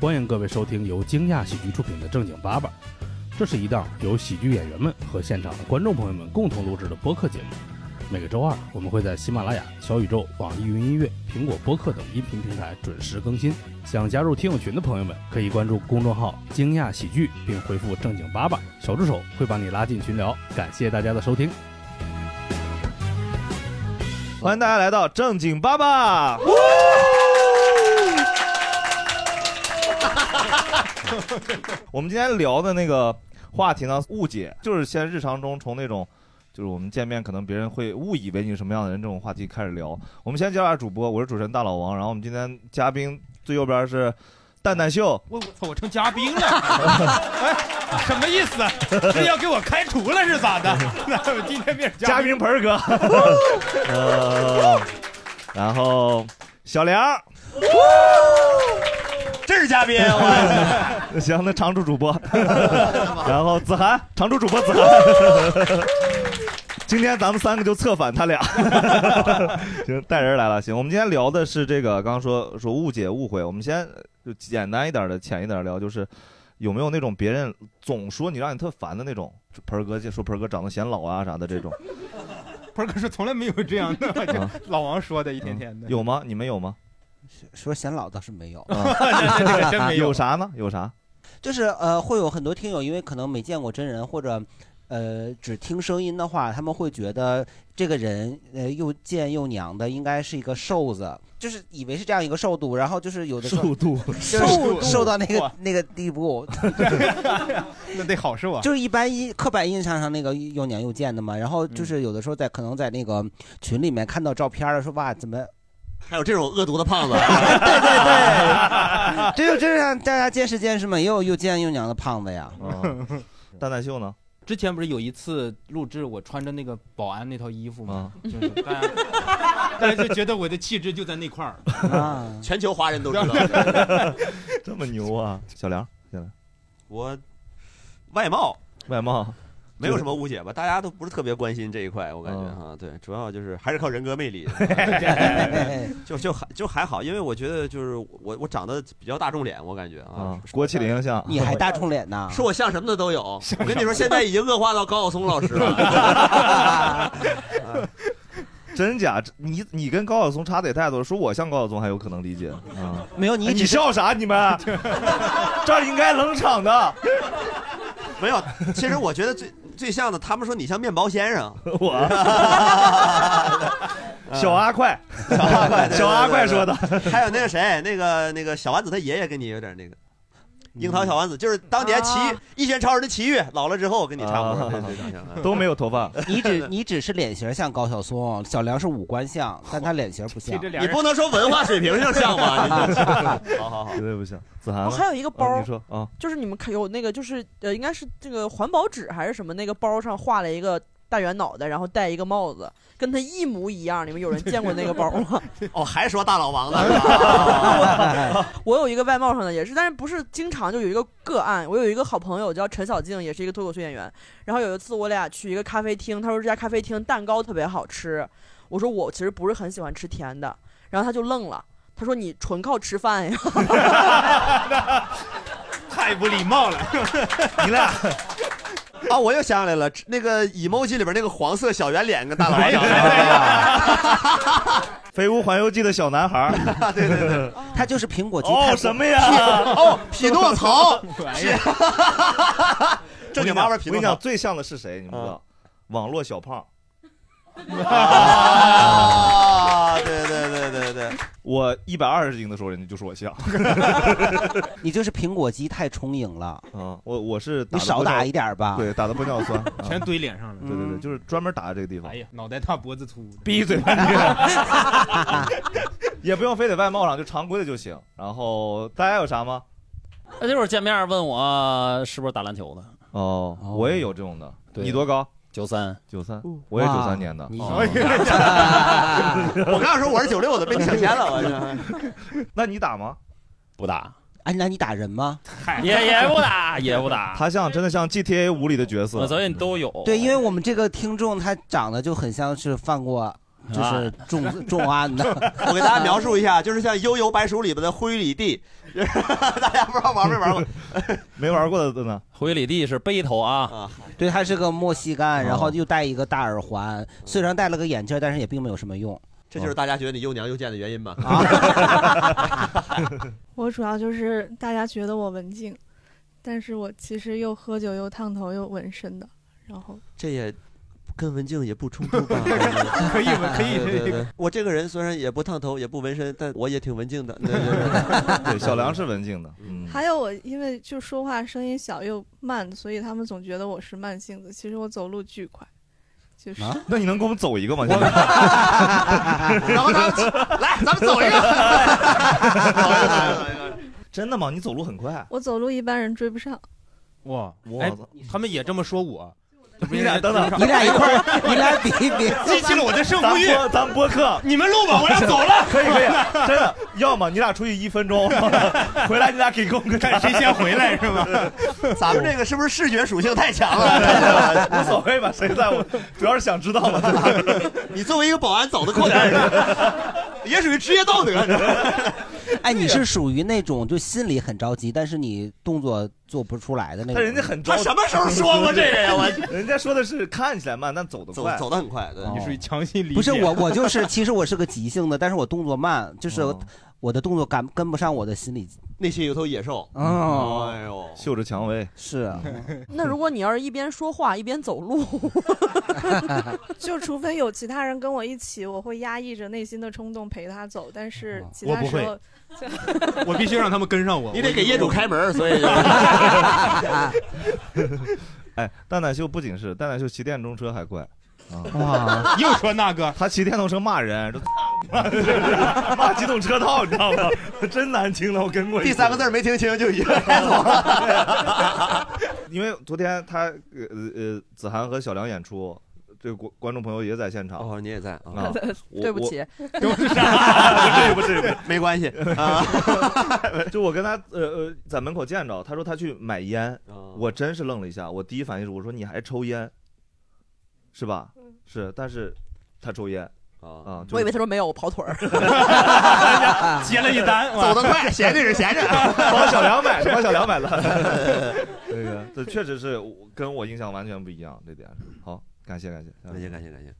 欢迎各位收听由惊讶喜剧出品的《正经八百》，这是一档由喜剧演员们和现场的观众朋友们共同录制的播客节目。每个周二，我们会在喜马拉雅、小宇宙、网易云音乐、苹果播客等音频平台准时更新。想加入听友群的朋友们，可以关注公众号“惊讶喜剧”，并回复“正经八百”，小助手会把你拉进群聊。感谢大家的收听。欢迎大家来到正经爸爸。我们今天聊的那个话题呢，误解就是先日常中从那种。就是我们见面，可能别人会误以为你是什么样的人，这种话题开始聊。我们先介绍一下主播，我是主持人大老王，然后我们今天嘉宾最右边是蛋蛋秀， 我我操，我成嘉宾了，哎，什么意思？是要给我开除了是咋的？那我今天变成嘉宾盆儿哥，呃，然后小梁，这是嘉宾，啊 哎我 行，那常驻主播，然后子涵，常驻主播子涵，今天咱们三个就策反他俩，行，带人来了，行，我们今天聊的是这个，刚刚说说误解误会，我们先就简单一点的、浅一点的聊，就是有没有那种别人总说你让你特烦的那种，就盆儿哥就说盆儿哥长得显老啊啥的这 种，啊不是，可是从来没有这样的，就老王说的，一 天天的。有吗？你们有吗？啊说显老倒是没有， 这这个真没有有啥呢？有啥？就是呃，会有很多听友，因为可能没见过真人或者。呃，只听声音的话，他们会觉得这个人，呃，又贱又娘的，应该是一个瘦子，就是以为是这样一个瘦度，然后就是有的时候瘦度就是瘦度瘦到那个哇那个地步，那得好受啊。就是一般一刻板印象上那个又娘又贱的嘛。然嗯后就是有的时候在可能在那个群里面看到照片了，说哇， 怎么还有这种恶毒的胖子，啊 这就这让大家见识见识嘛，也有又贱又娘的胖子呀。蛋蛋哦秀呢？之前不是有一次录制，我穿着那个保安那套衣服吗？嗯就是大 家大家就觉得我的气质就在那块儿。啊全球华人都知 道。 这么牛啊！小梁，现在我外貌外貌没有什么误解吧？大家都不是特别关心这一块，我感觉哈、对，主要就是还是靠人格魅 力，就就还就还好，因为我觉得就是我我长得比较大众脸，我感觉啊啊，，郭麒麟像你还大众脸呢？说我啊像什么的都有。我跟你说，现在已经恶化到高晓松老师了。真假？这你你跟高晓松差的也太多了，说我像高晓松还有可能理 解啊。没有你哎你只是笑啥？你们这儿应该冷场的。没有，其实我觉得最最像的，他们说你像面包先生， 我小阿快，小阿怪，对小阿怪说，的对对对对还有那个谁，那个那个小丸子他爷爷跟你有点那个。嗯樱桃小丸子就是当年奇遇啊一拳超人的奇遇，老了之后跟你差不多，对对对对 对啊都没有头发。你只你只是脸型像高晓松，小梁是五官 像，但他脸型不像。这俩你人不能说文化水平上像 吧？你这好好好绝，对不像。子涵我呢，哦还有一个包啊儿你，说啊，就是你们看有那个，就是呃，应该是这个环保纸还是什么，那个包上画了一个大圆脑袋，然后戴一个帽子，跟他一模一样。你们有人见过那个包吗？ 哦，还说大老王呢？是吧我有一个外贸上的也是，但是不是经常就有一个个案。我有一个好朋友叫陈小静，也是一个脱口秀演员。然后有一次我俩去一个咖啡厅，他说这家咖啡厅蛋糕特别好吃，我说我其实不是很喜欢吃甜的，然后他就愣了，他说你纯靠吃饭呀？ 太不礼貌了。 你俩啊，我又想起来了，那个 emoji 里边那个黄色小圆脸跟 大老王长得《飞屋环游记》的小男孩儿 对对对， 他就是苹果肌太哎哦过什么 呀？哦，匹诺曹， 正经八八百百匹我跟诺你讲，曹。嗯最像的是谁？你们知道？网络小胖。啊，对对对对对，我一百二十斤的时候，人家就说我像。 你就是苹果肌太充盈了，嗯，我我是你打的少玻打尿一点儿吧。嗯对，打的玻尿 酸。啊全堆脸上了。对对对，就是专门打这个地方哎。呀，脑袋大脖 子粗。闭嘴吧你！也不用非得外貌上，就常规的就行。然后大家有啥吗？那就是见面问我是不是打篮球的，哦，哦我也有这种的。对你多高？九三，九三，我也哇九三年的。你哦 哎呀， 我刚想说我是九六的，被你抢先 了，我这。那你打吗？不打，哎，那你打人吗？也也不打，也不打。他像真的像 GTA 五里的角色我。所以你都有。对，因为我们这个听众他长得就很像是犯过就是 重重案的。啊 我给大家描述一下，就是像《悠游白书》里边的灰里地，大家不知道玩没玩过？ 没玩过的呢？回礼地是背头啊，对，他是个莫西干，然后哦又戴一个大耳环，虽然戴了个眼镜，但是也并没有什么用。这啊就是大家觉得你又娘又贱的原 因 吧？我主要就是大家觉得我文静，但是我其实又喝酒又烫头又纹身的，然后这也跟文静也不冲突 吧？可以可以对对可以对，我这个人虽然也不烫头，也不纹身，但我也挺文静的。对对小梁是文静的。嗯，还有我因为就说话声音小又慢，所以他们总觉得我是慢性子。其实我走路巨快，就是、 啊， 那你能给我们走一个吗？现在 然后他来，咱们走一个。 真的吗？你走路很快？ 啊我走路一般人追 不上。哇，我哎，他们也这么说我。，你俩等等 你俩比一比激起了我的胜负欲咱播咱播客，你们录吧我俩走了 可以可以，真的，要么你俩出去一分钟， 回来你俩给公个看谁先回来是吧？ 咱们这个是不是视觉属性太强了？无所谓吧，谁在乎？主要 是想 知道嘛。你作为一个保安，走得快点，也属于职业道德。 哎，你是属于那种就心里很着急，但是你动作做不出来的那种。但人家很着急 人家说的是看起来慢，但走得快，走走得很快对哦你属于强行不是我，我 就是其实我是个急性的，但是我动作慢，就是哦我的动作赶跟不上我的心理。内心有头野兽，哦哎 呦，嗅着蔷薇是啊， 那如果你要是一边说话一边走路，？就除非有其他人跟我一起，我会压抑着内心的冲动陪他走，但是其哦我他不时会候， 我必须让他们跟上我。你得给业主开门，所 以啊哎，蛋蛋秀不仅是蛋蛋秀骑电动车还快，啊、哇 又说那个，他骑电动车骂人，这 骂机动车道，你知道吗？ 真难听的，我跟过一 次第三个字儿没听清就 已经开走了。因为昨天他呃呃子涵和小梁演出，这个观观众朋友也在现场。哦，你也在啊 对不起我不至于不至于， 没关系啊。 就我跟他呃呃在门口见着，他说他去买烟，哦我真是愣了一下，我第一反应是我说你还抽烟，是吧？是，但是他抽烟哦啊，就嗯我以为他说没有，我跑腿儿。 结了一单哇走得快闲着也是闲 着帮小梁买了帮小梁买了这个这确实是我跟我印象完全不一样，这点是好，感谢感谢感谢感谢感谢，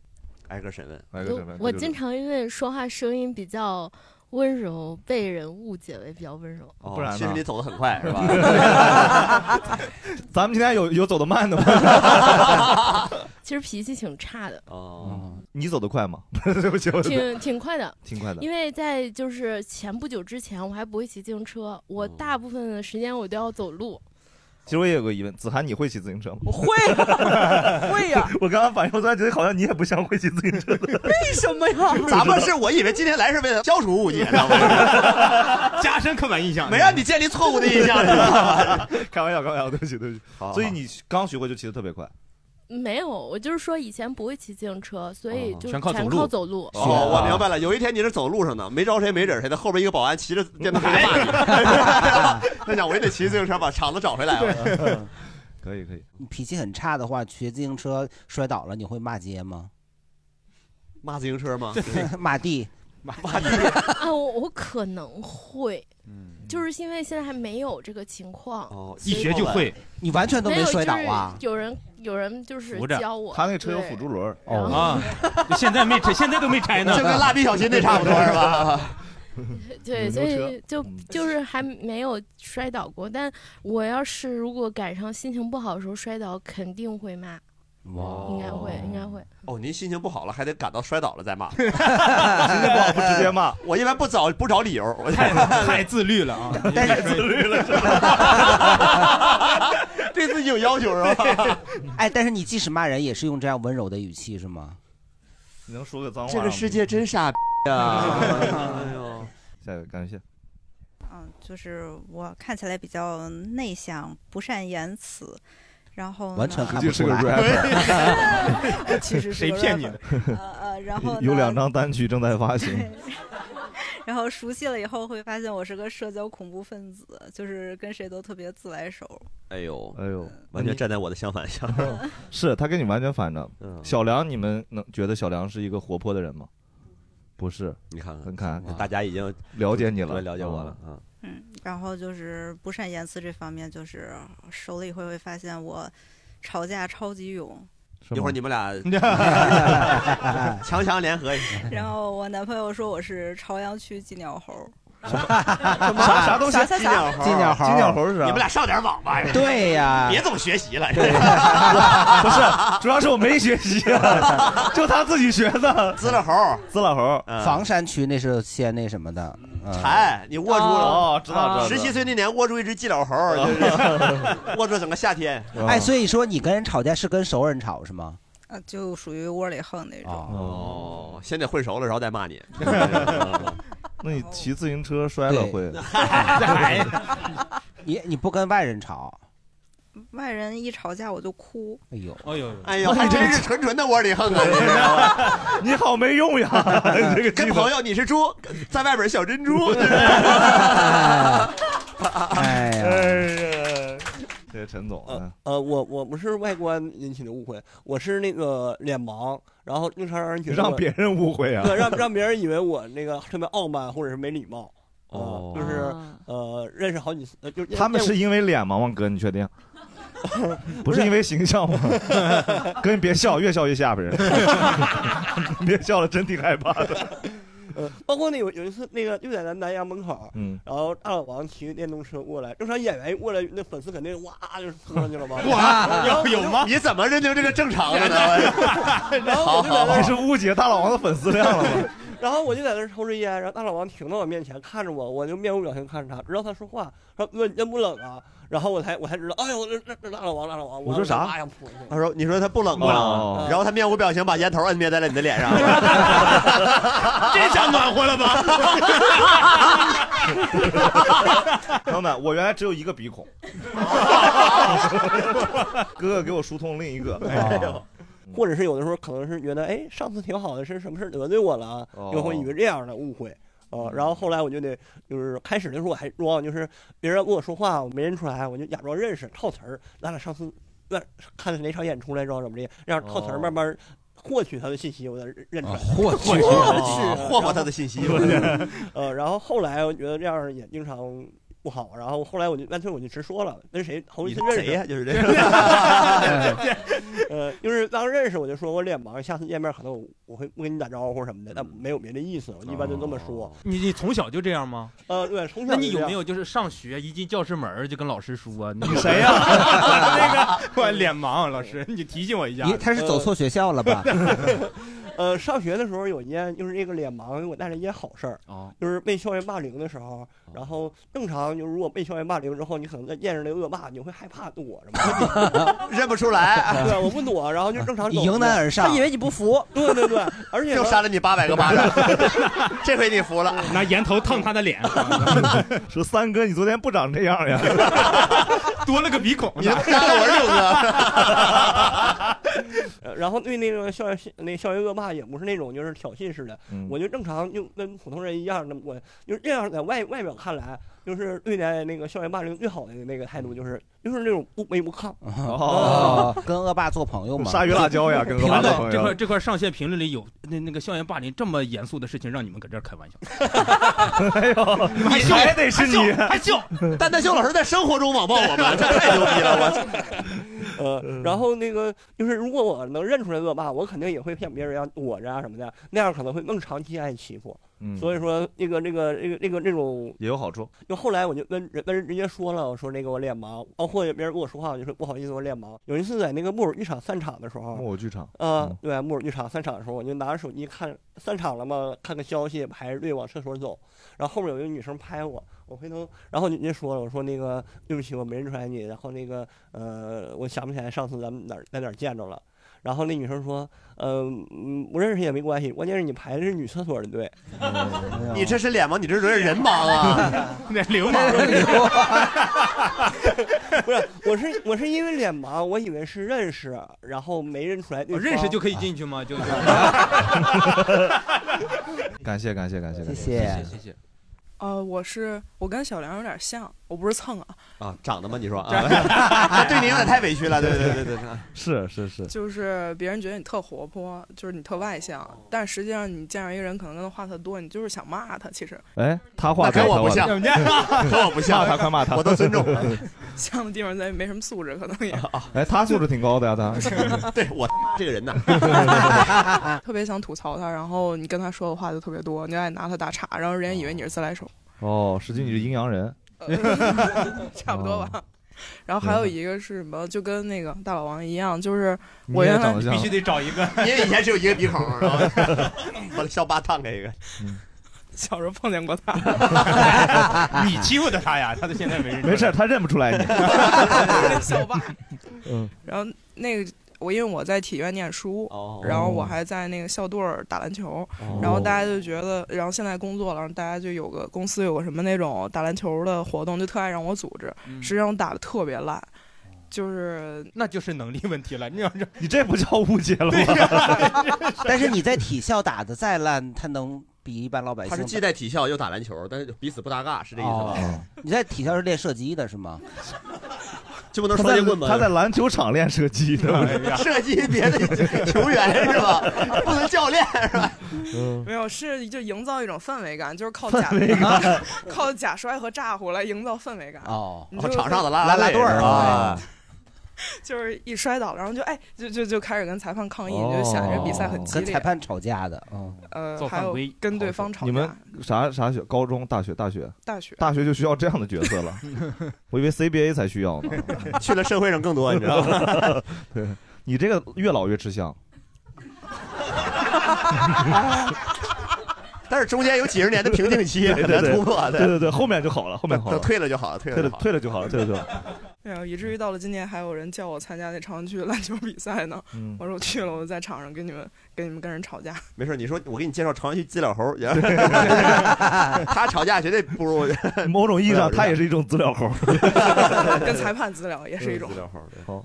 挨个审问，挨个我审问，我这就是经常因为说话声音比较温柔，被人误解为比较温柔。哦不然呢其实你走得很快是吧？咱们今天有有走得慢的吗？ 其实脾气挺差的， 哦，你走得快吗？对不起，我挺挺快的，挺快的因为在就是前不久之前，我还不会骑自行车，哦我大部分的时间我都要走路。其实我也有个疑问，子涵，你会骑自行车吗？我会，啊会呀。 我刚刚反应，我突然觉得好像你也不像会骑自行车的。为什么呀？ 咱们是我以为今天来是为了消除误解， 知道吗 加深刻板印象，没让你建立错误的印 象，知道吧？开玩笑，开玩笑，对不起，对不起。好所以你刚学会就骑得特别快。没有，我就是说以前不会骑自行车，所以就全全靠靠走路走 路。啊哦，我明白了。有一天你是走路上的，没招谁没惹谁的，后边一个保安骑着电动车就骂哎你。 那想我也得骑自行车把厂子找回来啊了。可以可以，你脾气很差的话，学自行车摔倒了，你会骂街吗？ 骂自行车 吗？ 骂地，啊骂地。啊，我我可能会，就是因为现在还没有这个情况。 嗯哦所以学就会，你完全都没有摔倒啊？就是有人有人就是扶着教我，他那个车有对辅助轮儿啊，现在没拆， 现在都没拆呢，就跟蜡笔小新那差不多是吧？对，扭所车以就嗯就是还没有摔倒过。但我要是如果赶上心情不好的时候摔倒，肯定会骂，应该会，应该会。哦，您心情不好了，还得赶到摔倒了再骂。心情不好不直接骂。我一般不找不找理由，我太太自律了啊， 太自律了， 对自己有要求是吧？哎，但是你即使骂人，也是用这样温柔的语气是吗？你能说个脏话这吗？个 世界真傻逼呀！哎呦，下一个感谢。嗯，就是我看起来比较内向，不善言辞，然后呢完全看不出来 呃 其实是谁个骗你 rapper 呃呃，然后 呢有两张单曲正在发行， 然后熟悉了以后会发现我是个社交恐怖分子，就是跟谁都特别自来熟。哎呦，哎呦，完全站在我的相 反上。嗯是他跟你完全反着。小梁，你们能觉得小梁是一个活泼的人吗？不是，你看看，你看，大家已经了解你了，对了解我了，嗯。嗯，然后就是不善言辞这方面，就是熟了以后会发现我吵架超级勇，一会儿你们 俩强强联合一下，然后我男朋友说我是朝阳区金鸟猴。 什么啊啥啥东西啥啥啥金鸟猴金鸟猴金鸟猴是啥你们俩上点网吧呀对呀，别总学习了， 不是，主要是我没学习、啊， 就他自己学的。滋了猴，嗯滋了猴，房山区那是先那什么的，嗯蝉，哎你握住了，哦知道知道十七岁那年握住一只金鸟猴，就是握住整个夏天。嗯哎，所以说你跟人吵架是跟熟人吵是吗？啊呃，就属于窝里横那种。哦，先得混熟了，然后再骂你。 那你骑自行车 摔了会？你你不跟外人吵？外人一吵架我就哭。哎呦，哎呦，哎呦，还真是纯纯的窝里横啊！你知道吗 你好没用呀， 你这个跟朋友你是猪，在外边小珍 珠。 哎呀，这陈总啊，呃，我我不是外观引起的误会，我是那个脸盲，然后经常让人觉得让别人误会啊，对，让 让别人以为我那个特别傲慢或者是没礼貌。哦，就是呃，认识好几次，呃就嗯他们是因为脸吗？王哥，你确定？ 不是因为形象 吗？哥，你别笑，越笑越吓 人。别笑了，真挺害怕的。呃，包括那有有一次，那个就在咱南阳门口，嗯，然后大老王骑电动车过来，正常演员一过来，那粉丝肯定哇就是扑上去了吧？哇，然后我就有有吗？你怎么认定这是正常的呢？然后我就在那你儿是误解大老王的粉丝量了吗？ 然后我就在那儿抽着烟，然后大老王停到我面前看着我，我就面无表情看着他，直到他说话，说哥你真不冷啊，然后我才我才知道，哎呦，那那大老王大老王，我说啥哎呀扑他说：“你说他不冷不哦冷？”然后他面无表情，把烟头摁灭在了你的脸上。 这下暖和了吧？ 朋友们，我原来只有一个鼻孔， 哥哥给我疏通另一个。啊哎呦 或者是有的时候可能是觉得，哎，上次挺好的，是什么事儿得罪我了啊，哦嗯就会以为这样的误会。哦，然后后来我就得，就是开始的时候我还装，就是别人跟我说话，我没认出来，我就假装认识，套词儿。咱俩上次那看了哪场演出来着，怎么的，让套词儿哦慢慢获取他的信息，我才认出来。啊获取获取哦然霍霍后他的信息 呃，然后后来我觉得这样也经常不好，然后后来我就干脆我就直说了，跟谁头一次你认识谁呀 就是这 呃，就是当时认识我就说我脸盲，下次见面可能我我会不跟你打招呼什么的，但没有别的意思，我一般就这么哦说。 你你从小就这样 吗？呃，对，从小那你就这有样没有就是上学一进教室门儿就跟老师 说啊？你谁呀 那个 我脸盲，啊老师你提醒我一下咦，。他是走错学校 了吧？ 呃，上学的时候有一件就是这个脸盲给我带来一件好事儿，哦就是被校园霸凌的时哦候，然后正常就如果被校园霸凌之后，你可能在见着那个恶霸，你会害怕躲着嘛， 认不出来啊对，我不躲，然后就正常走。迎难而上，他以为你不服，对对对，而且就扇了你八百个巴掌，这回你服了。拿盐头烫他的脸， 说三哥，你昨天不长这样呀？ 多了个鼻孔。你他妈扎了我六个。呃 然后对那个校园那校园恶霸也不是那种就是挑衅式的，嗯我就正常就跟普通人一样那么过，就是这样在外外表看来，就是对待那个校园霸凌最好的那个态度就是就是那种不卑不亢。哦， 跟恶霸做朋友嘛？鲨鱼辣椒 呀跟恶评霸论做朋友这块这块上线评论里有那那个校园霸凌这么严肃的事情，让你们搁这儿开玩笑，哎呦，你们还笑还得是你还笑，蛋蛋秀老师在生活中网暴我们，这太牛逼了！我呃，然后那个就是，如果我能认出来恶霸，我肯定也会骗别人要躲着啊什么的，那样可能会更长期挨欺负。嗯所以说，那个那个那个那个那种，也有好 处。因为后来我就跟人跟人直接说了，我说那个我脸盲，包括别人跟我说话，我就说不好意思，我脸盲。有一次在那个木偶剧场散场的时候，木偶剧场，嗯啊，对，木偶剧场散场的时候，我就拿着手机看散场了嘛，看个消息，排着队往厕所走，然后后面有一个女生拍我，我回头，然后我就直接说了，我说那个对不起，我没认出来你，然后那个呃，我想不起来上次咱们哪儿在哪儿见着了。然后那女生说：“呃嗯，不认识也没关系，关键是你排的是女厕所的队。哎 你这是脸盲，你这是人盲啊！那流氓， 不是，我是我是因为脸盲，我以为是认识，然后没认出来对我方。哦认识就可以进去吗？就，感谢感谢感谢谢感谢谢谢谢。呃，我是我跟小梁有点像，我不是蹭啊，啊，长得吗？你说啊， 对您有点太委屈了，对对对对 对，是是是，就是别人觉得你特活泼，就是你特外向，哦但实际上你见着一个人可能跟他话特多，你就是想骂他。其实哎，他话那跟我多不像 跟我不像骂他快骂他，我都尊重 像的地方在没什么素质，可能也哎，他素质挺高的呀， 他啊对 我这个人 呐，特别想吐槽他，然后你跟他说的话就特别多，你就爱拿他打岔，然后人家以为你是自来熟。哦，实际你是阴阳人， 差不多吧。然后还有一个是什么？就跟那个大老王一样，就是我你也原来长得像必须得找一个因为以前只有一个鼻孔，然后 把他校巴烫开一个，小时候碰见过他 你欺负的他呀，他到现在没认出来没事，他认不出 来你。校霸。嗯，然后那个我因为我在体院念书，哦然后我还在那个校队儿打篮球，然后大家就觉得，然后现在工作了，然后大家就有个公司有个什么那种打篮球的活动，就特爱让我组织，实际上我打的特别烂。就是，嗯那就是能力问题了。你要这，你这不叫误解了吗？ 但是你在体校打的再烂，他能比一般老百姓他打？是既在体校又打篮球，但是彼此不搭嘎，是这意思哦吧？你在体校是练射击的是吗？就不能他双截在棍吗？他在篮球场练射击 的，哎射击别的球员是吧？不能教练是吧？嗯没有，是就营造一种氛围感，就是靠氛假围感 靠假摔和咋呼来营造氛围感。哦你就场上的拉拉拉队队儿啊，就是一摔倒，然后就哎，就就就开始跟裁判抗议，你就想着比赛很激哦跟裁烈。判吵架的，嗯呃，做还犯有规跟对方吵你们架，啥啥学？高中、大学、大学、大学大学就需要这样的角色了。我以为 CBA 才需要呢， 去了社会上更多，你知道吗？ 对你这个越老越吃香， 但是中间有几十年的瓶颈期，很难突破的。哦对对对，后面就好了，后面好了，等退了就好了退退了就了好了退了就好了，退了就好了。 没有，以至于到了今年还有人叫我参加那朝阳区篮球比赛呢。嗯我说我去了，我就在场上跟你们跟你们跟人吵架。 没事，你说我给你介绍朝阳区资料猴，然后 他吵架绝对不如我。某种意义 上，他也是一种资料猴。跟裁判资料也是一种嗯资料猴对好，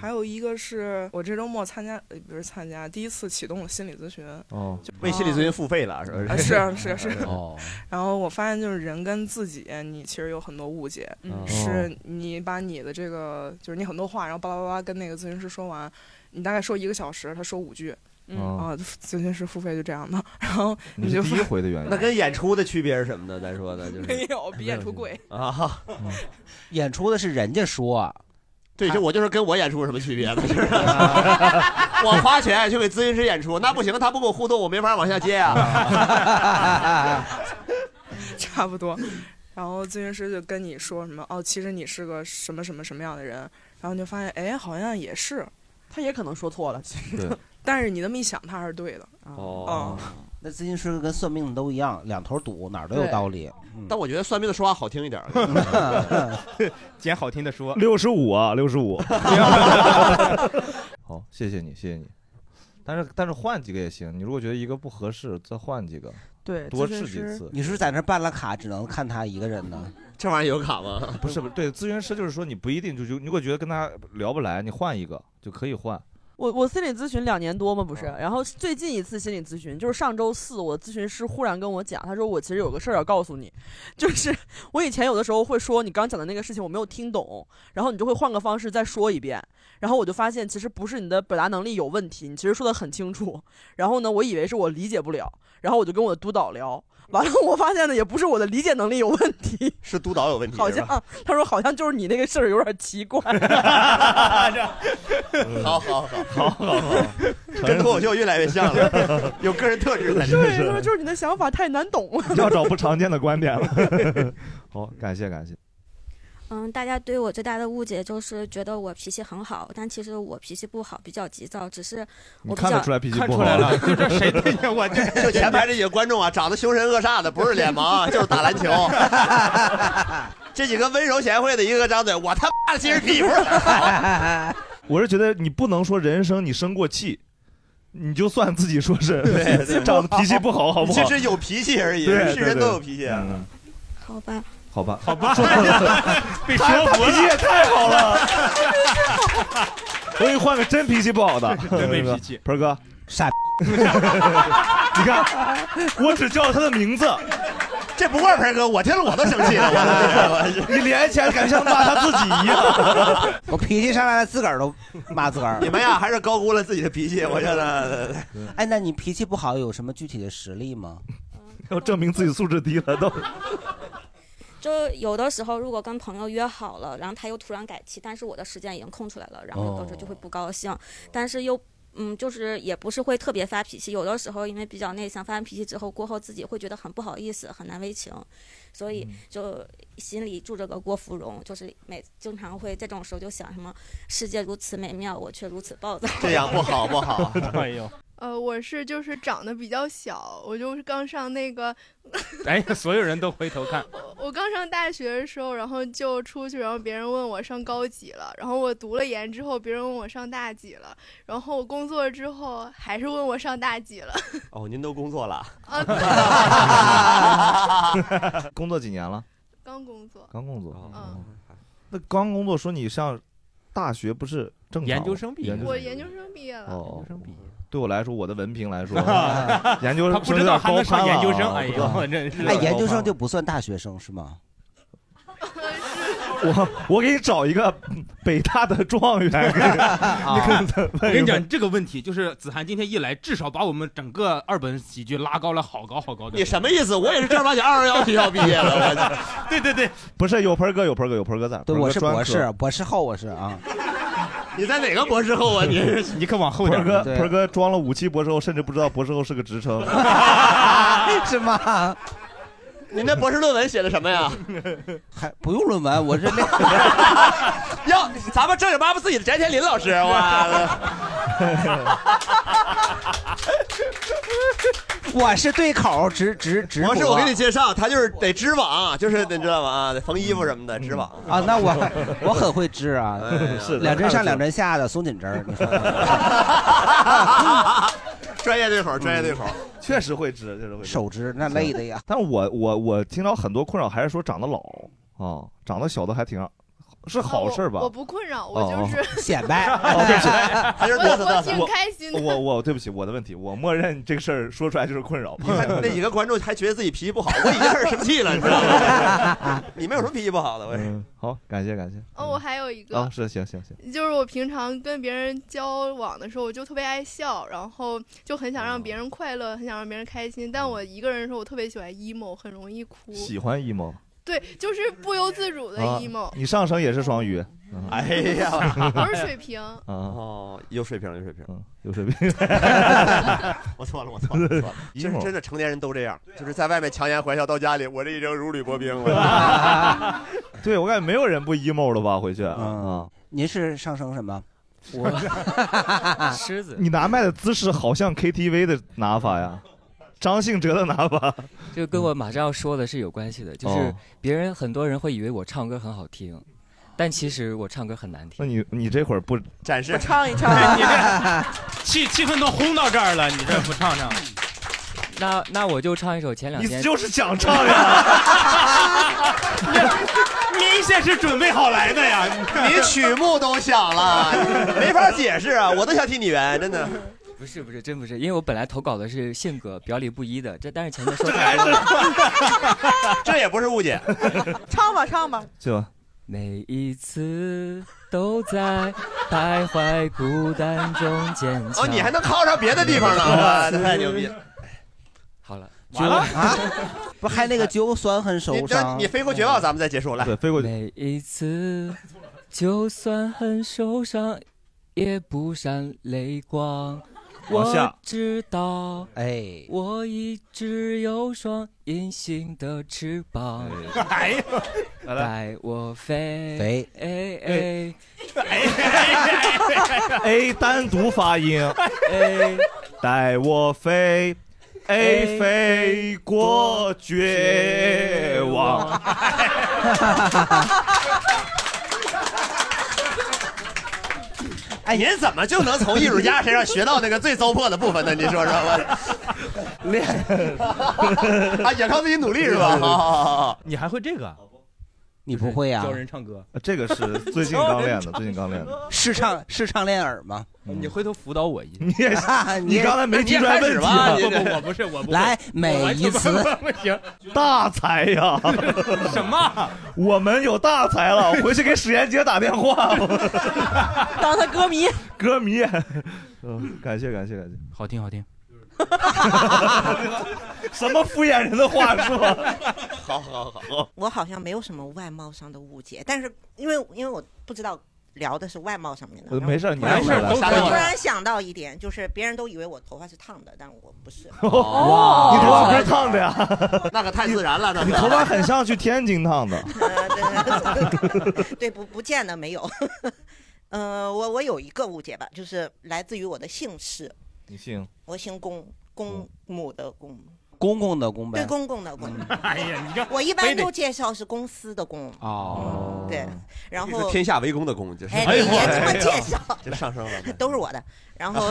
还有一个是我这周末参加，呃不是参加，第一次启动了心理咨询。哦就为心理咨询付费了是吧？啊是是是哦，然后我发现，就是人跟自己，你其实有很多误解，哦嗯是你把你的这个，就是你很多话，然后巴拉巴拉跟那个咨询师说完，你大概说一个小时，他说五句，嗯啊，咨询师付费就这样的，然后你嗯你是就第一发回的原因那跟演出的区别是什么呢？咱说的就是没有比演出贵，啊，演出的是人家说，啊对，就我就是跟我演出有什么区别 呢？就是我花钱去给咨询师演出，那不行，他不跟我互动，我没法往下接 啊。 差不多。然后咨询师就跟你说什么哦，其实你是个什么什么什么样的人，然后你就发现哎，好像也是，他也可能说错了，其对实，但是你那么一想，他还是对的。啊哦那咨询师跟算命的都一样，两头堵，哪儿都有道理。嗯但我觉得算命的说话好听一点， 捡好听的说，六十五啊，六十五。 好，谢谢你，谢谢你。但是但是换几个也行，你如果觉得一个不合适，再换几个。多试几次。你是不是在那儿办了卡，只能看他一个人呢？这玩意儿有卡吗？不是不是，对咨询师就是说你不一定就就，如果觉得跟他聊不来，你换一个就可 以换。我我心理咨询两年多嘛，不是？嗯然后最近一次心理咨询就是上周四，我的咨询师忽然跟我讲，他说我其实有个事儿要告诉你， 就是我以前有的时候会说你刚讲的那个事情我没有听懂，然后你就会换个方式再说一遍，然后我就发现其实不是你的表达能力有问题，你其实说的很清楚。然后呢，我以为是我理解不了，然后我就跟我的督导聊，完了我发现呢也不是我的理解能力有问题， 是督导有问题，好像他说好像就是你那个事儿有点 奇怪。好好好好好好，跟脱口秀越来越像了，有个人特质了，对，他说就是你的想法太难懂了。要找不常见的观点了。 好，感谢感谢。嗯，大家对我最大的误解就是觉得我脾气很好，但其实我脾气不好，比较急躁，只是你我比看较得出来脾气看不出好来了， 就这谁对你我 这就前排这几个观众啊，长得凶神恶煞的，不是脸盲啊就是打篮球。 这几个温柔贤惠的，一个个张嘴，我他妈的其实比 不上。我是觉得你不能说人生你生过气，你就算自己说是 长得脾气不好，好不好？其实有脾气而已，对是人都有脾。对气啊对。嗯好吧。好吧，好 吧被说他服他了脾气也太好了。我给你换个真脾气不好的，真没脾气。盆儿哥，傻，你看，我只叫了他的名字， 这不怪盆哥，我听了我都生气了。我你连起来感觉像骂他自己一样。 我脾气上来了，自个儿都骂自个儿。 你们呀，还是高估了自己的脾气，我 觉得。哎，那你脾气不好有什么具体的实例吗？要证明自己素质低了都。就有的时候，如果跟朋友约好了，然后他又突然改期，但是我的时间已经空出来了，然后有的时候就会不高兴，但是又嗯，就是也不是会特别发脾气，有的时候因为比较内向，发完脾气之后，过后自己会觉得很不好意思，很难为情，所以就心里住着个郭芙蓉，就是每经常会在这种时候就想什么世界如此美妙，我却如此暴躁，。这样不好不好 哎呦，呃，我是就是长得比较小，我就是刚上那个，哎，所有人都回头看，我刚上大学的时候，然后就出去，然后别人问我上高几了，然后我读了研之后，别人问我上大几了，然后我工作之后还是问我上大几 了，啊哦，您都工作了， 工作几年了？刚工作，刚工作。嗯，那刚工作说你上大学不是正常吗研究生毕业，研究我研究生毕业了，哦，对我来说，我的文凭来说 研究他生不有知道点还能高上攀了研啊究生我哎不知道呦真是哎，研究生就不算大学生是吗？我我给你找一个北大的状元， 我跟你哎讲，这个问题就是子涵今天一来，至少把我们整个二本喜剧拉高了好高好高的。你什么意思？我也是正儿八经221学 校毕业的我操。对对对，不是有盆儿哥，有盆儿哥，有盆儿哥在。对，盆儿哥我是专博士，科，博士后我是啊。你在哪个博士后啊？ 你是你可往后盆儿哥，对盆儿哥装了五期博士后，甚至不知道博士后是个职称。 是吗？你那博士论文写的什么 呀？还不用论文，我是那哟，咱们正经八百自己的翟天临老师，啊 哇！ 我是对口直直直博士，播我给你介绍，他就是得织网，就是你知道吧？ 啊，得缝衣服什么的，织网 啊，那我我很会织啊哎呀，是的两针上两针下的松紧针儿，你 说嗯 专业对口，专业对口。确实会织，确实会织。手织那累的呀。 但我我我听到很多困扰，还是说长得老啊，长得小的还挺是好事儿吧？我不困扰，我就哦是 哦，对不起，还是我嘚瑟嘚瑟我挺我开心的我我对不起，我的问题，我默认这个事儿说出来就是困扰。 那几个观众还觉得自己脾气不好，我已经开始生气了，你知道 吗？你们有什么脾气不好的？我嗯，好，感谢感谢。哦，我还有一个啊，是行行行，就是我平常跟别人交往的时候，我就特别爱笑，然后就很想让别哦人快乐，很想让别人开心。但我一个人的时候，我特别喜欢 emo，很容易哭。嗯喜欢 emo 对，就是不由自主的啊 emo。，你上升也是双鱼。嗯哎呀， 我是水 瓶，哦，有水平，有水平，嗯有水平。我错了，我错了，我错了。就是真的，成年人都这样，就是在外面强颜欢笑，到家里我这一整如履薄 冰。我对我感觉没有人不 emo 了吧？回去啊，嗯您是上升什么？我 狮子你拿麦的姿势好像 KTV 的拿法呀，张信哲的拿 法。就跟我马上要说的是有关系的，就是哦别人很多人会以为我唱歌很好听，但其实我唱歌很难听。那你你这会儿不展示我唱一唱 啊你这气气氛都轰到这儿了，你这不唱 唱？ 那那我就唱一首前两天，你就是想唱呀，明显是准备好来的呀！ 你曲目都 想了，没法解释啊！我都想 替你圆，真的。不是不是真不是，因为我本来投稿的是性格表里不一的，这但是前面说 这也不是误解， 啊唱吧唱吧，去吧。每一次都在徘徊孤单中坚强。哦，你还能靠上别的地 方呢，哇，太牛逼了！好了，完了 啊！不还那个酒酸很手上？你飞过绝望，咱们再结束来。对，飞过去。嗯每一次，就算很受伤，也不闪泪光。往下我知道，哎，我一直有双隐形的翅膀，哎呀，带我飞，飞，哎哎 A 单独发音 A，带我飞，A 飞过绝望。 哎，您怎么就能从艺术家身上学到那个最糟粕的部分呢？你说说吧。 练 啊，也靠自己努力是吧？好好好好。你还会这个？你就是不会啊呀教人唱歌呃，这个是 最近刚练的，最近刚练的。是唱是唱练耳吗？哦你回头辅导我一下。你 也你也你刚才没提出来问题啊那你也不开始吧不，你这我不是，我不会来我每完全一不次不行，大才哎呀！ 什么？我们有大才了，回去给史岩杰打电话， 当他歌迷。歌迷。嗯，感谢感谢感谢，好听 好听。什么敷衍人的话术？啊 好好好，我好像没有什么外貌上的误解，但是因为因为我不知道聊的是外貌上面的呃，没事，你然后来来我来突然想到一点，就是别人都以为我头发是烫的，但我不 是。哇，哦你头发不是烫的呀？哦 那可太自然了那你个头发很 像去天津烫的。呃对， 不不见得没有。 呃，我我有一个误解吧，就是来自于我的姓氏，你姓我姓公，嗯公母的公，公公的公呗。对公公的公。哎呀，你这我一非般得都介绍是公司的公，嗯哦对，然这后是天下为公的公，这是哎对也这么介绍 这上升 了。都是 我的。然后，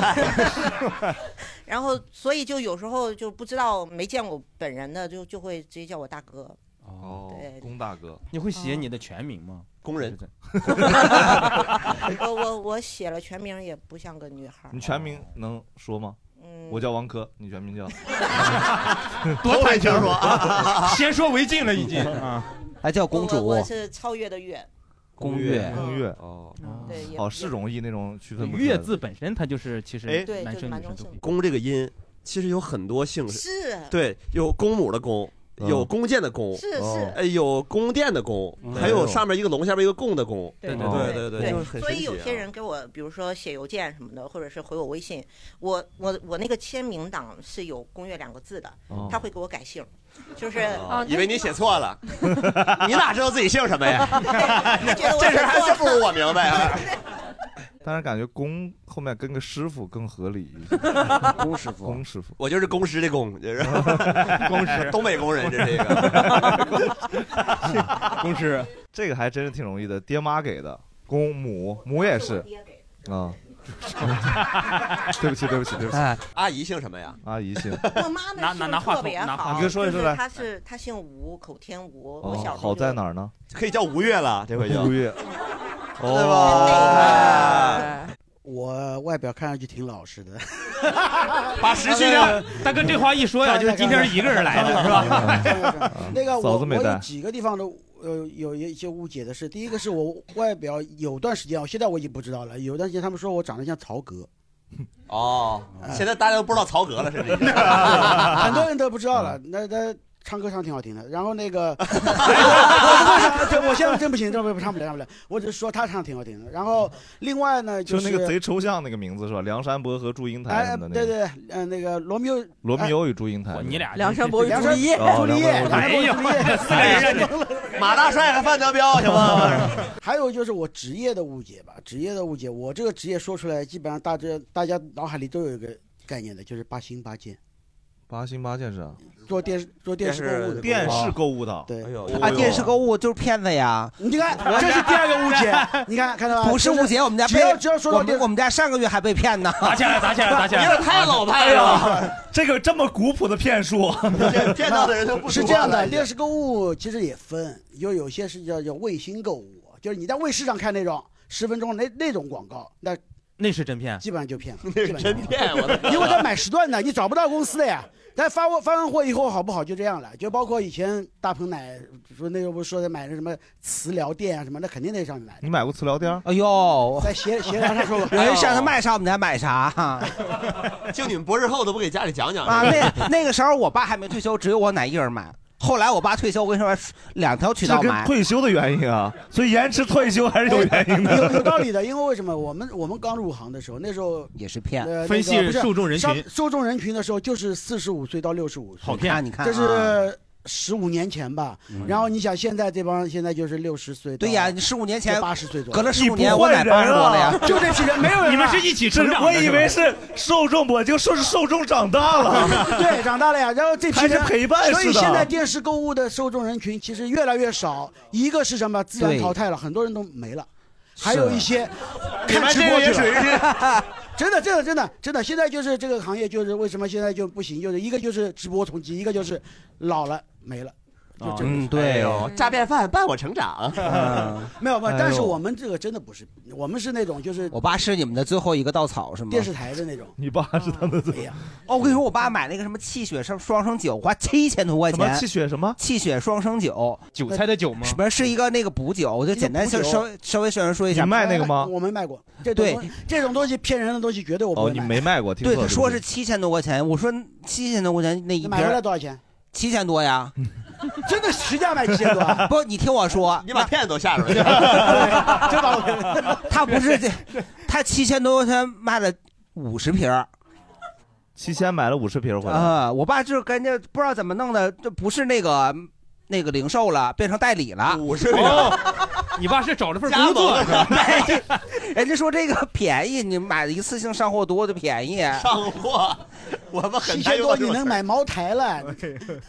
然后，所以就有时候就不知道没见过本人的，就就会直接叫我大哥。哦对 龚大哥，你会写你的全名吗？工人，我我我写了全名也不像个女孩儿。你全 名 能说吗？嗯我叫王珂，你全名 叫？多坦诚 说先说为敬了已 经啊，还叫我我是超越的越。宫月宫月哦对也哦，是容易那种区分不出来月的字本身它就是其实哎，男生女生都可以。公这个音其实有很多姓是啊对，有公母的公。嗯有弓箭的弓，是是哎，有宫殿的宫，嗯还哎有上面一个龙，下面一个供的供，对对，就是很所神以奇有些啊。人给我，比如说写邮件什么的，或者是回我微信，我我我那个签名档是有“攻略”两个字的哦，他会给我改姓，就是哦以为你写错 了，你哪知道自己姓什么呀？他觉得我这事写儿还真错了。不如我明白啊。 但是感觉公后面跟个师傅更合理一些。公师傅，公师傅，我就是公师的公，就是公师东北工人，这是一个公师，这个还真是挺容易的，爹妈给的，公母母也是，啊， 对不起对不起对不起，哎阿姨姓什么呀？阿姨 姓，我妈呢姓得特别好，你跟说一说就是她来，是她姓吴，口天吴。我哦小时候好在哪儿呢？可以叫哦吴越了，这回就 吴越，哦哦对吧？我外表看上去挺老实的， 哎把实际 上，大哥这话一说 呀，就是今天是一个人来的，是吧？ 那个嫂我子没我带有几个地方都呃有一些误解的是，第一个是我外表有段时间，我现在我已经不知道了，有段时间他们说我长得像曹格，哦，现在大家都不知道曹格了，是不是？ 很多人都不知道了。那他唱歌唱挺好听的，然后那个，这我现在真不行，这我唱不了，唱不了。我只是说他唱挺好听的。然后另外呢，就是那个贼抽象那个名字是吧？梁山伯和祝英台哎什么，的对那个，对，呃，那个罗密欧，罗密欧与祝英台，你俩梁山伯与朱丽叶哦朱丽叶梁山伯与梁山伯与朱丽哎叶呦四个人让 马大帅和范德彪行吗？ 还有就是我职业的误解吧，职业的误解，我这个职业说出来，基本上大致大家脑海里都有一个概念的，就是八星八件，八星八剑是啊，做电视做电视购物的，电视购物的，对，啊，电视购物就是骗子呀！你看，这是第二个误 解，你看看到吧？不是误解，我们家只被要只要说我到们电我们家上个月还被骗呢，打起来打起来打起来你这太老派了，哎这个这么古朴的骗术， 骗到的人都不是说这样话的，了电视购物其实也分，有有些是叫叫卫星购物，就是你在卫视上看那种十分钟那那种广告，那那是真骗，基本上就骗了， 那基本上真骗我 的因为他买时段的，你找不到公司的呀。但发货发完货以后好不好就这样了，就包括以前大鹏奶说那时候不是说的买那什么磁疗垫啊什么，那肯定得上面买。你买过磁疗垫？哎呦，在鞋鞋梁上说过有人上他卖啥，我们家买啥。 就你们博士后都不给家里讲讲啊， 那那个时候我爸还没退休，只有我奶一人买。后来我爸退休，我跟你说，两条渠这道跟买。退休的原因啊，所以延迟退休还是有 原因的，有有道理 的，因为为什么我们我们刚入行的时候，那时候也是骗呃、哎分析那个不是受众人群上受众人群的时候就是四十五岁到六十五岁，好骗啊你看这啊是十五年前吧、嗯然后你想现在这帮现在就是六十岁，对呀，你十五年前八十岁左右，隔了十五年，我奶八十多了呀， 就这批人没有人啊，，啊我以为是受众，我就说是受众长大了 对，长大了呀。然后这批还是人陪伴似的所以现在电视购物的受众人群其实越来越少，一个是什么？自然对淘汰了，很多人都没了，是还有一 些你们看直这播个也去属于了。 真的，真的，真的，真的，现在就是这个行业，就是为什么现在就不行，就是一个就是直播冲击，一个就是老了没了，就哦真不嗯是对哎呦诈骗犯伴我成长嗯 没有吧？哎呦但是我们这个真的不是，我们是那种就是我爸是你们的最后一个稻草是吗？电视台的那种。你爸是他们哎呀，哦，我跟你说，我爸买那个什么气血双双生酒，花七千多块什么钱。气血什么？气血双生酒，韭菜的韭吗？不是，是一个那个补酒，我就简单稍稍微稍微稍微说一下。我没卖过，这种对东西这种东西骗人的东西绝对我不会买。卖过对，他说是七千多块钱，我说七千多块钱那一你瓶买回来儿多少钱？七千多呀，真的实价卖七千多啊。不，你听我说，你把骗子都吓着了，真把我，他不是这，他七千多块钱卖了五十瓶儿七千买了五十瓶回来，啊、我爸就是跟这不知道怎么弄的，这不是那个那个零售了，变成代理了，五瓶哦你爸是找了份工作是吧？人家说这个便宜，你买一次性上货多的便宜。上货，我哎们七很千啊多你能买茅台哎了，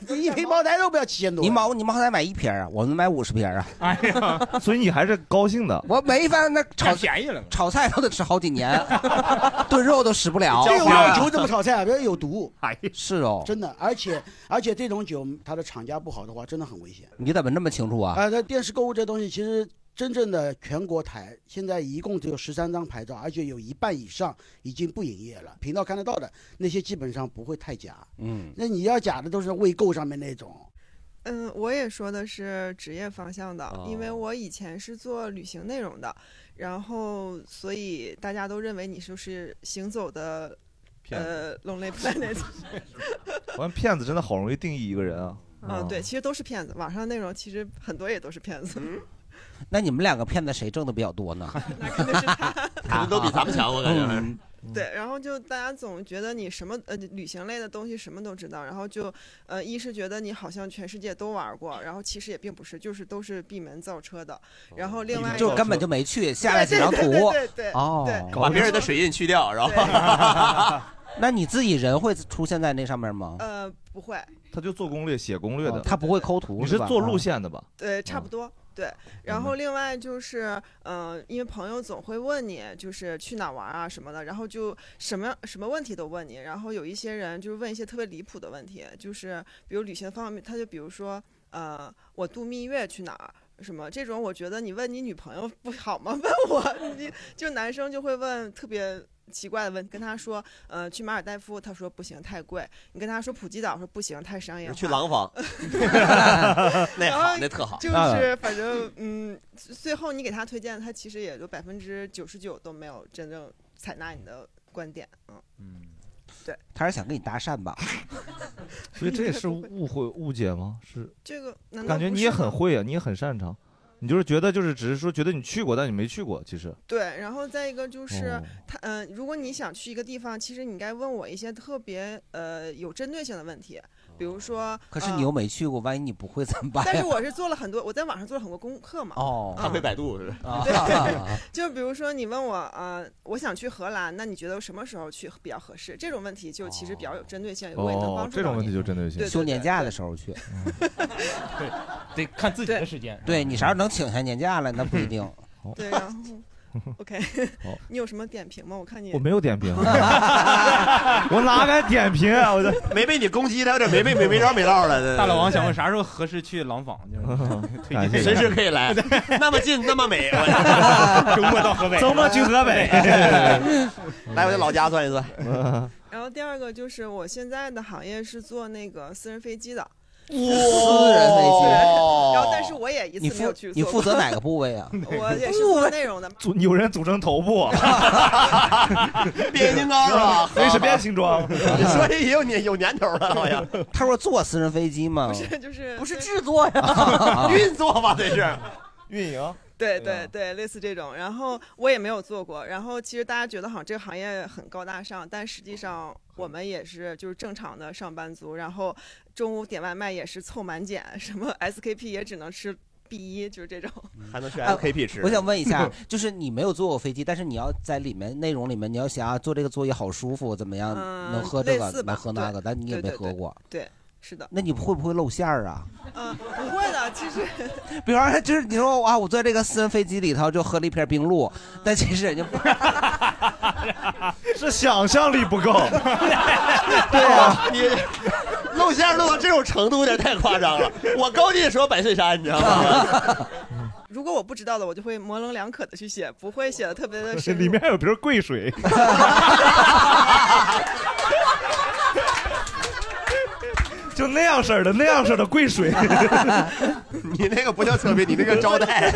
你一瓶茅台都不要七千多。你茅你茅台买一瓶啊，我们买五十瓶啊。哎呀，所以你还是高兴的。我没法那炒占便宜了嘛炒菜都得吃好几年， 炖肉都使不 了。这种药酒怎么炒菜啊？这有毒，哎是哦，真的。而且而且这种酒，它的厂家不好的话，真的很危险。你怎么那么清楚哎啊？啊，那电视购物这东西，其实真正的全国台现在一共只有十三张牌照，而且有一半以上已经不营业了，频道看得到的那些基本上不会太假。嗯，那你要假的都是未购上面那种，嗯，我也说的是职业方向的，因为我以前是做旅行内容的，然后所以大家都认为你就是行走的骗呃 Lonely Planet。我看骗子真的好容易定义一个人啊。啊，对，其实都是骗子，网上内容其实很多也都是骗子。那你们两个骗子谁挣的比较多呢？嗯那肯定是他，可能都比咱们强，我感觉还是。 对，然后就大家总觉得你什么呃旅行类的东西什么都知道，然后就呃一是觉得你好像全世界都玩过，然后其实也并不是，就是都是闭门造车的。然后另外一就个根本就没去，下来几张嗯对对图对对对，哦，把别人的水印去掉，然后那你自己人会出现在那上面吗？哦呃不会，他就做攻略、写攻略的，他不会抠图，你是吧哦做路线的吧？对，差嗯不多。对，然后另外就是，嗯、因为朋友总会问你，就是去哪儿玩啊什么的，然后就什么什么问题都问你，然后有一些人就是问一些特别离谱的问题，就是比如旅行方面，他就比如说，呃，我度蜜月去哪儿？什么这种，我觉得你问你女朋友不好吗？ 问我，你就男生就会问特别奇怪的问，跟他说，呃，去马尔代夫，他说不行，太贵；你跟他说普吉岛，说不行，太商业化。去廊 坊， 那然后好，那特好，啊就是反正嗯，最最后你给他推荐，他其实也就百分之九十九都没有真正采纳你的观点，嗯嗯，对，他是想跟你搭讪吧？ 所以这也是误会、误解吗？是这个难道感觉不你是也吗很会啊，你也很擅长，你就是觉得就是只是说觉得你去过，但你没去过，其实。对，然后再一个就是哦他，嗯、如果你想去一个地方，其实你该问我一些特别呃有针对性的问题，比如说，哦可是呃你又没去过，万一你不会怎么办呀？但是我是做了很多，我在网上做了很多功课嘛。哦，啊会百度是啊对， 就比如说你问我啊、呃我想去荷兰，那你觉得我什么时候去比较合适？这种问题就其实比哦较有针对 性，我也能帮助哦这种到问题你。就针对性。对休年假的时候去，对，得看自己的时间。对你啥时候能请下年假来，那不一定。对，然后 OK，好你有什么点评吗？我看你我没有 点评，我哪敢点评啊？ 我这没被你攻击，他有点没没没没着没落了。大老王想问啥时候合适去廊坊？ 就是推荐一下随时可以 来，那么近那么 美， 周末到河北周末去河北 来我的老家转一转。然后第二个就是我现在的行业是做那个私人飞机的。私人飞机然后但是我也一你次没负有去你做负责过哪个部位啊？ 我也是做内容的 嘛。组有人组成头部，啊 变形金刚了，随时变形 装。你说这也有年有年头了，好像他说坐私人飞机吗？ 就是不是制作啊呀运作吧，这是运营。对对对，类似这种，然后我也没有做过。然后其实大家觉得好像这个行业很高大上，但实际上我们也是就是正常的上班族，然后中午点外卖也是凑满减，什么 SKP 也只能吃 B 一，就是这种。还能去哎 LKP 吃。我想问一 下，就是你没有坐过飞机，但是你要在里面内容里面，你要想要啊坐这个座椅好舒服，怎么样？嗯能喝这类个，似吧能喝那个，但你也对没对喝过。 对，是的，那你会不会露馅儿啊？嗯，不会的，其实比方说，就是你说啊，我在这个私人飞机里头就喝了一瓶冰 露，但其实人家不 是想象力不够。 对啊，你露宋先生弄到这种程度有点太夸张了。我高进说白衬衫，你知道吗？如果我不知道的，我就会模棱两可的去写，不会写的特别的深入。里面还有瓶桂 水，就那样式儿的那样式儿的桂水， 你那个不叫测评，你那个招待。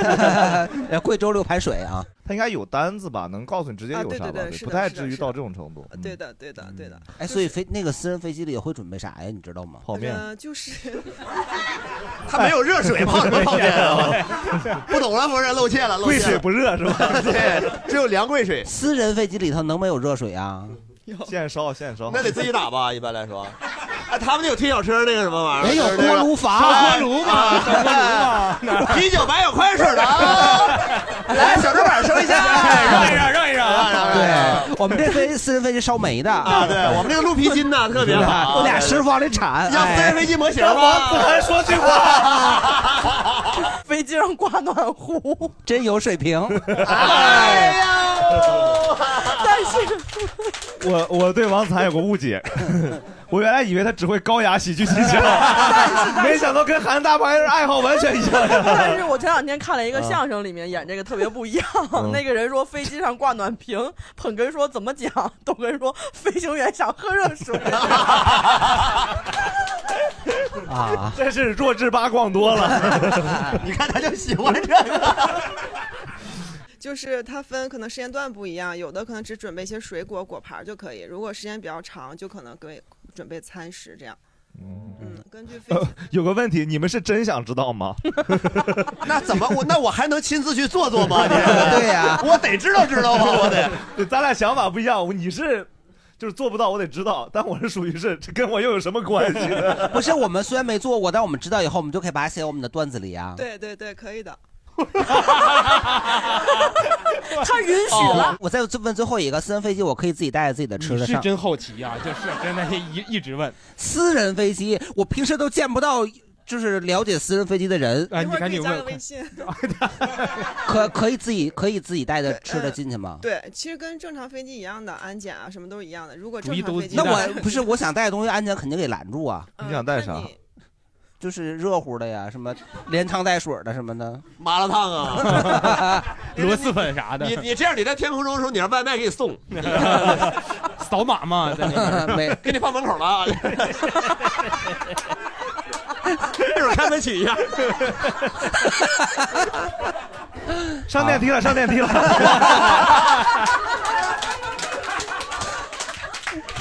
呃贵州六排水啊，他应该有 单子吧，能告诉你直接啊有对啥对吧对，是不的太是的至于是到的这种程度。嗯对的，对的，对的。哎，所以飞那个私人飞机里也会准备啥呀？你知道吗？泡呃，就是他没有热 水泡什么泡面啊？不懂了，不是露怯了，露怯了。热是吧？对，只有凉桂水。私人飞机里头能没有热水啊？现烧现烧， 哎那得自己打吧，一般来说。哎，他们那有推小车那个什么玩意儿？没有就是那个锅炉房哎烧锅炉嘛啊烧锅炉嘛 哎啤酒白有宽水的 啊！来，小桌板收一下，哎哎让一让，让一啊让，让一让。对，我们这飞私人飞机烧煤的啊，对我们这个鹿皮筋呢特别好，我俩师傅往里铲，哎要私人飞机模型吗？飞机上挂暖壶，真有水平。哎呀，但 是我我对王子涵有个误解， 我原来以为他只会高雅喜剧技 巧， 没想到跟韩大白的爱好 完全一样 但是呀。啊我前两天看了一个相声，里面演这个特别不一样。那个人说飞机上挂暖瓶， 捧哏说怎么讲，逗哏说飞行员想喝热 水。啊，真是弱智八逛多 了。你看他就喜欢这个。就是它分可能时间段不一样，有的可能只准备一些水果果盘儿就可以，如果时间比较长，就可能给准备餐食这样。嗯，根据飞机 有个问题，你们是真想知道吗？那怎么我那我还能亲自去做做吗？ 对呀， 我得知道知道吗？我得。对，咱俩想法不一样，我你是。就是做不到，我得知道。但我是属于是，这跟我又有什么关系呢？不是，我们虽然没做过，但我们知道以后，我们就可以把它写在我们的段子里啊。对对对，可以的。他允许哦。我再问最后一个，私人飞机我可以自己带着自己的吃你的是上。真好奇呀、就是真的一一直问。私人飞机，我平时都见不到，就是了解私人飞机的人。啊，你一会儿赶可以紧加个问。微信。可可以自己可以自己带着吃的进去吗？ 对，其实跟正常飞机一样的，安检啊什么都是一样的。如果主正意常都飞机那我 不是我想带的东西，安检肯定给拦住啊。 你想带嗯啥？就是热乎的呀，什么连汤带水的什么的。麻辣烫 啊，螺蛳粉啥的你你这样，你在天空中的时候，你让外卖给你 送，扫码 嘛，在那 边给你放门口了 啊。一会儿开门取一下。上电梯了，上电梯了。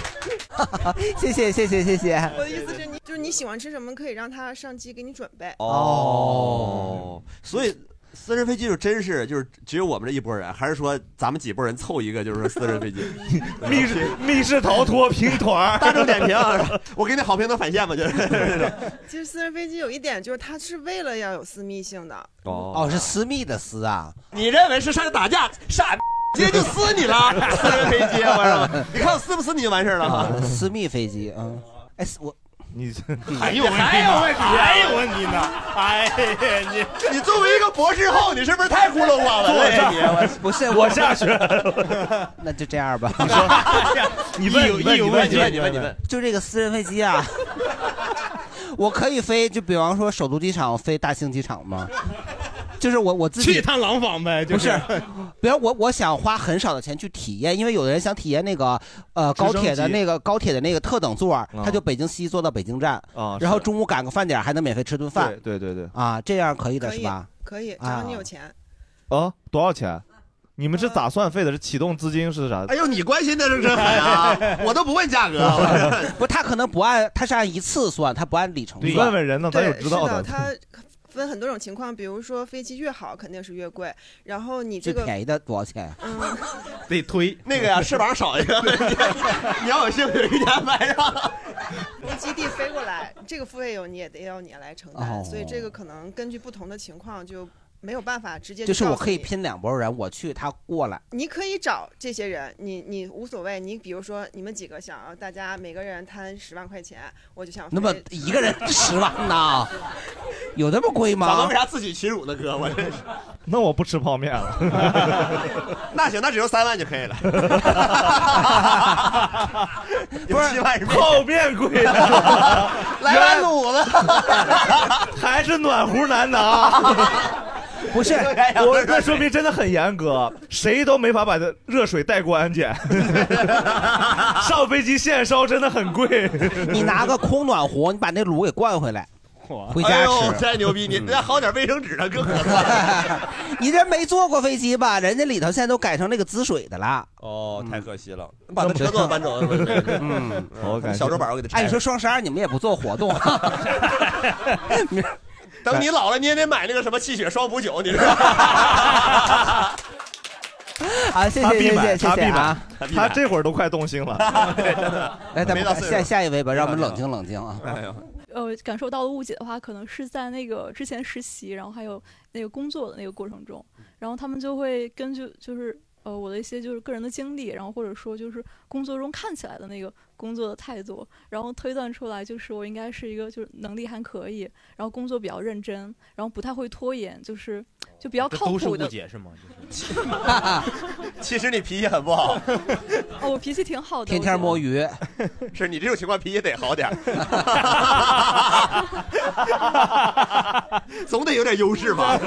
谢谢谢谢谢谢。我的意思是你就是你喜欢吃什么，可以让他上机给你准备。 哦，所以私人飞机就真是就是只有我们这一拨人，还是说咱们几拨人凑一个，就是说私人飞机密室密室逃脱拼团，大众点评啊，我给你好评能返现吗？就是这种其实私人飞机有一点就是它是为了要有私密性的，哦是私密的私啊。你认为是上去打架，傻逼直 接就撕你了，私人飞机，啊我说， 你看我撕不撕你就完事儿了哈。啊私密飞机，嗯，哎，我你哎还 有问题呢哎还有问题啊还有问题呢哎呀， 你作为一个博士后，你是不是太孤陋寡闻了哎呀？你我啊不是我下去， 那就这样吧。 你问有你问你问你问你问，就这个私人飞机啊，我可以飞，就比方说首都机场飞大兴机场吗？就是我我自己去一趟廊坊呗，就不是，比如我我想花很少的钱去体验，因为有的人想体验那个呃直升高机铁的那个高铁的那个特等座儿，他就北京西坐到北京站，然后中午赶个饭点儿还能免费吃顿饭对对对对。啊，这样可以的可是以吧？可以，只要你有钱。啊，多少钱？你们是咋算费的？是启动资金是啥？哎呦，你关心的是真狠啊！我都不问 价格，不，他可能不按，他是按一次算，他不按里程算。你问问人呢咱有知道是的， 它分很多种情况，比如说飞机越好肯定是越贵，然后你这最个便宜的多少钱啊呀？ 嗯，得推那个呀，翅膀少一个， 你要有兴趣给你安排上。从基地飞过来，这个付费有你也得要你来承担，哦所以这个可能根据不同的情况就没有办法直接就是我告诉可以你拼两拨人，我去他过来，你可以找这些人，你你无所谓。你比如说，你们几个想要大家每个人摊十万块钱，我就想那么分一 个人十万呐，有那么贵咱吗？们为啥自己擒辱呢，哥？我真是。那我不吃泡 面了。那行，那只要三万就可以 了。不是，泡面贵啊， 来碗卤子，还是暖壶 难拿。不 是我那说明真的很严格，谁都没法把这热水带过安检。 上飞机现烧真的很贵，你拿个空暖壶，你把那卤给灌回 来，回哎家吃。呦，太牛逼！你那好点卫生纸呢，哥。你这没坐过飞机吧？人家里头现在都改成那个滋水的嗯了。哦，太可惜了，把把他他车车座座搬搬 走走。 嗯，小桌板我给他拆。哎，你说，双十二你们也不做活动，啊 等你老了，你也得买那个什么气血双补酒，你说？啊，谢谢他谢必谢买，谢他必谢买啊！，他这会儿都快动 心了。 对，真的。来，哎咱没们到岁数下下一位吧，让我们冷静冷静啊！哎呦，呃，感受到的误解的话，可能是在那个之前实习，然后还有那个工作的那个过程中，嗯然后他们就会根据就是呃我的一些就是个人的经历，然后或者说就是工作中看起来的那个工作的态度，然后推断出来就是我应该是一个就是能力还可以，然后工作比较认真，然后不太会拖延，就是就比较哦这靠都是谱误的。解是吗？就是 其实你脾气很不好， 哦，我脾气挺好 的，天天我觉得摸鱼， 是你这种情况脾气得好点 儿总得有点优势吧？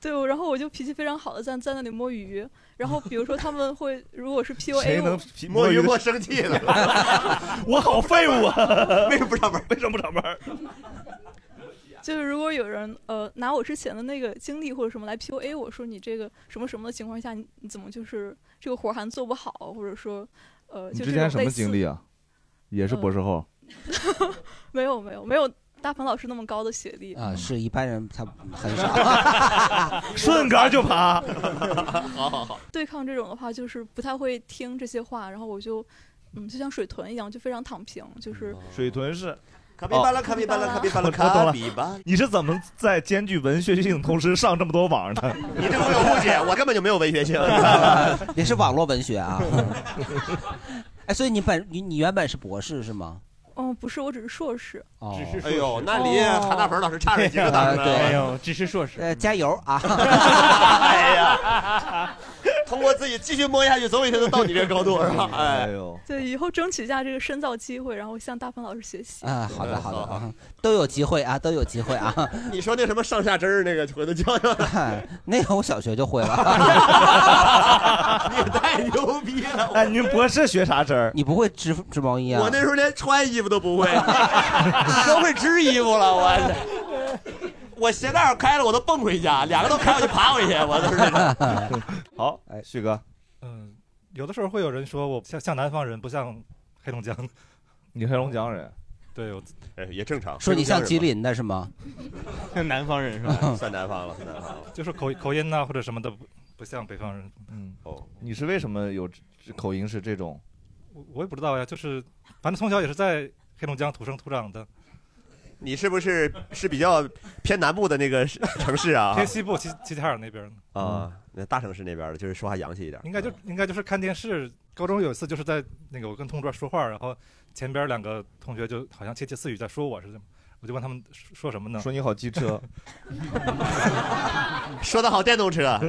对，我然后我就脾气非常好的在在那里摸鱼，然后比如说他们会如果是 PUA 谁我能摸鱼摸生气了？ 我好废 物 啊！ 为什么不上班？为什么不上班？就是如果有人呃拿我之前的那个经历或者什么来 PUA 我说你这个什么什么的情况下，你你怎么就是这个活儿还做不好，或者说呃，你就之这前种什么类似经历？啊？也是博士后， 没有没有没有大鹏老师那么高的学历嗯啊，是一般人他很少。 嗯顺杆就爬。好好好，对抗这种的话，就是不太会听这些话，然后我就嗯就像水豚一样，就非常躺平，就是水豚是。卡比巴拉，卡比巴拉，卡比巴拉，我我懂卡了比巴。，你是怎么在兼具文学性同时上这么多网的？ 你这个我有误解，我根本就没有文学性。 也是网络文学啊。 哎，所以你本你你原本是博士是吗？嗯不是，我只是硕士。哦，哎呦，那离哦韩大鹏老师差了几个档啊呢？对，哎只是硕士。呃，加油啊！哎呀， 通过自己继续摸下去，总有一天能到你这个高度，是嗯吧？哎呦，对，以后争取一下这个深造机会，然后向大鹏老师学习。啊，好的好的啊，都有机会啊，都有机会啊。哎 你说那什么上下针儿那个，回头教教。 那个我小学就会 了，太牛逼了！哎，您博士学啥针儿？你不会织织毛衣啊？我那时候连穿衣服都 不会，都会织衣服了，我。我鞋带儿开了，我都蹦回家，两个都开，我就爬回去，我都是这种。 好，哎旭哥，嗯，有的时候会有人说我像像南方人，不像黑龙江。你黑龙江人？啊对，我哎也正常说你像吉林的是吗？南方人是 吧 算南方了，算南方了。就是口口音呐、或者什么的不不像北方人。嗯，哦，你是为什么有这这口音是这种？我我也不知道呀，就是反正从小也是在黑龙江土生土长的，你是不是是比较偏南部的那个城市啊？偏西部齐齐齐哈尔那边儿呢。啊，那大城市那边的，就是说话洋气一点。应该就应该就是看电视。高中有一次就是在那个我跟同桌说话，然后前边两个同学就好像窃窃私语在说我似的，我就问他们说说什么呢？说你好机车，说的好电动车。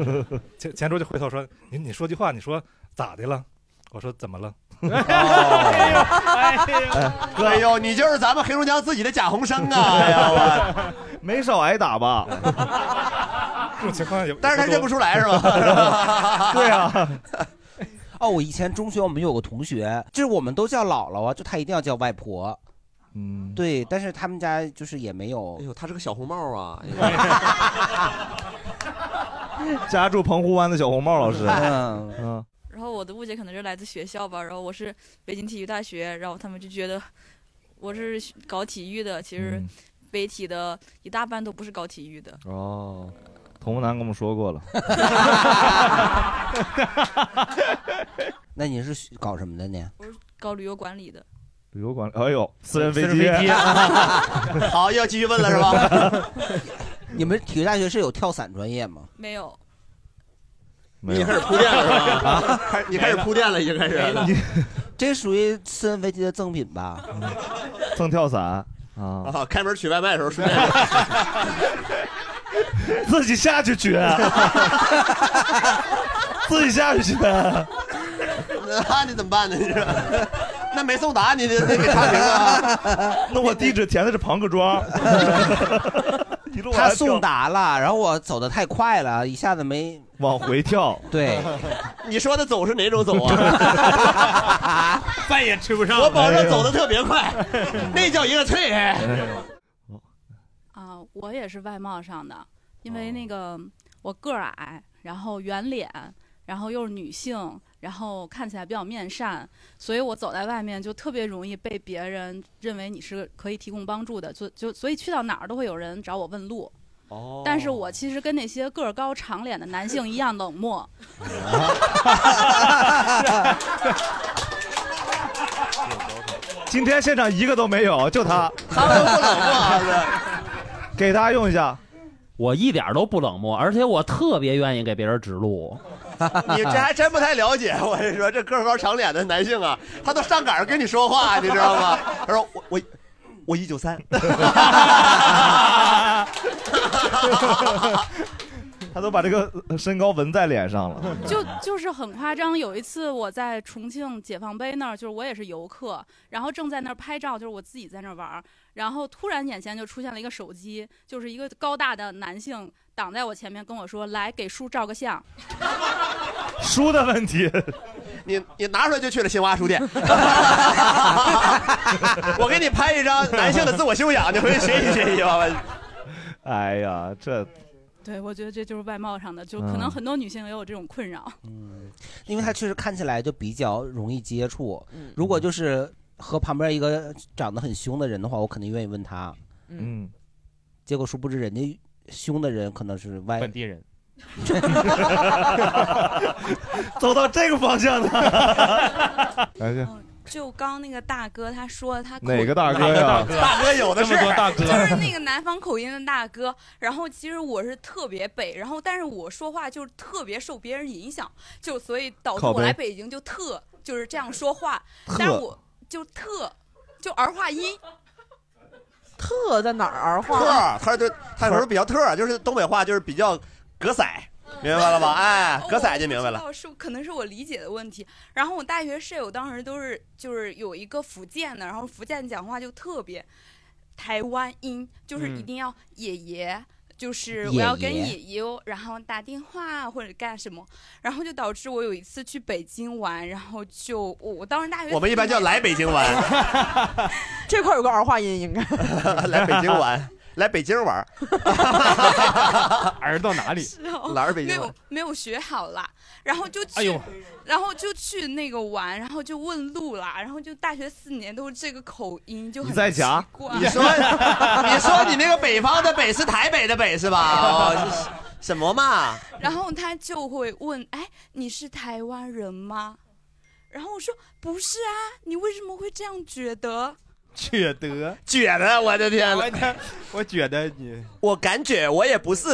前前桌就回头说你你说句话，你说咋的了？我说怎么了？哦 哎呦，你就是咱们黑龙江自己的贾宏声啊！哎呀，我 没少挨打吧？ 这种情况也，但是他认不出来是吧？对啊。 哦，我以前中学我们有个同学，就是我们都叫姥姥啊，就他一定要叫外婆。嗯，对，但是他们家就是也没有。哎呦，他是个小红帽啊！ 家住澎湖湾的小红帽老师。嗯嗯， 然后我的误解可能就来自学校吧，然后我是北京体育大学，然后他们就觉得我是学搞体育的，其嗯实北体的一大半都不是搞体育的。哦，童木南跟我们说过了。 那你是搞什么的呢？我是搞旅游管理的，旅 游管理，哎呦，私人飞私人飞机好又要继续问了是吧？ 你们体育大学是有跳伞专业吗？没有，没啊你开始铺垫了是吧？开你开始铺垫了，已经开始。 这属于私人飞机的赠品吧？蹭跳伞啊，啊，开门取外卖的时候顺便。自己下去取， 自己下去取。 那你怎么办呢？你这， 那没送达，你得得给差评啊！那 我地址填的是庞 各庄，他送达了，然后我走的太快了，一下子没往回跳。 对，你说的走是哪种走啊？饭也吃不上。哎我保证走的特别快，那叫一个脆。啊，我也是外貌上的，因为那个我个儿矮，然后圆脸，然后又是女性，然后看起来比较面善，所以我走在外面就特别容易被别人认为你是可以提供帮助的，就就所以去到哪儿都会有人找我问路。哦但是我其实跟那些个儿高长脸的男性一样冷漠，今天现场一个都没有，就他。他们不冷漠啊，给大家用一下。我一点都不冷漠，而且我特别愿意给别人指路。你这 还真不太了解。我跟你说，这个高长脸的男性啊，他都上赶着跟你说 话，你知道吗？他说我我我一九三， 他都把这个呃身高纹在脸上了。就就是很夸张。有一次我在重庆解放碑那儿，就是我也是游客，然后正在那儿拍照，就是我自己在那儿玩儿，然后突然眼前就出现了一个手机，就是一个高大的男性挡在我前面，跟我说：“来给叔照个相。书的问题， 你你拿出来就去了新华书 店。 我给你拍一张男性的自我修养，你回去学习学习吧。 哎呀， 这对，我觉得这就是外貌上的，就可能嗯很多女性也有这种困扰。因为他确实看起来就比较容易接触。如果就是和旁边一个长得很凶的人的话，我肯定愿意问他。嗯，结果殊不知人家凶的人可能是外本地 人。嗯走到这个方向的，来去就刚那个大哥他说他哪个大哥呀？大哥有的是这么多大哥就是那个南方口音的大哥，然后其实我是特别北，然后但是我说话就是特别受别人影响，就所以导致靠我北来北京就特就是这样说话特，但是我就特就儿化音，特在哪啊儿儿化特，他就他有时候比较特，就是东北话就是比较格色，明白了吧？哎，格色就 明白了。哦，是可能是我理解的问题。然后我大学室友当时都是就是有一个福建的，然后福建讲话就特别台湾音，就是嗯一定要爷爷。就是爷我要跟爷爷爷哦，然后打电话或者干什么，然后就导致我有一次去北京玩，然后就我我当时大学我们一般叫来北京玩， 这块有个儿化音应该来北京玩， 来北京玩，儿到哪里是哦来北京没玩有。没有学好啦，然后就去，哎呦然后就去那个玩，然后就问路啦，然后就大学四年都是这个口音，就很你在夹奇怪你说，你说你那个北方的北是台北的北是吧？哦，这是什么嘛？然后他就会问，哎，你是台湾人吗？然后我说不是啊，你为什么会这样觉得？觉得，觉得，我的天我呐！我觉得你，我感觉我也不是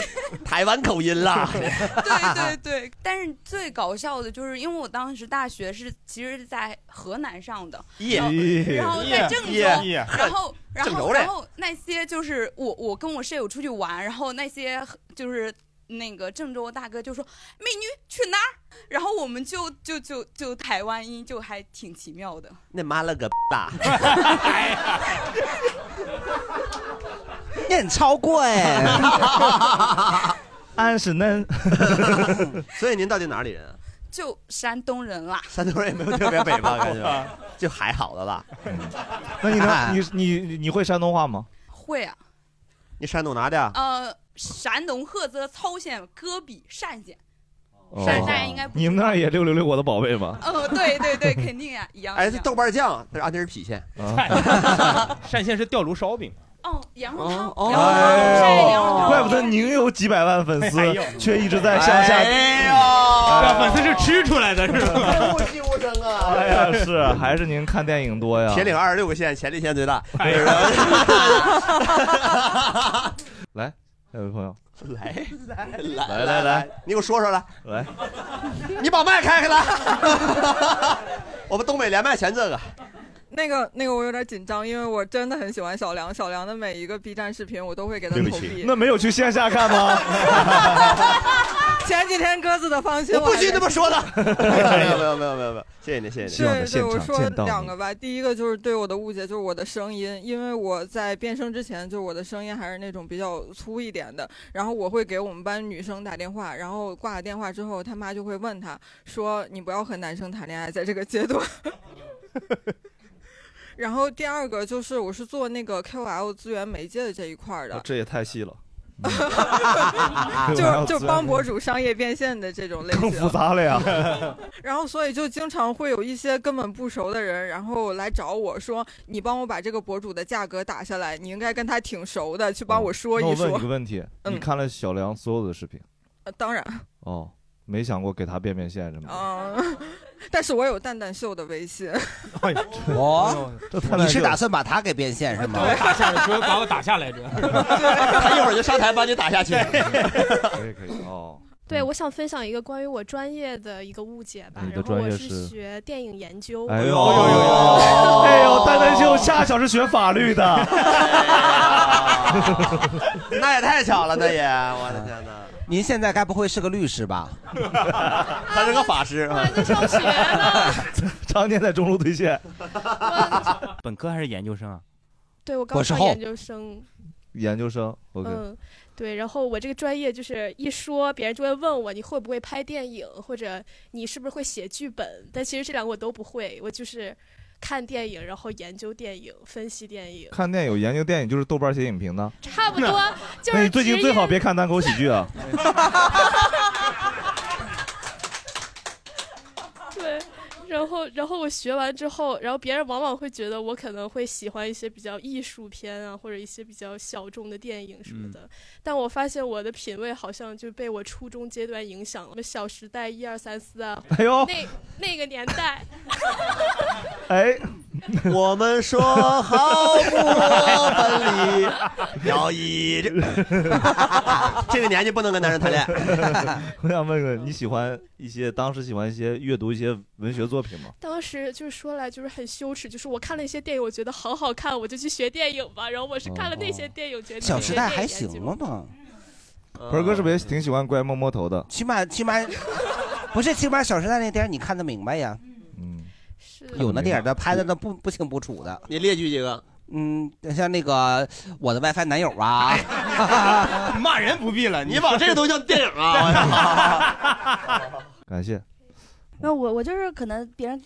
台湾口音 啦。对对对，但是最搞笑的就是，因为我当时大学是其实是在河南上的，耶然后耶然后在郑州，耶耶然后然郑后州嘞然后那些就是我我跟我舍友出去玩，然后那些就是。那个郑州大哥就说：“美女去哪儿？”然后我们就就就就台湾音，就还挺奇妙的。 那妈了个大！啊你很超过哎。安 是嫩。所以您到底哪里人 啊？就山东人啦，山东人也没有特别北 吧，感觉就还好的吧。那你哎能你你你会山东话吗？会啊，你山东哪的啊？呃，山东菏泽曹县戈壁单县，哦山大家应该不你们那儿也六六六我的宝贝吗？哦，对对对，肯定啊呀，一样。哎，一这样豆瓣酱，这是安第尔郫县。啊 单县是 吊炉烧啊饼，哦，羊肉汤，哦羊肉汤，晒羊肉汤。怪不得您有几百万粉丝哎呦，却一直在向下。哎这粉丝是吃出来的，是吧？修身啊！ 哎呀，是还是您看电影多呀？铁岭二十哎六个县，前列腺最大。来，那位朋友， 来来来来来，你给我说说来，来，你把麦开开来， 我们东北连麦前这个，那个那个我有点紧张，因为我真的很喜欢小梁，小梁的每一个 B 站视频我都会给他对不投起币，。那没有去线下看吗？前几天鸽子的芳心，我不许还这么说的， 没有没有没有没有没有，谢谢你谢谢你，希望在对，现我场说见到两你个吧。第一个就是对我的误解，就是我的声音，因为我在变声之前，就是我的声音还是那种比较粗一点的。然后我会给我们班女生打电话，然后挂了电话之后，他妈就会问她说：“你不要和男生谈恋爱，在这个阶段。” 然后第二个就是我是做那个 KOL 资源媒介的这一块哦儿 的，这也太细了， 就就帮博主商业变现的这种类型，更复杂 了呀。 然后，所以就经常会有一些根本不熟的人，然后来找我说：“你帮我把这个博主的价格打下来，你应该跟他挺熟的，去帮我说哦那我一问说你。个问题，嗯你看了小梁所有的视频呃当然，哦，没想过给他变变现什 么的？嗯、 但是我有蛋蛋秀的微信，哎哦这太，难你是受了打算把他给变现是吗？对 啊打下来，说把我打下来着。他一会儿就上台把你打 下去，可以可以哦，对，我想分享一个关于我专业的一个误解吧。你然的后专我业是是学电影研究。哎呦哎呦呦 哎呦，丹丹秀恰巧是学法律的， 那也太巧了，那也，我的天哪，您现在该不会是个律师吧？他是个法师嗯啊， 常年在中路对线， 本科还是研究生啊？ 对我刚博士上后研究生。研究生，OK，嗯，对，然后我这个专业就是一说，别人就会问我你会不会拍电影，或者你是不是会写剧本，但其实这两个我都不会，我就是看电影，然后研究电影，分析电影，看电影、研究电影就是豆瓣写影评呢。差不多就是。那你最近最好别看单口喜剧啊！ 对，然后然后我学完之后，然后别人往往会觉得我可能会喜欢一些比较艺术片啊，或者一些比较小众的电影什么的。但我发现我的品味好像就被我初中阶段影响了，《小时代》一二三四啊，哎呦那那个年代，哎，我们说好不分离，要一这， 这个年纪不能跟男人谈恋爱。 我想问问，你喜欢一些当时喜欢一些阅读一些文学作品吗？当时就是说来就是很羞耻，就是我看了一些电影，我觉得好好看，我就去学电影吧。然后我是看了那些电影，觉得小时代还学电影研究行了吧？盆哥是不是也挺喜欢乖摸摸头的？起码起码不是起码小时代那电影你看得明白呀。嗯，有那电影的拍的那不不清不楚的。你列举几 个？嗯，像那个我的 WiFi 男友啊，骂人不必了，你往这个都叫电影啊！感谢，没有我，我就是可能别人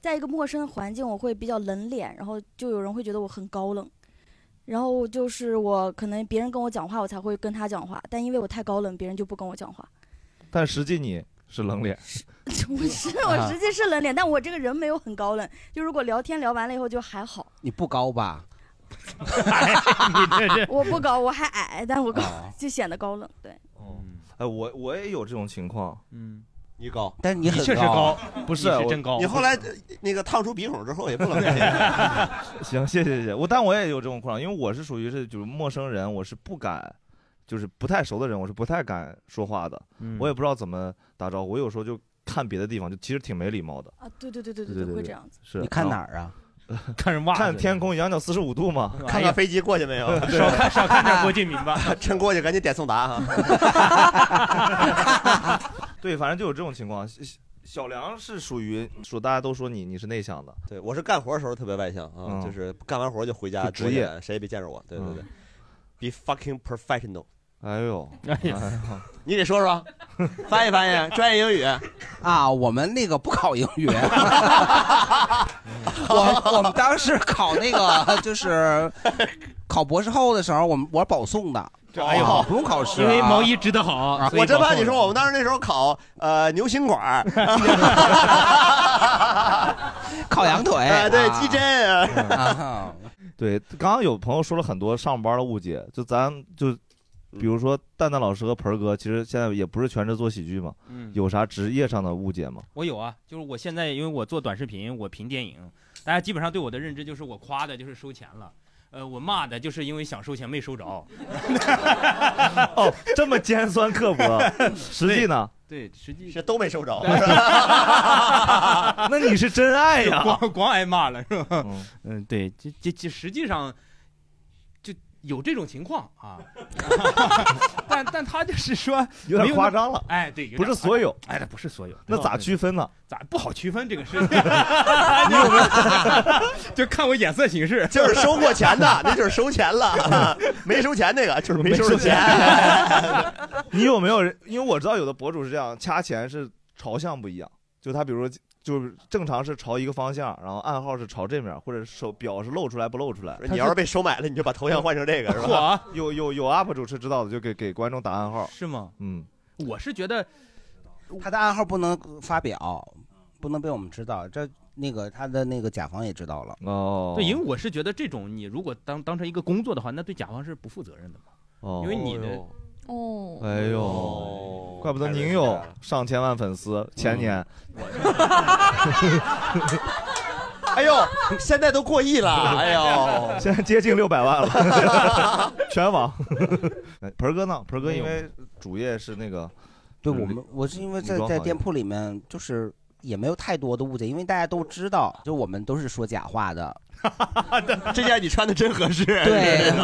在一个陌生的环境，我会比较冷脸，然后就有人会觉得我很高冷。然后就是我可能别人跟我讲话，我才会跟他讲话，但因为我太高冷，别人就不跟我讲话。 但实际你是冷脸，我是我实际是冷脸，但我这个人没有很高冷，就如果聊天聊完了以后就还好。你不高吧？ 我不高，我还矮，但我高、就显得高冷。对，哎，我我也有这种情况，嗯，你高，但你很确实高高不是你是我真高你后来呃那个烫出鼻孔之后也不冷脸 行，谢谢谢谢我，但我也有这种困扰，因为我是属于是就是陌生人，我是不敢，就是不太熟的人，我是不太敢说话的，嗯我也不知道怎么打招呼，我有时候就看别的地方，就其实挺没礼貌的。啊，对对对对对对，对会这样子。是你看哪儿啊？ 看人袜，看天空仰角四十五度嘛，？看看飞机过去没有对哎 少看少看点郭敬明吧， 趁过去赶紧点送达啊 哈。对，反正就有这种情况。小小梁是属于说大家都说你你是内向的，对我是干活的时候特别外向啊，嗯就是干完活就回家，就职业躲起来谁也别见着我。对对嗯对，be fucking professional。哎呦，哎呀哎你得说说，翻译翻译，专业英语。啊，我们那个不考英 语，我我们当时考那个就是考博士后的时候，我们我是保送的，哎呦啊不用考试、啊，因为毛衣织得好啊我真怕你说我们当时那时候考呃牛心管 儿，烤羊腿啊对啊鸡胗啊。啊， 对，刚刚有朋友说了很多上班的误解，就咱就比如说蛋蛋老师和盆儿哥，其实现在也不是全职做喜剧嘛，嗯有啥职业上的误解吗？我有啊，就是我现在因为我做短视频，我评电影，大家基本上对我的认知就是我夸的就是收钱了。呃，我骂的就是因为想收钱没收 着。哦，这么尖酸刻 薄，实际呢？对，实际是都没收着。那你是真爱呀 光光挨骂了是吧？嗯，对，这这这实际上就有这种情况啊， 但但他就是说有点夸张了。哎，对，有点不是所有夸张哎，那不是所有，那咋区分呢？咋不好区分这个事？ 你有没有？就看我眼色行事， 就是收过钱 的，那就是 收钱 了； 没收钱那个就是没收钱。 你有没有人？因为我知道有的博主是这样，掐钱是朝向不一样，就他比如说就是正常是朝一个方向，然后暗号是朝这面，或者手表是露出来不露出来。你要是被收买了，你就把头像换成这个是吧？嚯有有有 UP 主是知道的，就给给观众打暗号。是吗？嗯，我是觉得他的暗号不能发表，不能被我们知道。这那个他的那个甲方也知道了。哦对，因为我是觉得这种你如果当当成一个工作的话，那对甲方是不负责任的嘛。哦因为你的哦哎呦，哦怪不得您有上千万粉丝，前年。 哎呦，现在都过 亿了，哎呦，现在接近六百万 了，全网。哎盆儿哥呢？盆儿哥因没为主业是那个，对就是我们，我是因为女在装在行业店铺里面，就是也没有太多的误解，因为大家都知道，就我们都是说假话的。这件你穿的真合适。对，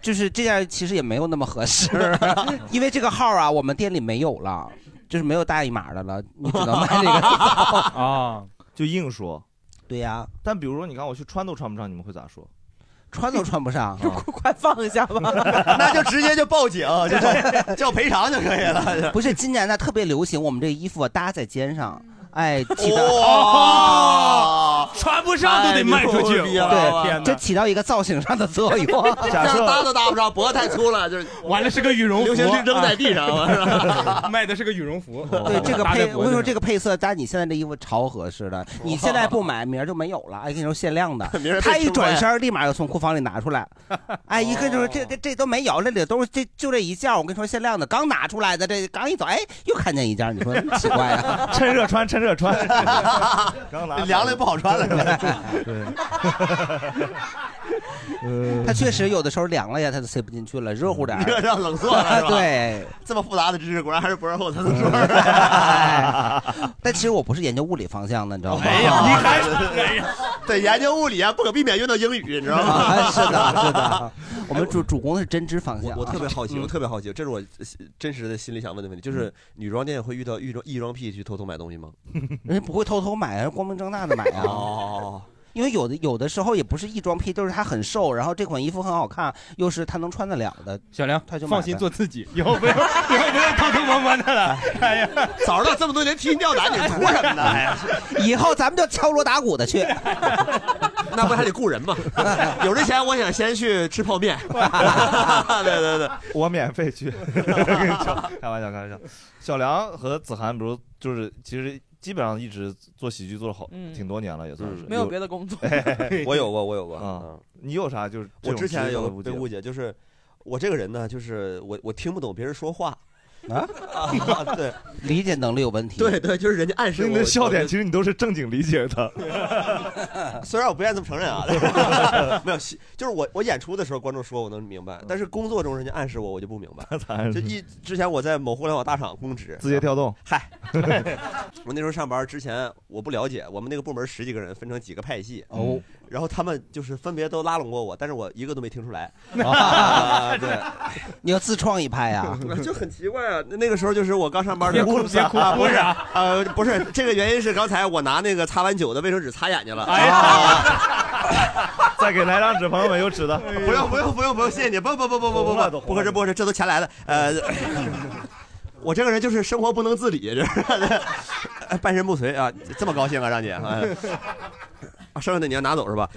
就是这件其实也没有那么 合适， 因为这个号啊，我们店里没有了，就是没有大一码的了，你只能卖这个 哦啊，就硬说。对呀、但比如说，你看我去穿都穿不上，你们会咋说？？穿都穿不上，快放一 下吧，那就直接就报警，就叫叫赔偿就可以了。不是今年呢特别流行，我们这衣服啊搭在肩上，哎，起到哇， 穿不上都得卖出去太牛逼了我天对，哪。这起到一个造型上的作用 这样搭都搭不上，脖子太粗了，就是完了是个羽绒流行是扔在地上，是吧？哦吧？ 卖的是个羽绒服。对这个 搭在配，脖子我跟你说上这个配色搭你现在这衣服超合适的，你现在不买，明儿就没有了。哎，跟你说限量的 明儿，被他一冲转坏身儿立马就从库房里拿出来，哎，一看就是这哦这这都没有，那里都是这就这一件儿，我跟你说限量的，刚拿出来的，这刚一走，哎，又看见一件儿，你说奇怪啊呀 趁热穿，趁热穿， 刚拿凉了也不好穿了是吧？ 对， 它确实有的时候凉了呀，它就塞不进去了，热乎点儿，热让冷缩了是吧 对，这么复杂的知识，果然还是博士后才能说。 哎但其实我不是研究物理方向的，你知 道吗？哎呀，你还对研究物理啊，不可避免用到英语，你知道吗？ 啊是的，是 的，我们主主攻的是针织方向啊。我特别好 奇，嗯我特别好奇，这是我真实的心里想问的问题，嗯就是女装店会遇到易装易装癖去偷偷买东 西吗？ 人家不会偷偷买，人家光明正大的买哦啊。因为有的有的时候也不是异装癖，就是他很瘦，然后这款衣服很好看，又是他能穿得了的。小梁，他就放心做自己， 以后不用以后不用偷偷摸摸的了。哎呀， 早知道这么多年提心吊胆，你图什么呢？哎呀， 以后咱们就敲锣打鼓 的去。那不还得雇人 吗？有这钱，我想先去吃泡 面。对对对， 我免费 去，跟你说开玩笑，开玩笑。小梁和子涵，比如就是其实基本上一直做喜剧做了好嗯挺多年了，也算是没有别的工作 我有过，我有过。嗯啊，你有啥就是这我种之前职业的有误被解误解，就是我这个人呢，就是我我听不懂别人说话。 啊，对，理解能力有问题。对对，就是人家暗示所以我。你的笑点其实你都是正经理解的， 虽然我不愿意这么承认啊， 没有，就是我我演出的时候，观众说我能明白，但是工作中人家暗示我，我就不明白嗯咋暗。示就一之前我在某互联网大厂供职，字节跳动。嗨， 我那时候上班之前我不了解，我们那个部门十几个人分成几个派系哦，然后他们就是分别都拉拢过我，但是我一个都没听出 来。啊啊对，。你要自创一 派呀 就很奇怪啊。那那个时候就是我刚上班别的，哭别哭啊不哭是啥呃不是这个原因是刚才我拿那个擦完酒的卫生纸擦眼睛了。哎再给来张纸，朋友们有纸的，哎不用不用不用不用，谢谢你，不不不不不不不，不合适不合适，这都钱来的。呃， 我这个人就是生活不能自理，这是 半身不遂啊，这么高兴啊，让你啊，哎啊剩下的你要拿走是吧？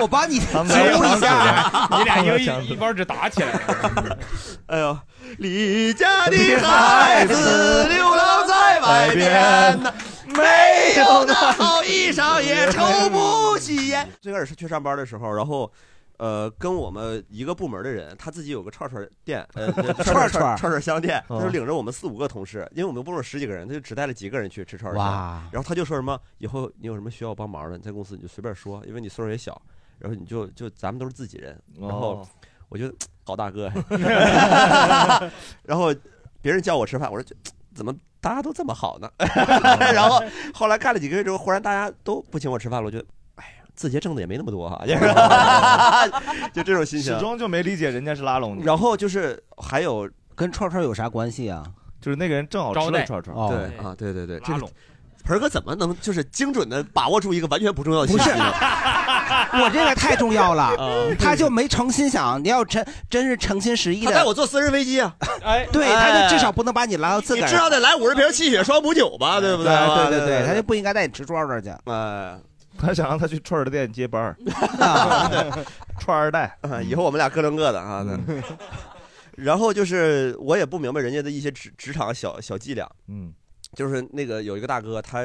我帮你植植入一下你俩又一一包纸打起来了。 哎呦，离家的孩子流浪在外边呐，没有那好啊衣裳也抽不起烟。最开始是去上班的时候，然后。呃，跟我们一个部门的人，他自己有个串串店， 呃，串串串嗯串串香店，他哦就领着我们四五个同事，因为我们部门十几个人，他就只带了几个人去吃串串香哇。然后他就说什么，以后你有什么需要帮忙的，你在公司你就随便说，因为你岁数也小。然后你就就咱们都是自己人，然哦后我就好大哥， 然后别人叫我吃饭，我说怎么大家都这么好 呢？然后后来干了几个月之后，忽然大家都不请我吃饭了，我觉得。哎呀，字节挣的也没那么多哈，就是就这种心情，始终就没理解人家是拉拢 你。然后就是还有跟串串有啥关系啊？就是那个人正好招吃待了串串，哦对啊，对对对，拉拢。盆儿哥怎么能就是精准的把握住一个完全不重要的信息呢？ 嗯我这个太重要 了，他就没诚心想，你要真真是诚心实意他的，带我坐私人飞机啊！哎， 对，他就至少不能把你拉到自你个儿，至少得来五十瓶气血双补酒吧，对不对？对对对对，他就不应该带你吃串串去。哎，他想让他去串儿店接班儿，串二 代，嗯以后我们俩各挣各的啊。对 然后就是我也不明白人家的一些职职场小小伎俩，嗯，就是那个有一个大哥，他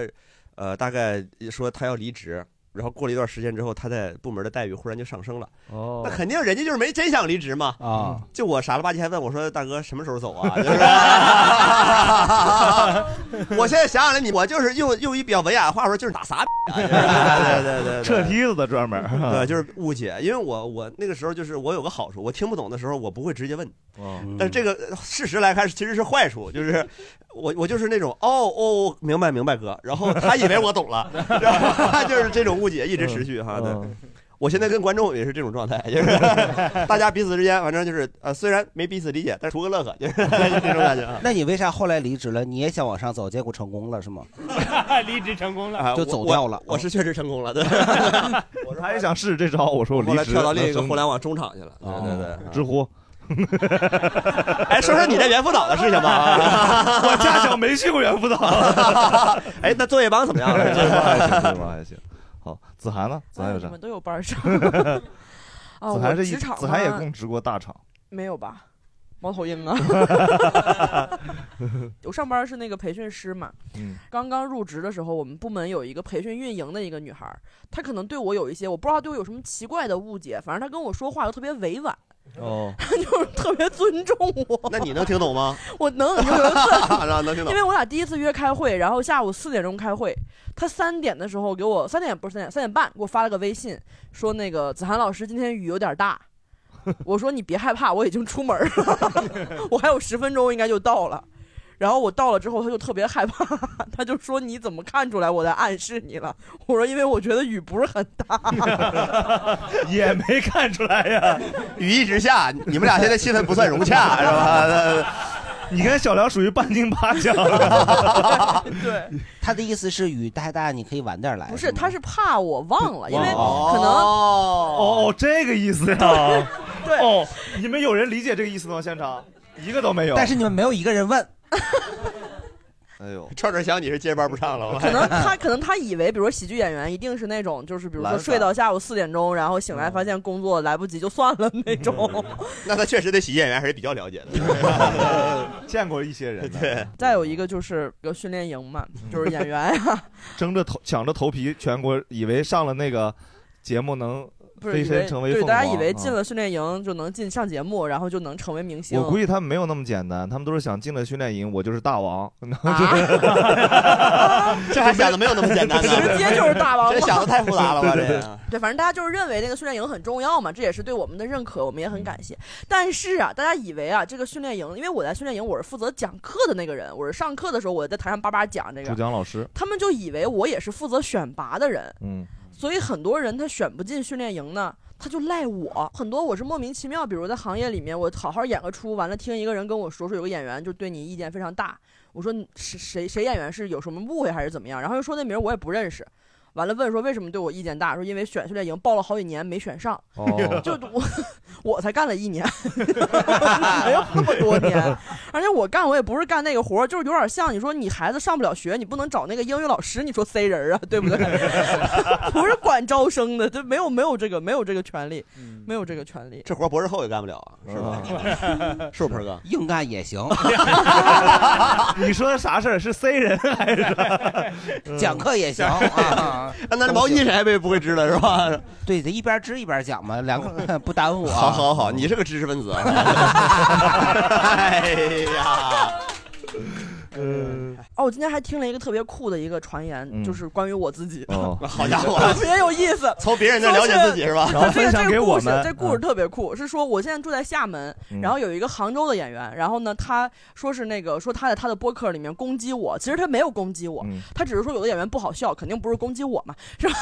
呃大概说他要离职，然后过了一段时间之后，他在部门的待遇忽然就上升了。哦那肯定人家就是没真想离职嘛啊！就我傻了吧唧还问我说：“大哥什么时候走啊？”就是，我现在想想来，你我就是用用一比较文雅的话说，就是打傻逼啊，就是 对对对对，撤梯子的专门儿，对，就是误解，因为我我那个时候就是我有个好处，我听不懂的时候我不会直接问，嗯但这个事实来看其实是坏处，就是我我就是那种哦哦明白明白哥，然后 他以为我懂了， 然后他就是这种误解一直持续嗯嗯哈，对。我现在跟观众也是这种状态，就是大家彼此之间，反正就是呃，虽然没彼此理解，但是图个乐呵，就是 这种感觉啊。那你为啥后来离职了？你也想往上走，结果成功了是吗？ 离职成功啊了，就走掉了嗯我我我是确实成功了，对。我说他也想试这招，我说我离后来职，跳到另一个那互联网中厂去了，对哦对对。知乎。 哎，说说你在猿辅导的事情吧。 我家乡没去过猿辅导。哎，那作业帮怎 么样了？作业帮还行，作啊业帮还行。好，子涵呢？子涵有啥？你们都有班 儿上啊子涵是我一，职场子涵也嘛供职 过大厂。 没有吧？猫 头鹰啊！我上班是那个培训师嘛，嗯刚刚入职的时候，我们部门有一个培训运营的一个女孩儿，她可能对我有一些，我不知道她对我有什么奇怪的误解，反正她跟我说话又特别委婉， 哦，就是特别尊重我。那你能听懂吗？我能，就有一次啊能听懂因为我俩第一次约开会，然后下午四点钟开会，他三点的时候给我三点不是三点三点半给我发了个微信，说那个子涵老师今天雨有点 大，我说你别害怕，我已经出门了， 我还有十分钟应该就到了。然后我到了之后，他就特别害怕，他就说：“你怎么看出来我在暗示你了？”我说：“因为我觉得雨不是很大。也没看出来呀，雨一直下， 你们俩现在气氛不算融 洽，是吧？你跟小梁属于半斤八两。 他的意思是雨太大，你可以晚点”来。不是，他是怕我忘了，因为哦可能哦，这个意思啊 呀。 对。哦，你们有人理解这个意思吗？现场一个都没有。但是你们没有一个人问，哎呦，串串香，你是接班不上了吧？可能他可能他以为，比如说喜剧演员一定是那种，就是比如说懒散睡到下午四点钟，然后醒嗯来发现工作来不及就算了那种。那他确实对喜剧演员还是比较了解的。 见过一些人的，对， 再有一个就是一个训练营嘛，嗯就是 演员啊呀，争着头抢着头皮，全国以为上了那个节目能不是飞以为身成为对凤凰。大家以为进啊了训练营就能进上节目，然后就能成为明星。我估计他们没有那么简单，他们都是想进了训练营，我 就是大王。啊 这还想的没有那么简单呢，直接就是大王这想的太复杂了吧？这对对对个对，反正大家就是认为那个训练营很重要嘛，这也是对我们的认可，我们也很感谢。但是啊，大家以为啊，这个训练营，因为我在训练营我是负责讲课的那个人，我是上课的时候我在台上叭叭讲这个主，讲老师，他们就以为我也是负责选拔的人，嗯，所以很多人他选不进训练营呢，他就赖我。很多我是莫名其妙，比如在行业里面，我好好演个出，完了听一个人跟我说说有个演员就对你意见非常大，我说你谁谁谁演员是有什么误会还是怎么样，然后又说那名儿我也不认识。完了，问说为什么对我意见大？说因为选训练营报了好几年没选上，哦就我我才干了一年，没有那么多年，而且我干我也不是干那个活儿，就是有点像你说你孩子上不了学，你不能找那个英语老师，你说塞人儿啊，对不 对？不是管招生的，这没有没有这个没有这个权利，没有这个权 利。这活博士后也干不了啊，是 吧？是不是盆儿哥？。硬干也行。你说的啥事儿？是 C 人还 是讲课 也行啊那毛衣谁还被不会织了是 吧？对，得一边织一边讲 嘛，两个 不耽误啊。好好好，你是个知识分子啊！哎呀，嗯，哦，我今天还听了一个特别酷的一个传言，嗯就是关于我自己。 哦好家伙特别有意思。从别人那了解自己是吧就然后这分个享这给个我故们事，这故事嗯特别酷，是说我现在住在厦门，嗯然后有一个杭州的演员，然后呢，他说是那个说他在他的播客里面攻击我，其实他没有攻击我，嗯他只是说有的演员不好笑，肯定不是攻击我嘛，是吧？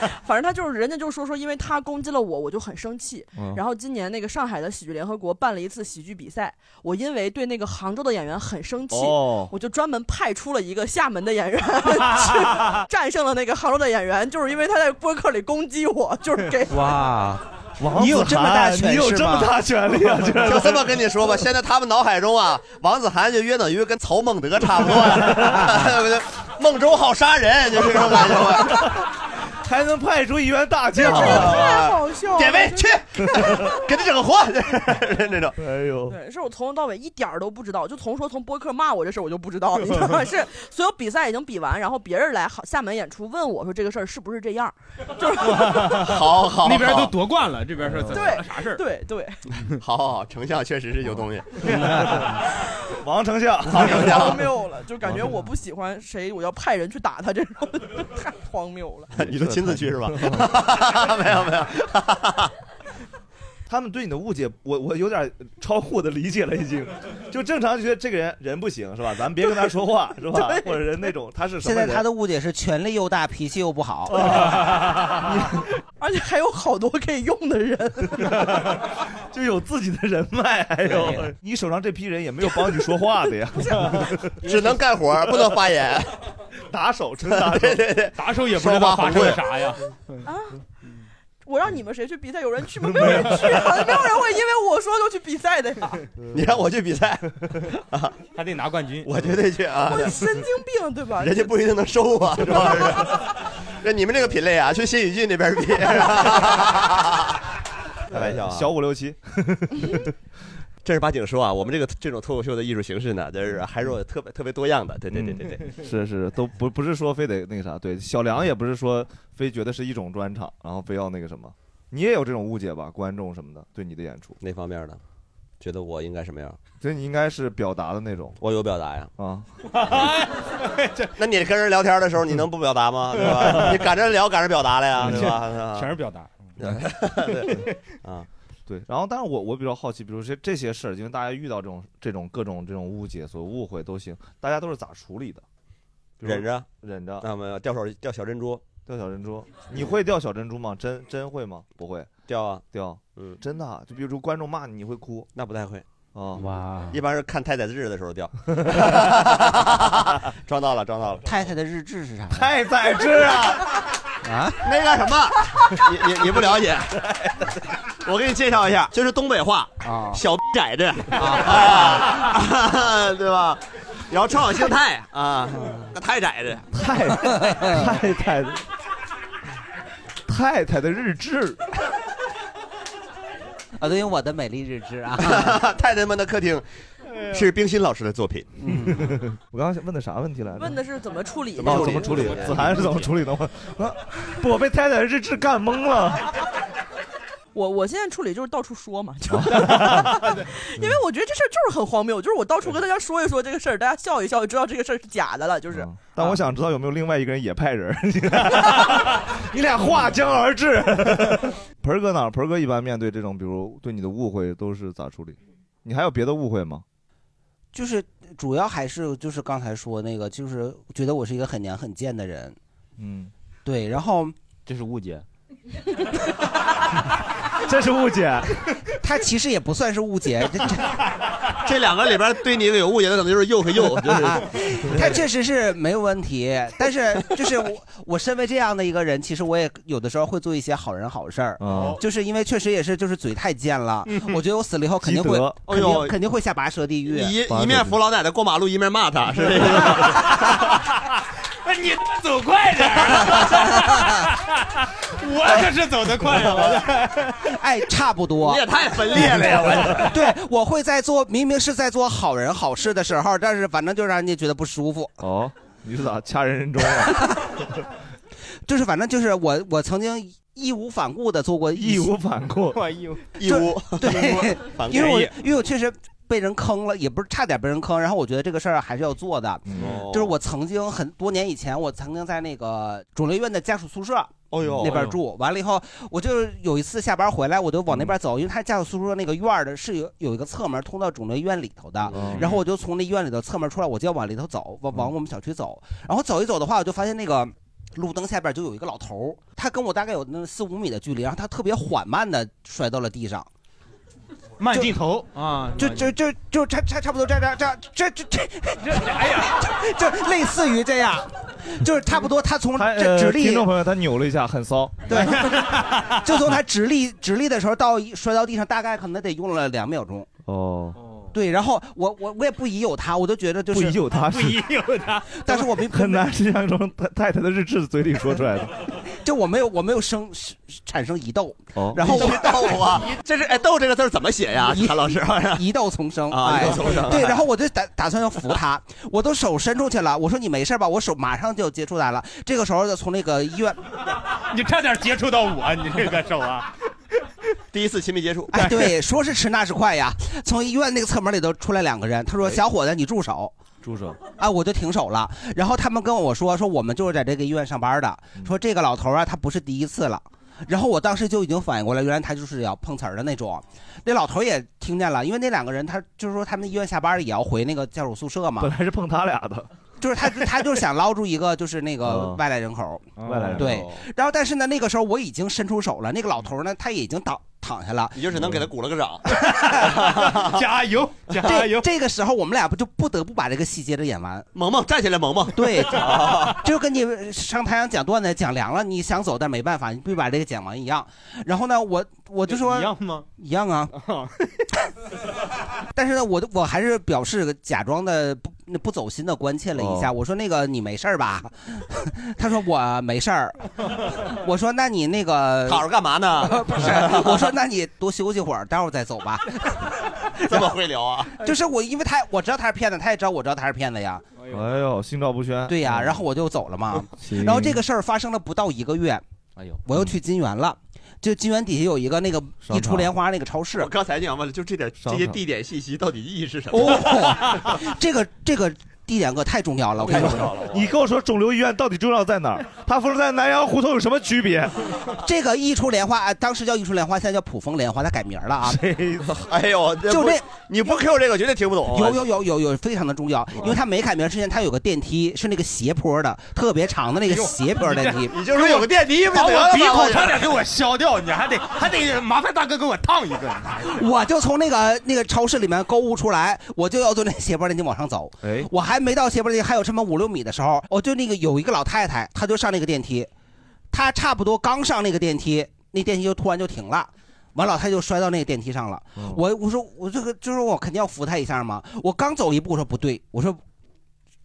反正他就是人家就说说，因为他攻击了我，我就很生气。嗯然后今年那个上海的喜剧联合国办了一次喜剧比赛，我因为对那个杭州的演员很生气，哦我就专门派出了一个厦门的演 员去战胜了那个杭州的演员，就是因为他在播客里攻击我，就 是给 哇，王你有这么大权势吗？你有这么大权 利啊居然就这么跟你说吧，现在他们脑海中啊，王子涵就约等于跟曹孟德差不多了， 孟州好杀人，就是这种感觉 吧。还能派出一员大将，啊太好笑了啊点位去，给他整个活， 那种。哎呦，对，是我从头到尾一点儿都不知道，就从说从播客骂我这事儿我就不知道，你知道 吗？是所有比赛已经比完，然后别人来好厦门演出问我说这个事儿是不是这样儿，就是 好好，那边都夺冠了，这边是怎么对啥事儿？对 对，好好好，丞相确实是有东西。嗯王丞相，王丞太相荒，谬了，就感觉我不喜欢谁，我要派人去打他，这种 太荒谬 了。你都亲自去是 吧？没有没有。 他们对你的误解，我我有点超乎我的理解了，已经。就正常觉得这个人人不行是吧？咱别跟他说话是 吧？或者人那种他是什现么在人？他的误解是权力又大，脾气又不好。而且还有好多可以用的人。 就有自己的人脉，还有对你手上这批人也没有帮你说话的 呀，只能干活不能发言，打手 真打手， 对对对打手也不知道发生了啥呀。啊！我让你们谁去比赛，有人去 吗？没有人去啊，没有人会因为我说就去比赛 的呀！你让我去比赛，还得拿冠军，我绝对去啊！我神经病对吧？人家不一定能收啊 我，主要是。那你们这个品类啊，去新语句那边 比。开玩笑啊，小五六七。正儿八经说啊，我们这个这种脱口秀的艺术形式呢，就是还是有特别特别多样的。对对对对对， 是是，都不不是说非得那个啥，对，小梁也不是说非觉得是一种专场，然后非要那个什么，你也有这种误解吧？观众什么的对你的演出哪方面的？觉得我应该什么样？所以你应该是表达的那种，我有表达呀，啊，那你跟人聊天的时候，你能不表达 吗？对吧？你赶着聊，赶着表达了嗯呀，对吧？啊全是表达。 对啊，对。然后，但是我我比较好奇，比如说这这些事儿，因为大家遇到这种这种各种这种误解、所误会都行，大家都是咋处理的？比如忍着，忍着。那么掉手掉小珍珠，掉小珍珠，你会掉小珍珠吗？真真会吗？不会，掉啊掉，嗯，真的啊。就比如说观众骂你，你会哭？那不太会。哦，哇一般是看太太的日的时候 掉，装到了，装到了。太太的日志是啥？太宰治啊！啊， 那个什么，你你你不了解，我给你介绍一下，这是东北话啊小崽子啊， 对吧？然后唱好姓太啊，那太崽子，太太 太的太太的日志 啊，对，我的美丽日志啊， 太太们的客厅是冰心老师的作品。我刚刚想问的啥问题来着？问的是怎么处理？怎么怎么处理？子涵是怎么处理的？我 啊我我被太太的日志干懵了。我我现在处理就是到处 说嘛，就 因为我觉得这事儿就是很荒谬，就是我到处跟大家说一说这个事儿，大家笑一笑就知道这个事儿是假的了，就是。但我想知道有没有另外一个人也派人？你俩话将而至。盆儿哥呢？盆儿哥一般面对这种，比如对你的误会，都是咋处理？你还有别的误会吗？就是主要还是就是刚才说那个，就是觉得我是一个很娘很贱的人，嗯，对，然后这是误解， 这是误解，他其实也不算是误解，这 这两个里边对你有误解的，可能就是又和又， 就是啊他确实是没有问题，但是就是我，我身为这样的一个人，其实我也有的时候会做一些好人好事儿，哦就是因为确实也是就是嘴太贱 了，嗯我觉得我死了以后肯定会积德，肯定、哎呦肯定会下拔舌地狱，一一面扶老奶奶过马路，一面骂她，是 这个。 你走快点儿， 我哎这是走得快呀，我这哎，差不多。你也太分裂 了呀我对，我会在做，明明是在做好人好事的时候，但是反正就让人家觉得不舒服。哦，你是咋掐人人中啊？ 就是反正就是我，我曾经义无反顾的做过义 无反顾，我义无义无对反，顾因为我义因为我确实被人坑了，也不是差点被人坑，然后我觉得这个事儿还是要做的。嗯哦就是我曾经很多年以前，我曾经在那个肿瘤医院的家属宿舍。哦呦哎那边住完了以后，我就是有一次下班回来，我就往嗯那边走，因为他家属宿舍那个院儿的是有有一个侧门通到肿瘤医院里头的，哦然后我就从那医院里头侧门出来，我就要往里头走，嗯往往我们小区走，然后走一走的话，我就发现那个路灯下边就有一个老头儿，他跟我大概有那四五米的距离，然后他特别缓慢的摔到了地上，慢镜头啊，哎就就就就差差差不多这样这样这这这这哎呀， 就类似于这样，就是差不多他从他这直呃，立听众朋友，他扭了一下，很骚。 就从他直立直立的时候到一摔到地上，大概可能得用了两秒钟。哦，对，然后我我我也不疑有他，我就觉得就是不疑 有他是不疑有他，但是我没很难是像从太太太的日志嘴里 说出来的。就我没有我没有生是产生疑窦，哦然后我你逗啊，这是哎逗这个字儿怎么写 呀？一韩老师，疑窦丛生啊哎疑窦丛生对，然后我就打打算要扶他，我都手伸出去了，我说你没事吧？我手马上就接触他了。这个时候就从那个医院，你差点接触到我，你这个手啊， 第一次亲密接触，哎，对，说是迟那是快呀。从医院那个侧门里头出来两个人，他说：“小伙子，你住手。”住手！啊，我就停手了。然后他们跟我说，说我们就是在这个医院上班的，嗯说这个老头啊，他不是第一次了。然后我当时就已经反应过来，原来他就是要碰瓷儿的那种。那老头也听见了，因为那两个人他就是说他们医院下班也要回那个家属宿舍嘛。本来是碰他俩的，嗯就是他他就是想捞住一个就是那个外来人口，外来人口对。然后但是呢，那个时候我已经伸出手了，那个老头呢他也已经倒躺下了，你就只能给他鼓了个掌。 加油，加油！这个时候我们俩不就不得不把这个戏接着演完。萌萌站起来，萌萌。 对，就跟你上台上讲段子讲凉了，你想走但没办法，你必须把这个讲完一样。然后呢，我我就说一样吗？一样 啊。但是呢，我我还是表示假装的不那不走心的关切了一下，哦我说那个你没事儿吧？ 他说我没事儿。我说那你那个躺着干嘛呢 不是，我说那你多休息会儿，待会儿再走吧。嗯这么会聊啊？就是我，因为他我知道他是骗子，他也知道我知道他是骗子呀。哎呦，心照不宣。嗯对呀、然后我就走了嘛。行然后这个事儿发生了不到一个月， 哎呦，我又去金源了。就金源底下有一个那个商场一出莲花那个超市我，刚才就想问了，就这点商这场些地点信息到底意义是什么？ 哦， 这个这个地点可太重要了，我跟你太重要说了。你跟我说肿瘤医院到底重要在哪儿？它和在南阳胡同有什么区别？这个一出莲花，啊当时叫一出莲花，现在叫普丰莲花，它改名了啊。哎呦，就不这，你不 Q 这个，绝对听不懂。有有有有有非常的重要，因为它没改名之前，它有个电梯是那个斜坡的，特别长的那个斜坡电梯。哎你就是有个电梯不把就得了我吗鼻孔差点给我削掉，你还得还得麻烦大哥给我烫一个。 我就从那个那个超市里面购物出来，我就要坐那斜坡电梯往上走。哎，我还没到斜坡电梯，还有这么五六米的时候，我就那个有一个老太太，她就上那个电梯，她差不多刚上那个电梯，那电梯就突然就停了。完，老太太就摔到那个电梯上了。嗯我我说我这个就是我肯定要扶她一下嘛。我刚走一步，我说不对，我说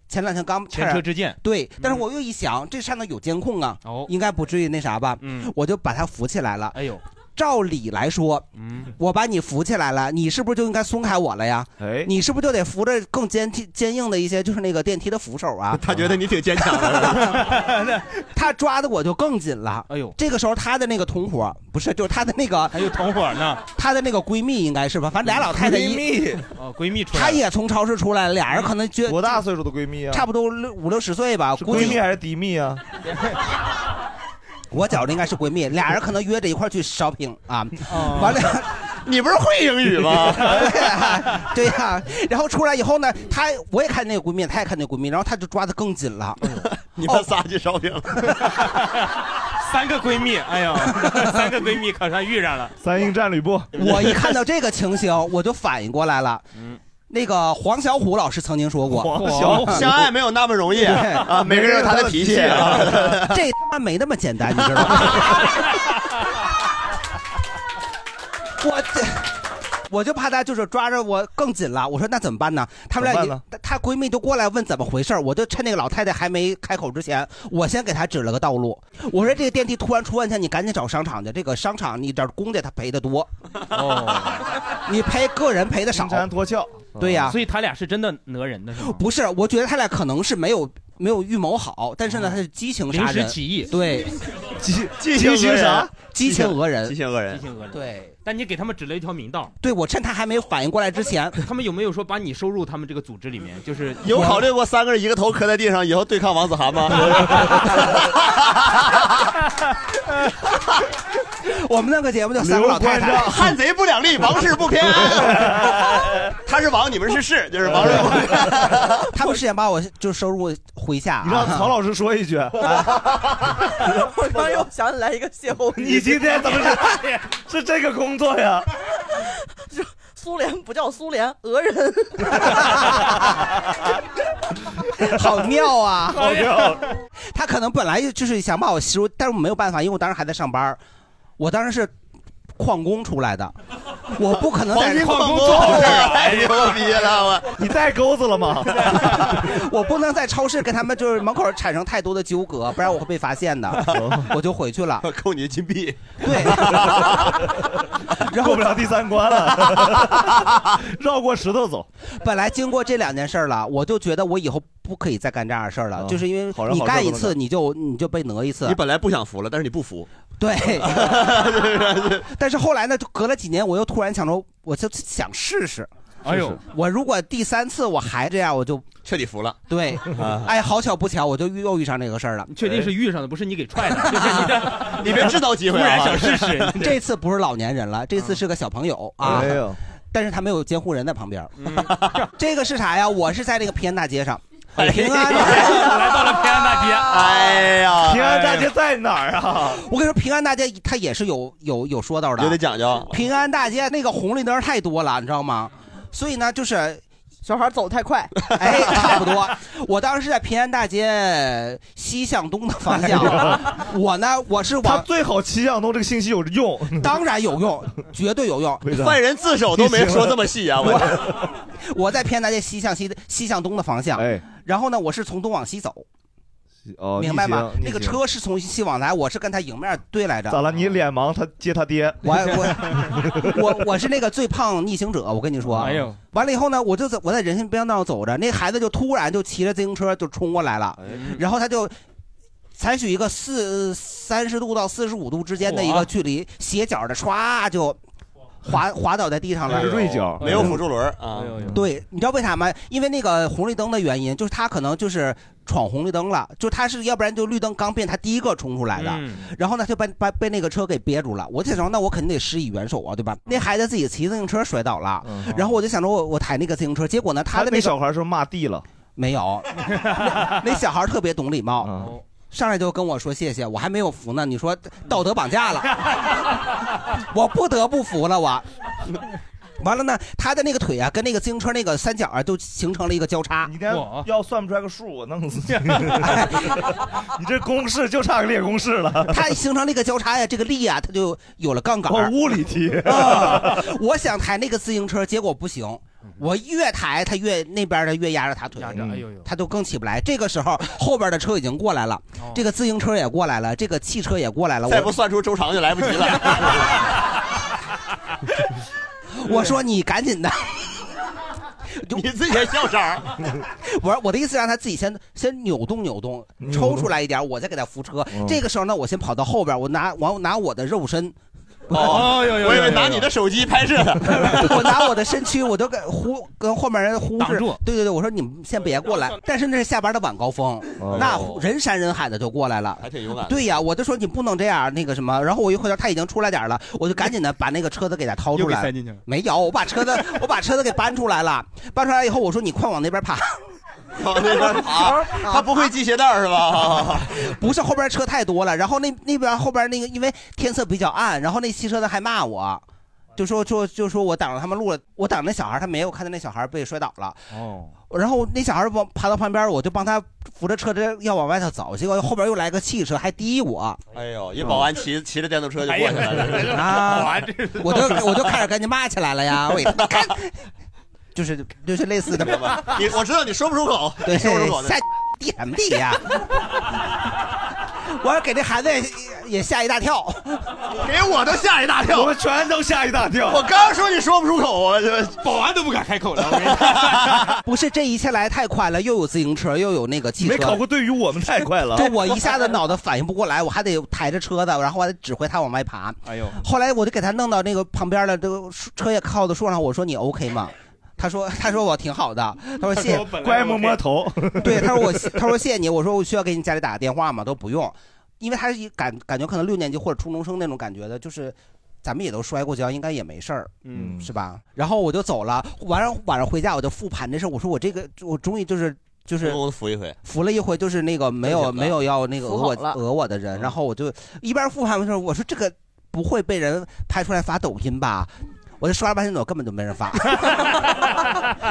前两天刚前车之鉴嗯哦对，但是我又一想，这上头有监控啊，应该不至于那啥吧，嗯，我就把他扶起来了。哎呦，照理来说，嗯，我把你扶起来了，你是不是就应该松开我了呀？哎，你是不是就得扶着更坚挺坚硬的一些，就是那个电梯的扶手啊？他觉得你挺坚强的。 他抓的我就更紧了。哎呦，这个时候她的那个同伙不是，就是她的那个还有同伙呢，她的那个闺蜜应该是吧？反正俩老太太闺一蜜哦，闺蜜出来她了，也从超市出来了，俩人可能觉多大岁数的闺蜜啊？差不多六五六十岁吧，估计闺蜜还是敌蜜啊？ 我觉着应该是闺蜜，俩人可能约着一块儿去 shopping 啊，完了。你不是会英语 吗对呀、对呀、然后出来以后呢，她我也看那个闺蜜，她也看那个闺蜜，然后她就抓的更紧了。嗯哦你们仨去烧饼，三个闺蜜，哎呦， 三个闺蜜可算遇上了。 三英战吕布， 我一看到这个情形，我就反应过来了。那个黄小虎老师曾经说过，嗯嗯黄小虎相爱没有那么容易对啊每个人有他的脾气啊这他妈没那么简单，你知道吗？ 我这。我就怕她就是抓着我更紧了，我说那怎么办呢？她们俩怎么也，她闺蜜就过来问怎么回事儿我就趁那个老太太还没开口之前，我先给她指了个道路。我说这个电梯突然出问题，你赶紧找商场去。这个商场你找公家他赔的 多，你赔个人赔的少，脱壳。对呀、所以他俩是真的讹人的是吗？不是，我觉得他俩可能是没有没有预谋好，但是呢，他是激情杀人，临时起意对，激激情情啥？激情讹人，激情讹人激情讹人。对，但你给他们指了一条明道。对我趁他还没有反应过来之前，他们有没有说把你收入他们这个组织里面？就是有考虑过三个人一个头磕在地上以后对抗王子涵 吗？我们那个 节目叫《三个老太太》， 汉贼不两立，王室不偏安。 他是王，你们是士，就是王室不偏安。他们是想把我就收入回下、啊你让曹老师 说一句，我刚又想起来一个歇后语，你今天怎么是是这个工作呀？ 苏联不叫苏联，俄人。 好妙啊！好妙！他可能本来就是想把我吸入，但是我没有办法，因为我当时还在上班儿我当时是矿工出来的，我不可能黄在金矿工做 哎好事儿啊哎太牛逼了！我你带钩子了吗？我不能在超市跟他们就是门口产生太多的纠葛，不然我会被发现的。我就回去了， 扣你金币。 然后过不了第三关 了，绕过石头走。本来经过这两件事儿了，我就觉得我以后不可以再干这样的事儿了，嗯哦就是因为好人你好事干不一能次干你就你就被讹一次。啊你本来不想服了，但是你不服。对， 但是后来呢，就隔了几年，我又突然想说，我就想试试。哎呦，我如果第三次我还这样，我就彻底服了。对啊，哎，好巧不巧，我就遇又遇上这个事儿了。，确定是遇上的，不是你给踹的，就是你 你别制 造机会突啊然想试试 这次不是老年人了，这次是个小朋友嗯啊。哎呦但是他没有监护人在旁边儿。 这个是啥呀？我是在那个平安大街上，哎平安大来到了平安大街。哎呀，平安啊大街在哪儿啊？我跟你说，平安大街它也是有有有说道的，有点讲 究。平安大街那个红绿灯太多了，你知道吗？所以呢，就是小孩走 太快，哎，差不多。我当时在平安大街西向东的方哎向， 我呢，我是他往最好七向东这个信息有用， 当然有用，绝对有 用为啥。犯人自首都没说这么细啊！我 我在偏南街西向西的西向东的方向，哎然后呢，我是从东往西走，哦，明白吗逆？行那个。逆行车是从西往来，我是跟他迎面对来着。咋了？你脸盲，他接他爹。我我我我是那个最胖逆行者，我跟你说。啊哎呦完了以后呢，我就在我在人行边道上走着，那孩子就突然就骑着自行车就冲过来哎了，然后他就。采取一个四三十度到四十五度之间的一哇个距离，斜角的唰就滑滑倒在地上了，锐角哦哎没有辅助轮儿啊。对，你知道为啥吗？因为那个红绿灯的原因，就是他可能就是闯红绿灯了，就他是要不然就绿灯刚变，他第一个冲出来的，嗯然后呢就被被被那个车给憋住了。我就想说，那我肯定得施以援手啊，对嗯吧？那孩子自己骑自行车摔倒了，然后我就想着我我抬那个自行车，结果呢他的那个小孩是骂地了，没 有，那那小孩特别懂礼嗯貌。上来就跟我说谢谢，我还没有服呢。你说道德绑架了， 我不得不服了我。 完了呢，他的那个腿啊，跟那个自行车那个三角啊，都形成了一个交叉。你要算不出来个数，我弄死你！ 你这公式就差个列公式了。它形成了一个交叉呀，这个力啊，它就有了杠杆。往屋里踢。啊！我想抬那个自行车，结果不行。我越抬，它越那边的越压着他腿，哎呦呦他就更起不来。这个时候，后边的车已经过来了，哦这个自行车也过来了，这个汽车也过来了。再我不算出周长就来不及哎 了。我说你赶紧的，你自己还笑 啥？我说我的意思让他自己先先扭动扭动，嗯抽出来一点，我再给他扶车。这个时候呢，我先跑到后边，我拿我拿我的 肉身。 哎哦有有有我以为有拿有你的手机拍摄的。我拿我的身躯，我都给忽跟后面人忽视。对对对，我说你们先别过来。但是那是下班的晚高峰，哦那人山人海的就过来了，还挺勇敢的 对呀，我就说你不能这样，那个什么。然后我一回头，他已经出来点儿了，我就赶紧的把那个车子给他掏出又来。给塞进去了没有，我把车子我把车子给搬出来了。搬出来以后，我说你快往那边爬。往 那边爬，啊他不会系鞋带儿是吧？啊 不是后边车太多了，然后那那边后边那个因为天色比较暗，然后那汽车的还骂我，就说说就说我挡着他们路了，我挡着那小孩，他没有看到那小孩被摔倒了。 哦，然后那小孩往爬到旁边，我就帮他扶着车子要往外头走，结果后边又来个汽车，还滴我，哎呦，一保安骑骑着电动车就过去了。啊保安这是我就我就开始跟你骂起来了呀！我一看，就是就是类似的明白吧 你我知道你说不出口，对， 你说不出口的下地什么地呀？我要给那孩子也吓一大跳， 给我都吓一大跳，我们全都吓一大跳我刚说你说不出口，我这保安都不敢开口了。不是这一切来太快了，又有自行车，又有那个汽车，没考过对于我们太快了。就我一下子脑子反应不过来，我还得抬着车子，然后我还得指挥他往外爬。哎呦，后来我就给他弄到那个旁边的这个树车也靠在树上，我说你 OK 吗？他说 他说我挺好的，他说他说谢谢我本来 乖 OK 摸摸头 对，他说我谢他说谢谢你，我说我需要给你家里打个电话吗？都不用，因为他是一感感觉可能六年级或者初中生那种感觉的，就是。咱们也都摔过跤，应该也没事儿，嗯是吧？然后我就走了，晚上晚上回家我就复盘这事儿，我说我这个我终于就是就是哦我扶一回，扶了一回，就是那个没有分手了没有要那个讹扶我好了讹我的人，然后我就一边复盘的时候，我说这个不会被人拍出来发抖音吧？我就刷了半天抖，根本就没 人发。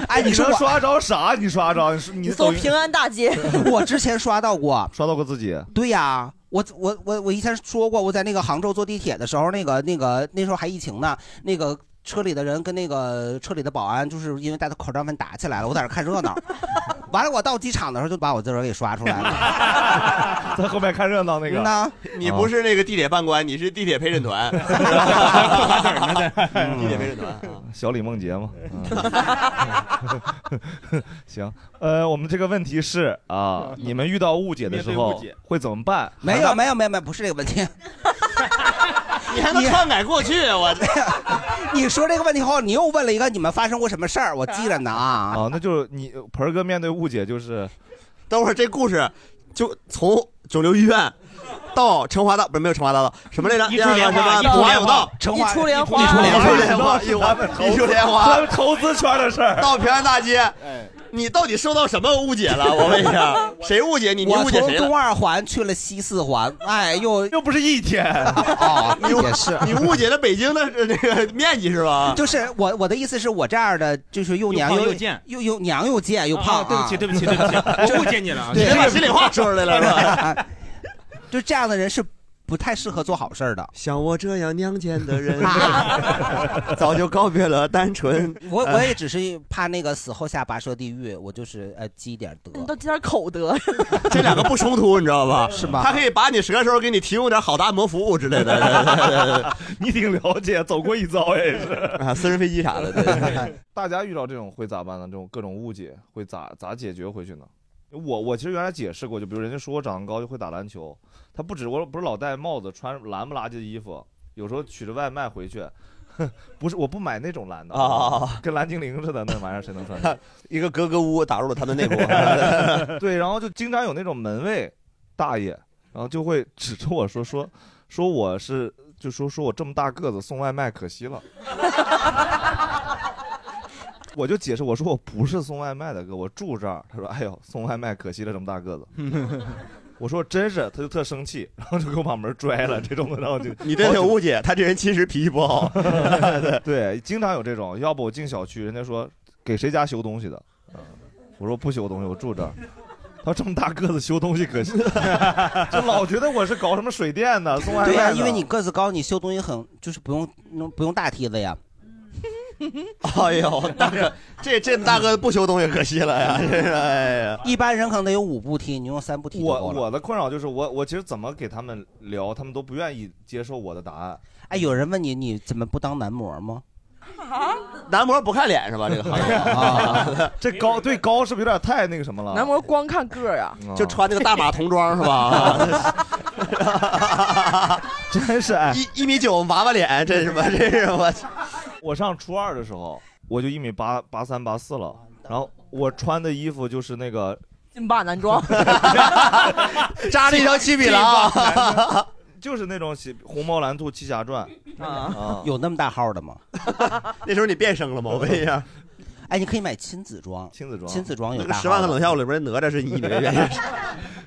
哎，你说能我刷着啥？你刷着你走走安大 街，我之前刷到过，啊刷到过自己。对呀、我我我我以前说过，我在那个杭州坐地铁的时候，那个那个那时候还疫情呢，那个。车里的人跟那个车里的保安，就是因为戴的口罩饭打起来了。我在那看热 闹，完了我到机场的时候就把我自个儿给刷出来了。 嗯在后面看热闹那个那你不是那个地铁办官，你是地铁陪审团，地铁陪审啊团。嗯小李梦 洁嘛。嗯 行，呃，我们这个问题是啊，你们遇到误解的时嗯面对候误解会怎么办？没有没有没有没有，不是这个问题。 你还能篡改过去？我哦你说这个问题后，你又问了一个你们发生过什么事儿，我记着呢啊。啊，那就是你盆儿哥面对误解就是，等会儿这故事就从肿瘤医院 到成华大，不是没有成华大道，什么来着？一出莲花那个什么一出莲花普华永道，成华一出莲花一出莲花，一一出出莲莲花花，一出莲咱花们，投资圈的事儿。到平安大街。哎你到底受到什么误 解了？我问一下，谁误解你？你我误解从谁了东？二环去了西四环，哎，又又不是一天哦，也是，你误解了北京的这个面积是吧？就是我我的意思是我这样的，就是又娘又胖又又贱又又娘又贱又胖、啊对不起对不起，对不起 我误解你了啊你别把心里话说出来了 是吧？就这样的人是不太适合做好事儿的。像我这样娘贱的 人，早就告别了单纯。 我我也只是怕那个死后下跋涉地狱，我就是呃积一点德。你都积点口德，啊这两个不冲突，你知道 吧？是吧他可以把你折的时候给你提供点好的按摩服务之类的。 你挺了解，走过一遭哎也是啊，私人飞机啥的。 对大家遇到这种会咋办呢？这种各种误解会咋咋解决回去呢？我我其实原来解释过，就比如人家说我长得高就会打篮球，他不止我不是老戴帽子，穿蓝不拉几的衣服，有时候取着外卖回去， 哼不是我不买那种蓝的啊跟蓝精灵似的那玩意儿谁能穿？ 一个格格巫打入了他们内部。 对，然后就经常有那种门卫大爷，然后就会指着我说说说我是就说说我这么大个子送外卖可惜了。我就解释我说我不是送外卖的哥，我住这儿。他说哎呦送外卖可惜了这么大个子。我说真是，他就特生气，然后就给我把门拽了。这种的，然后就你这挺误解，他这人其实脾气不好。 对，经常有这种，要不我进小区，人家说给谁家修东西的，嗯我说不修东西，我住这儿。他说这么大个子修东西可惜， 就老觉得我是搞什么 水电的，送外卖对的。呀、因为你个子高，你修东西很就是不用弄不用大梯子呀。哎呦，大哥， 这这大哥不修东西可惜 了呀，真是哎呀。一般人可能得有五步梯，你用三步梯就我够了。我的困扰就是我我其实怎么给他们聊，他们都不愿意接受我的答案。哎，有人问你你怎么不当男模吗？啊男模不看脸是吧？这个 行业啊，这高对高是不是有点太那个什么了？男模光看个儿啊，就穿那个大码童装 是吧？ 真是哎，一一米九娃娃脸，这是吧？ 这是我操。我上初二的时候，我就一米八八三八四了，然后我穿的衣服就是那个劲霸男装， 扎了一啊条七匹狼劲霸男装就是那种西红毛蓝兔七侠传啊，有那么大号的吗？ 那时候你变声了吗？我问一下。哎，你可以买亲子装，亲子装亲子装有那个大十万号的个冷笑里边哪吒是你的原因。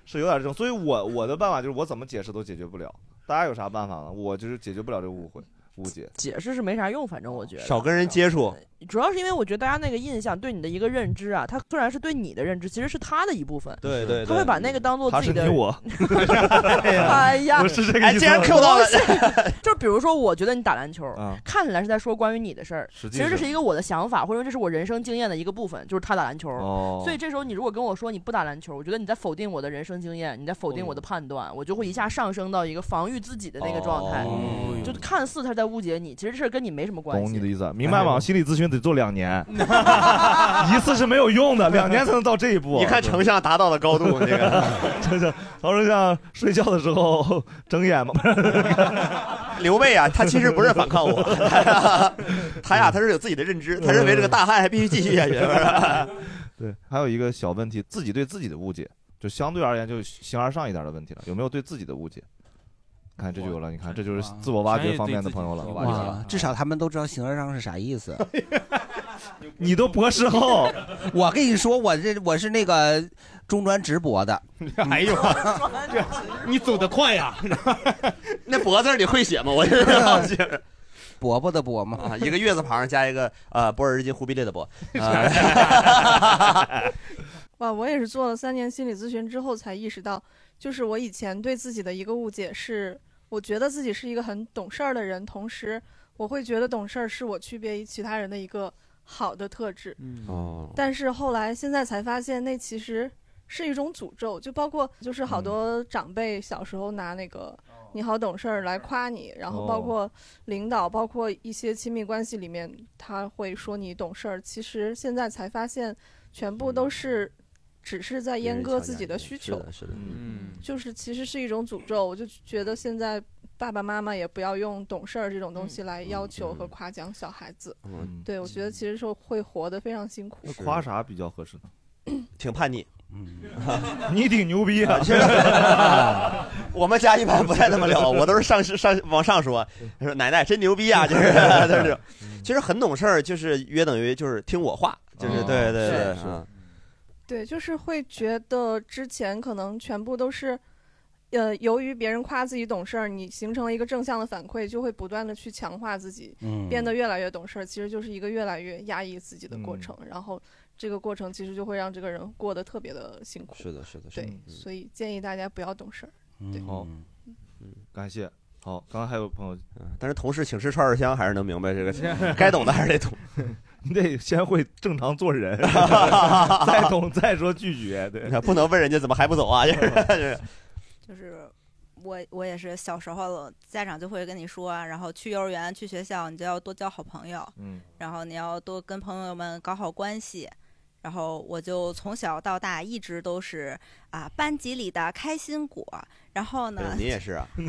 是有点这种，所以我我的办法就是我怎么解释都解决不了。大家有啥办法吗？我就是解决不了这个误会误解。解释是没啥用，反正我觉得少跟人接触，主要是因为我觉得大家那个印象对你的一个认知啊，他虽然是对你的认知，其实是他的一部分。对对对他会把那个当做他自己是的。你我哎呀，不是这个意思吗哎竟然 Q 到了不 是。就比如说，我觉得你打篮球啊，看起来是在说关于你的事儿，实其际上实这是一个我的想法，或者说这是我人生经验的一个部分，就是他打篮球。哦所以这时候你如果跟我说你不打篮球，我觉得你在否定我的人生经验，你在否定哦我的判断，我就会一下上升到一个防御自己的那个状态，哦就看似他在误解你，其实这事儿跟你没什么关系。懂你的意思，啊明白吗？心理咨询得做 两年，一次是没有用的，两年才能到这一步。你看丞相达到的高度，这个真是曹 丞相睡觉的时候睁眼嘛，刘备啊，他其实不是反抗我，他呀，他是有自己的认知，他认为这个大汉还必须继续下去， 是不是？ 对，还有一个小问题，自己对自己的误解，就相对而言就形而上一点的问题了，有没有对自己的误解？看这就有了，你看这就是自我挖掘方面的朋友了。哇，至少他们都知道形而上是啥意思。 你都博士后， 我跟你说，我这我是那个中专直博 的。哎呦，这 你走得快呀！嗯那脖字儿你会写吗？我就是好 奇。伯伯的伯嘛，啊，一个月字旁加一个呃，博尔日进忽必烈的 博。啊哇，我也是做了三年心理咨询之后才意识到，就是我以前对自己的一个误解是，我觉得自己是一个很懂事儿的人，同时我会觉得懂事儿是我区别于其他人的一个好的特质。哦但是后来现在才发现，那其实是一种诅咒，就包括就是嗯好多长辈小时候拿那个“你好懂事儿”来夸你，然后包哦括领导，包括一些亲密关系里面，他会说你懂事儿。其实现在才发现，全部都是只是在嗯别阉人割强自加己你的需是求，的是的嗯就是其实是一种诅咒。我就觉得现在爸爸妈妈也不要用懂事儿这种东西来要求和夸奖小孩子。嗯对，我觉得其实说会活得非常辛苦。夸啥比较合适呢？挺叛逆。 你挺牛逼啊！ 我们家一般不太这么聊，我都是上上往上说，说奶奶真牛逼啊， 就是就是这种，其实很懂事儿，就是约等于就是听我话，哦就是对对对是，嗯对，就是会觉得之前可能全部都是，呃，由于别人夸自己懂事儿，你形成了一个正向的反馈，就会不断的去强化自己，嗯变得越来越懂事儿，其实就是一个越来越压抑自己的过程，然后这个过程其实就会让这个人过得特别的辛苦。是的是的是的嗯对，所以建议大家不要懂事儿。好，感谢。好，刚才还有朋友，但是同事请吃串串香还是能明白这个，该懂的还是 得懂。 你得先会正常做人，再懂再说拒绝，对，不能问人家怎么还不走 啊，就是就是就是我我也是小时候家长就会跟你说，啊然后去幼儿园去学校你就要多交好朋友，嗯，然后你要多跟朋友们搞好关系。然后我就从小到大一直都是啊班级里的开心果，然后呢，你也是啊， 对，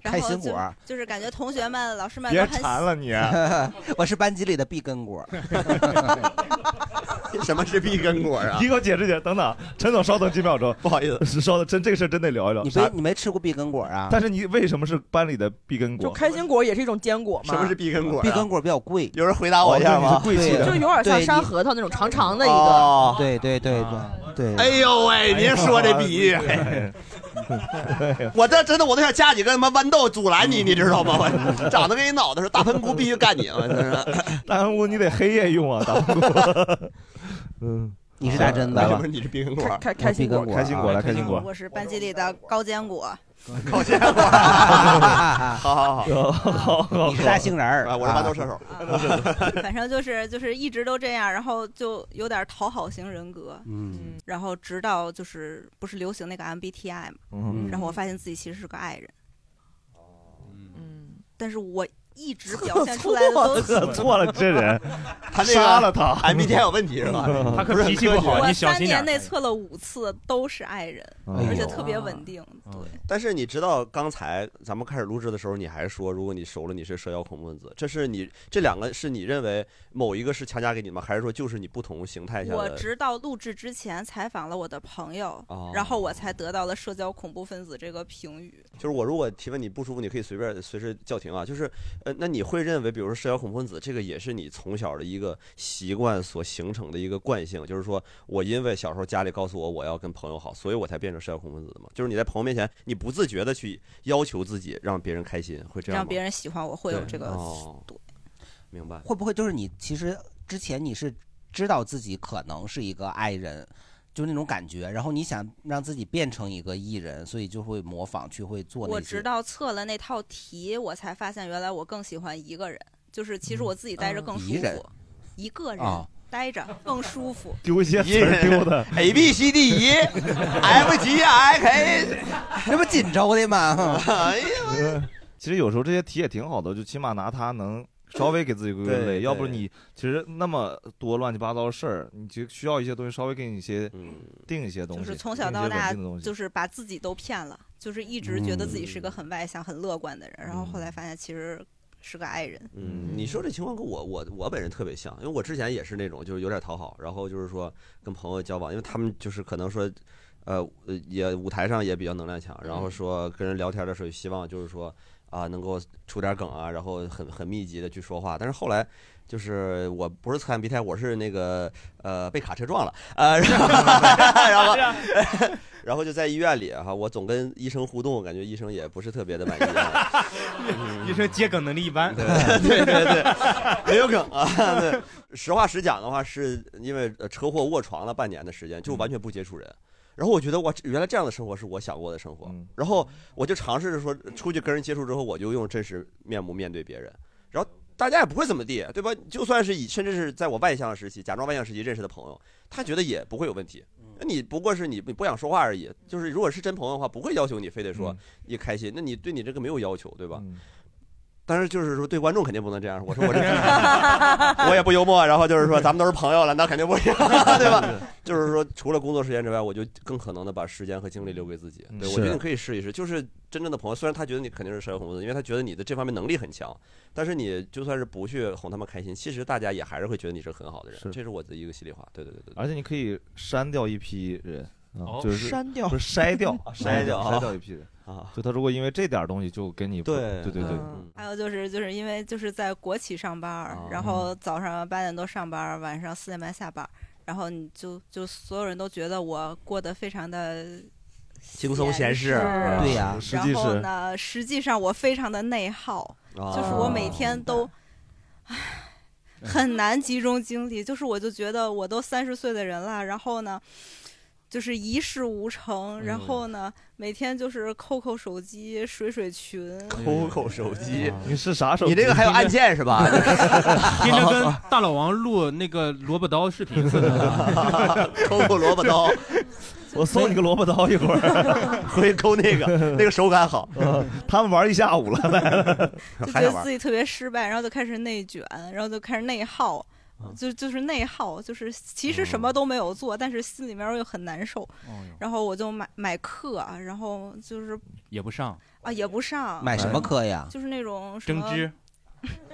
然开后心就果儿就是感觉同学们、老师们都很喜了你，啊我是班级里的碧根 果。什么是碧根果啊 你给我解释解释。等等，陈总稍等几秒钟，不好意思， 稍等，真这个事儿真得聊一聊。你啥没你没吃过碧根果啊？但是你为什么是班里的碧根果？开心果也是一种坚果嘛。碧根果啊碧根果比较贵。有人回答我一下 吗？贵气就有点像山核桃那种长长的一个。啊哦，对对对对对。哎呦喂，您说这比 喻，我这真的我都想架几个他妈豌豆阻拦嗯你，你知道吗？我长得跟你脑袋似的，大喷菇必须干你啊！真是大红菇你得黑夜用啊，大红菇。 嗯，你是打针的来吧不是你是冰棍儿 开开心果 开心果来，开心果。我是班级里的高坚果，高坚果，好好好， 好好，你是大杏仁儿啊我是豌豆射手。 反正就是就是一直都这样，然后就有点讨好型人格，嗯，然后直到就是不是流行那个 MBTI 嘛，嗯然后我发现自己其实是个爱人，嗯，但是我一直表现出来 的都是喝错了，这人， 他这个杀了他 MBTI 有问题 是吧他不是很科学啊我你小三心点儿年内测了五次都是爱人，哎呦而且特别稳定，嗯但是你知道，刚才咱们开始录制的时候，你还说，如果你熟了，你是蛇妖恐怖分子。这是你这两个是你认为某一个是强加给你吗？还是说就是你不同形态下我的？直到录制之前采访了我的朋友，哦然后我才得到了“社交恐怖分子”这个评语。就是我如果提问你不舒服，你可以随便随时叫停啊。就是呃，那你会认为，比如说社交恐怖分子，这个也是你从小的一个习惯所形成的一个惯性，就是说我因为小时候家里告诉我我要跟朋友好，所以我才变成社交恐怖分子的嘛。就是你在朋友面前，你不自觉的去要求自己让别人开心，会这样吗？让别人喜欢我会有对这个哦明白。会不会就是你其实之前你是知道自己可能是一个爱人，就那种感觉，然后你想让自己变成一个艺人，所以就会模仿去会做那些。我直到测了那套题，我才发现原来我更喜欢一个人，就是其实我自己待着更舒一人服，一个人啊待着更舒服。丢一些词儿丢的 A B C D E F G I K，这不锦州的吗？哎 呀，呃其实有时候这些题也挺好的，就起码拿它能稍微给自己归归对类，对要不你其实那么多乱七八糟的事儿，你就需要一些东西稍微给你一些嗯定一些东西，就是从小到大定一些稳定的东西就是把自己都骗了，就是一直觉得自己是个很外向、很乐观的人，然后后来发现其实是个爱人。嗯，你说这情况跟我我我本人特别像，因为我之前也是那种就是有点讨好，然后就是说跟朋友交往，因为他们就是可能说，呃，呃也舞台上也比较能量强，然后说跟人聊天的时候也希望就是说啊、能够出点梗啊，然后很很密集的去说话，但是后来。就是我不是侧看鼻胎，我是那个呃被卡车撞了，呃，然后然后 然后就在医院里哈，我总跟医生互动，我感觉医生也不是特别的满意。啊嗯医生接梗能力一般，对对对对，没有梗啊。对，实话实讲的话，是因为呃车祸卧床了半年的时间，就完全不接触人。然后我觉得哇，原来这样的生活是我想过的生活。然后我就尝试着说，出去跟人接触之后，我就用真实面目面对别人。然后大家也不会怎么地，对吧？就算是以甚至是在我外向时期、假装外向时期认识的朋友，他觉得也不会有问题。那你不过是你不想说话而已，就是如果是真朋友的话，不会要求你非得说你开心，那你对你这个没有要求，对吧？但是就是说对观众肯定不能这样，我说我 这我也不幽默，然后就是说咱们都是朋友了，那肯定不一样，对吧？ 就是说除了工作时间之外，我就更可能的把时间和精力留给自己。对，我觉是得你可以试一试，就是真正的朋友，虽然他觉得你肯定是社会红子，因为他觉得你的这方面能力很强，但是你就算是不去哄他们开心，其实大家也还是会觉得你是很好的人，这是我的一个心里话。对对对对。而且你可以删掉一批人，啊哦，就是删掉，不是筛掉筛 筛掉啊筛掉一批人啊。就他如果因为这点儿东西就给你不对嗯对对对，还有就是，就是因为就是在国企上班儿，哦然嗯后早上八点多上班儿，晚上四点半下班儿，然后你就就所有人都觉得我过得非常的轻松闲适啊对呀、实际然后是呢，实际上我非常的内耗，啊就是我每天都，唉，很难集中精力。就是我就觉得我都三十岁的人了，然后呢，就是一事无成，嗯然后呢，每天就是扣扣手机、水水群， ，QQ 手机，你是啥手你这个还有按键是吧？ 听着跟大老王录那个萝卜刀视频似 的，抠抠萝卜刀。 我送你个萝卜刀一会儿， 回抠那 个，那个手感好。嗯他们玩一下午了，来了 就觉得自己特别失败，然后就开始内卷，然后就开始内耗，嗯就就是内耗，就是其实什哦么都没有做，但是心里面又很难受。然后我就买买课啊，然后就是也不上，啊也不上，买什么课呀就是那种什针么织，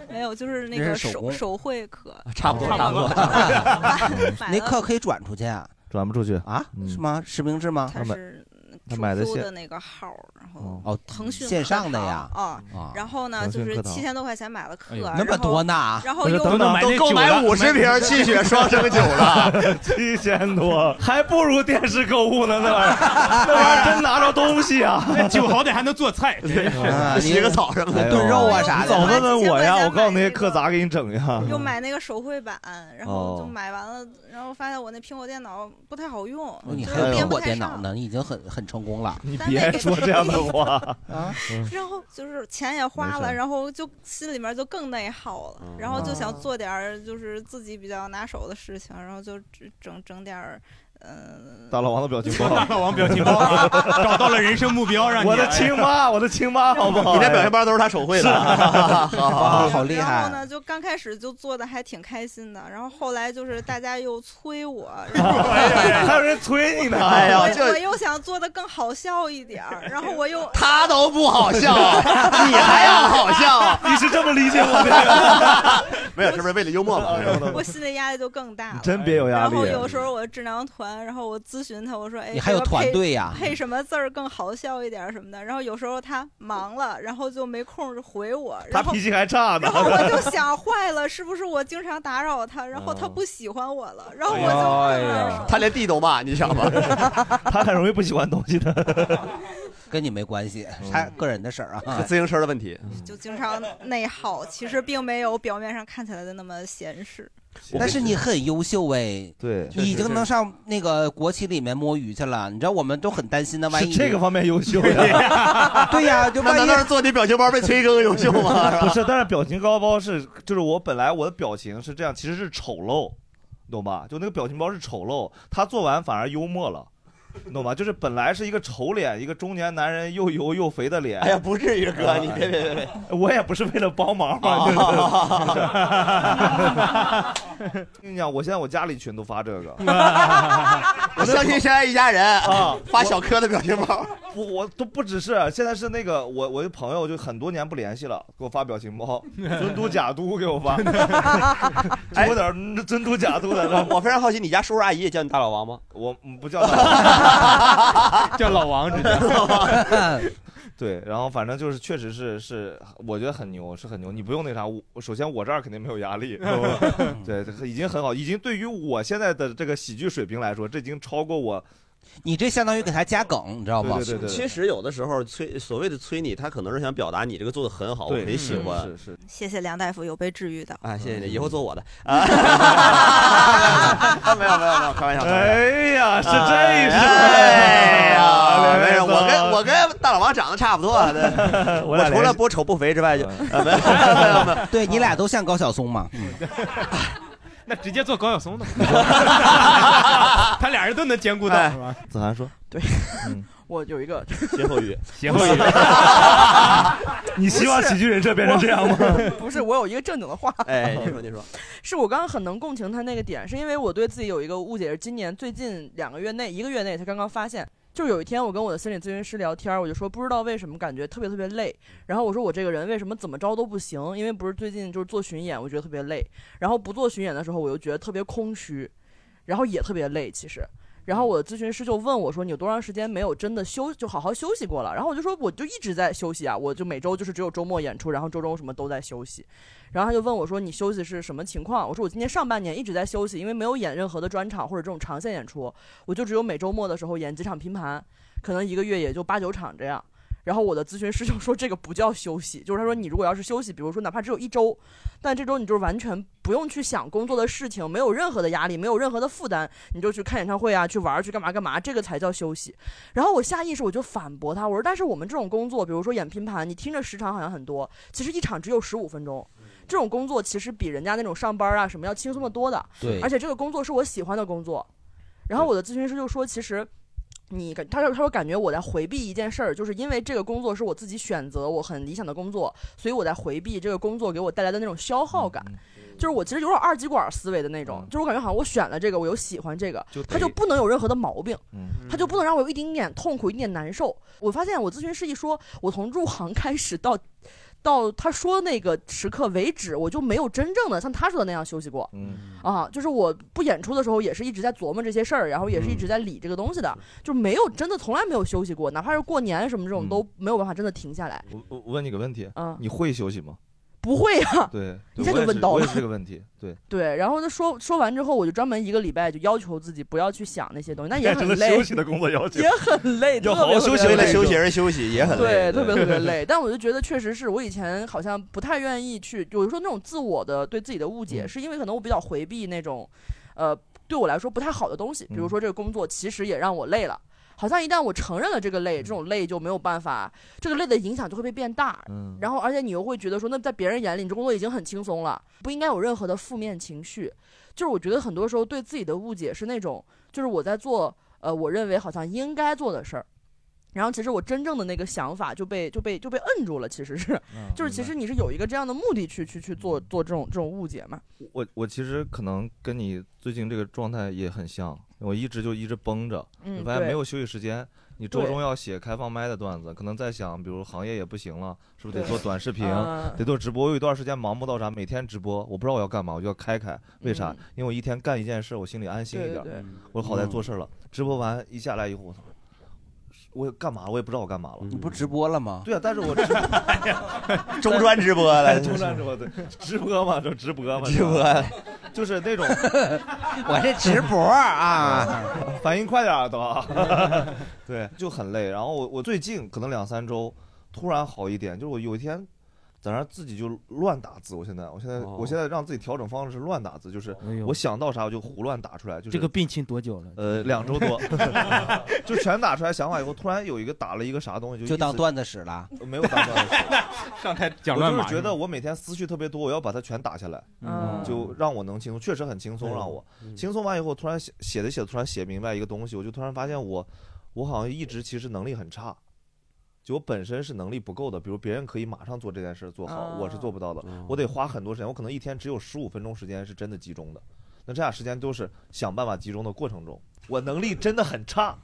没有，就是那那个是手手工啊手绘课，差不多哦差差不多 买那了课可以转出去啊？转不出去啊？是吗？实名制吗？他是他嗯出买的租线的那个号儿，然后哦，腾讯线课上的堂呀啊啊，然后呢腾就讯是课堂七千多块钱买了课，哎呦然那么后多呢然后不是又等等买那都酒购买了50瓶气 血双生酒了，七千多，还不如电视购物呢，那玩意儿，那玩意儿真拿着东西啊，哎那酒 好歹还能做菜，真是啊洗个澡什么的炖肉啊哎啥的你早问问我呀，我告诉你那些课咋给你整呀？又买那个手绘板，然后就哦买完了，然后发现我那苹果电脑不太好用，哦你嗯就还是有苹编不果太电脑上。呢，你已经很很成功了。你但别那个说这样的 话啊！ 嗯然后就是钱也花没了，事嗯然后就心里面就更内耗了，然后就哦想做点儿就是自己比较拿手的事情，然后就只整整点儿，嗯、大老王的表情包，大老王表情包 啊，找到了人生目标，让你我的亲妈，我的亲妈，好不好？你那表情包都是他手绘的好好好好厉然害后呢，就刚开始就做的还挺开心的，然后后来就是大家又 催我，然后还有人 催你呢，哎呀我这我又想做的更好笑一点儿，然后我 又他都不好笑， 你还要好笑？ 你是这么理解我的？没有，这不是为了幽默哎嘛？我心理压力就更大了。真别有压然力。啊后有时候我智囊团，然后我咨询他，我说：“哎，你还有这个配团队呀 配什么字儿更好笑一点儿什么的。”然后有时候他忙了，然后就没空回我。他然后脾 气还差呢然后我就想坏了，是不是我经常打扰他，然后哦他不喜欢我了，然后哎我就 哎呀，他连地都骂，你想吗？他很容易不喜欢东西的。 跟你没关系，是哎他个人的事儿啊。是嗯 自行车的问 题。就经常内耗，其实并没有表面上看起来的那么闲适。但是你很优秀 哎，对你已经能上那个国企里面摸鱼去了。你知道我们都很担心的，万一这个方面优秀 呀对呀，就那万难一道是做你表情包被催更优秀 吗？吧不是，但是表情包包是，就是我本来我的表情是这样，其实是丑陋，你懂吧？就那个表情包是丑陋，他做完反而幽默了。你懂吧？就是本来是一个丑脸，一个中年男人又油又肥的脸。哎呀，不至于哥你别别别哦别， 我也不是为了帮忙嘛。对 不对 跟你讲，我现在我家里群都发这个， 我相亲相爱一家人啊，发小柯的表情包。 不，我都不只是，现在是那个我我的朋友就很多年不联系了，给我发表 情包，尊嘟假嘟给我发， 就有点儿尊嘟假嘟的。哎我非常好奇，你家叔叔阿姨也叫你大老王吗？我不叫 大，叫老王直接。 对，然后反正就是，确实是是，我觉得很牛，是很牛。你不用那啥，我首先我这儿肯定没有压力， 对，已经很好，已经对于我现在的这个喜剧水平来说，这已经超过我。你这相当于给他加梗，你知道对对对对，其实有的时候催所谓的催你，他可能是想表达你这个做的很好，我对很喜欢。是是。嗯谢谢梁大夫，有被治愈到。啊，谢谢你，以后做我 的啊！ 啊没有没有没有，开玩笑。开玩笑哎呀，是这一说。哎呀，没哎呀有，我跟我跟大老王长得 差不多，啊对我我俩除连了不丑不肥之外就 啊没有。 对你俩都像高晓松嘛。 嗯 那直接做高晓松的， 他俩人都能兼顾哎到，是吧？子涵说，对，我有一个歇后语，歇后语你希望喜剧人设变成这样 吗？不是，我有一个正经的话。哎，你说你说，是我刚刚很能共情他那个点，是因为我对自己有一个误解，是今年最近两个月内，一个月内才刚刚发现。就是有一天，我跟我的心理咨询师聊天，我就说不知道为什么感觉特别特别累。然后我说我这个人为什么怎么着都不行，因为不是最近就是做巡演，我觉得特别累。然后不做巡演的时候，我又觉得特别空虚，然后也特别累。其实，然后我的咨询师就问我说：“你有多长时间没有真的休就好好休息过了？”然后我就说：“我就一直在休息啊，我就每周就是只有周末演出，然后周中什么都在休息。”然后他就问我说：“你休息是什么情况？”我说：“我今年上半年一直在休息，因为没有演任何的专场或者这种长线演出，我就只有每周末的时候演几场拼盘，可能一个月也就八九场这样。”然后我的咨询师就说这个不叫休息，就是他说你如果要是休息，比如说哪怕只有一周，但这周你就是完全不用去想工作的事情，没有任何的压力，没有任何的负担，你就去看演唱会啊，去玩儿，去干嘛干嘛，这个才叫休息。然后我下意识我就反驳他，我说但是我们这种工作，比如说演拼盘，你听着时长好像很多，其实一场只有十五分钟。这种工作其实比人家那种上班啊什么要轻松的多的，对而且这个工作是我喜欢的工作。然后我的咨询师就说，其实你感，他说他说感觉我在回避一件事儿，就是因为这个工作是我自己选择，我很理想的工作，所以我在回避这个工作给我带来的那种消耗嗯感。嗯就是我其实有点二极管思维的那种，就是我感觉好像我选了这个，我有喜欢这个就，他就得不能有任何的毛病，嗯他就不能让我有一丁点痛苦，一点难受。我发现我咨询师一说，我从入行开始到到他说那个时刻为止，我就没有真正的像他说的那样休息过。嗯啊，就是我不演出的时候，也是一直在琢磨这些事儿，然后也是一直在理这个东西嗯的，就没有真的从来没有休息过，哪怕是过年什么嗯这种都没有办法真的停下来。我我我问你个问题嗯，你会休息吗？不会啊， 对，对一下我就也问是到我也了是。这个问题，对。对，然后他说说完之后，我就专门一个礼拜就要求自己不要去想那些东西，那也很累，休息的 工作要求也很累，要特好好别休特息，别为了累休息而休息也很累对，特别特别累。 但我就觉得确实是我以前好像不太愿意去，有的时候那种自我的对自己的误解，嗯是因为可能我比较回避那种，呃，对我来说不太好的东西，嗯比如说这个工作其实也让我累了。好像一旦我承认了这个嗯累，这种累就没有办法，这个累的影响就会被变大。嗯然后而且你又会觉得说，那在别人眼里，你这工作已经很轻松了，不应该有任何的负面情绪。就是我觉得很多时候对自己的误解是那种，就是我在做呃我认为好像应该做的事儿，然后其实我真正的那个想法就被就被就被摁住了，其实是，嗯就是其实你是有一个这样的目的去去去做做这种这种误解嘛。我我其实可能跟你最近这个状态也很像，我一直就一直绷着，嗯你发现对没有休息时间。你周对中要写开放麦的段子，可能在想，比如行业也不行了，是不是得对做短视频啊，得做直播？我有一段时间忙不到啥，每天直播，我不知道我要干嘛，我就要开开。为啥？嗯因为我一天干一件事，我心里安心一点对对对嗯儿，我好歹做事儿了。直播完一下来以后，我操，我干嘛我也不知道我干嘛嗯了。你不直播了吗？对啊，但是我 中专直播了 中专直播对，直播嘛，就直播嘛，直播，就是那种 我这直播 啊，反应快点儿都，对，就很累。然后我我最近可能两三周突然好一点，就是我有一天在那儿自己就乱打字。我现在我现在、哦我现在让自己调整方式是乱打字，就是我想到啥我就胡乱打出来，就是哎这个病情多久了？呃，两 周多，就全打出来想法以后，突然有一个打了一个啥东西，就就当段子子使了。没有打断。 上台讲我乱就码是是吗。觉得我每天思绪特别多，我要把它全打下来，嗯就让我能轻松，确实很轻松，让我轻松完以后，突然写写着写着，突然写明白一个东西，我就突然发现我，我好像一直其实能力很差，就我本身是能力不够的，比如别人可以马上做这件事做好，我是做不到的，我得花很多时间，我可能一天只有十五分钟时间是真的集中的，那这俩时间都是想办法集中的过程中，我能力真的很差。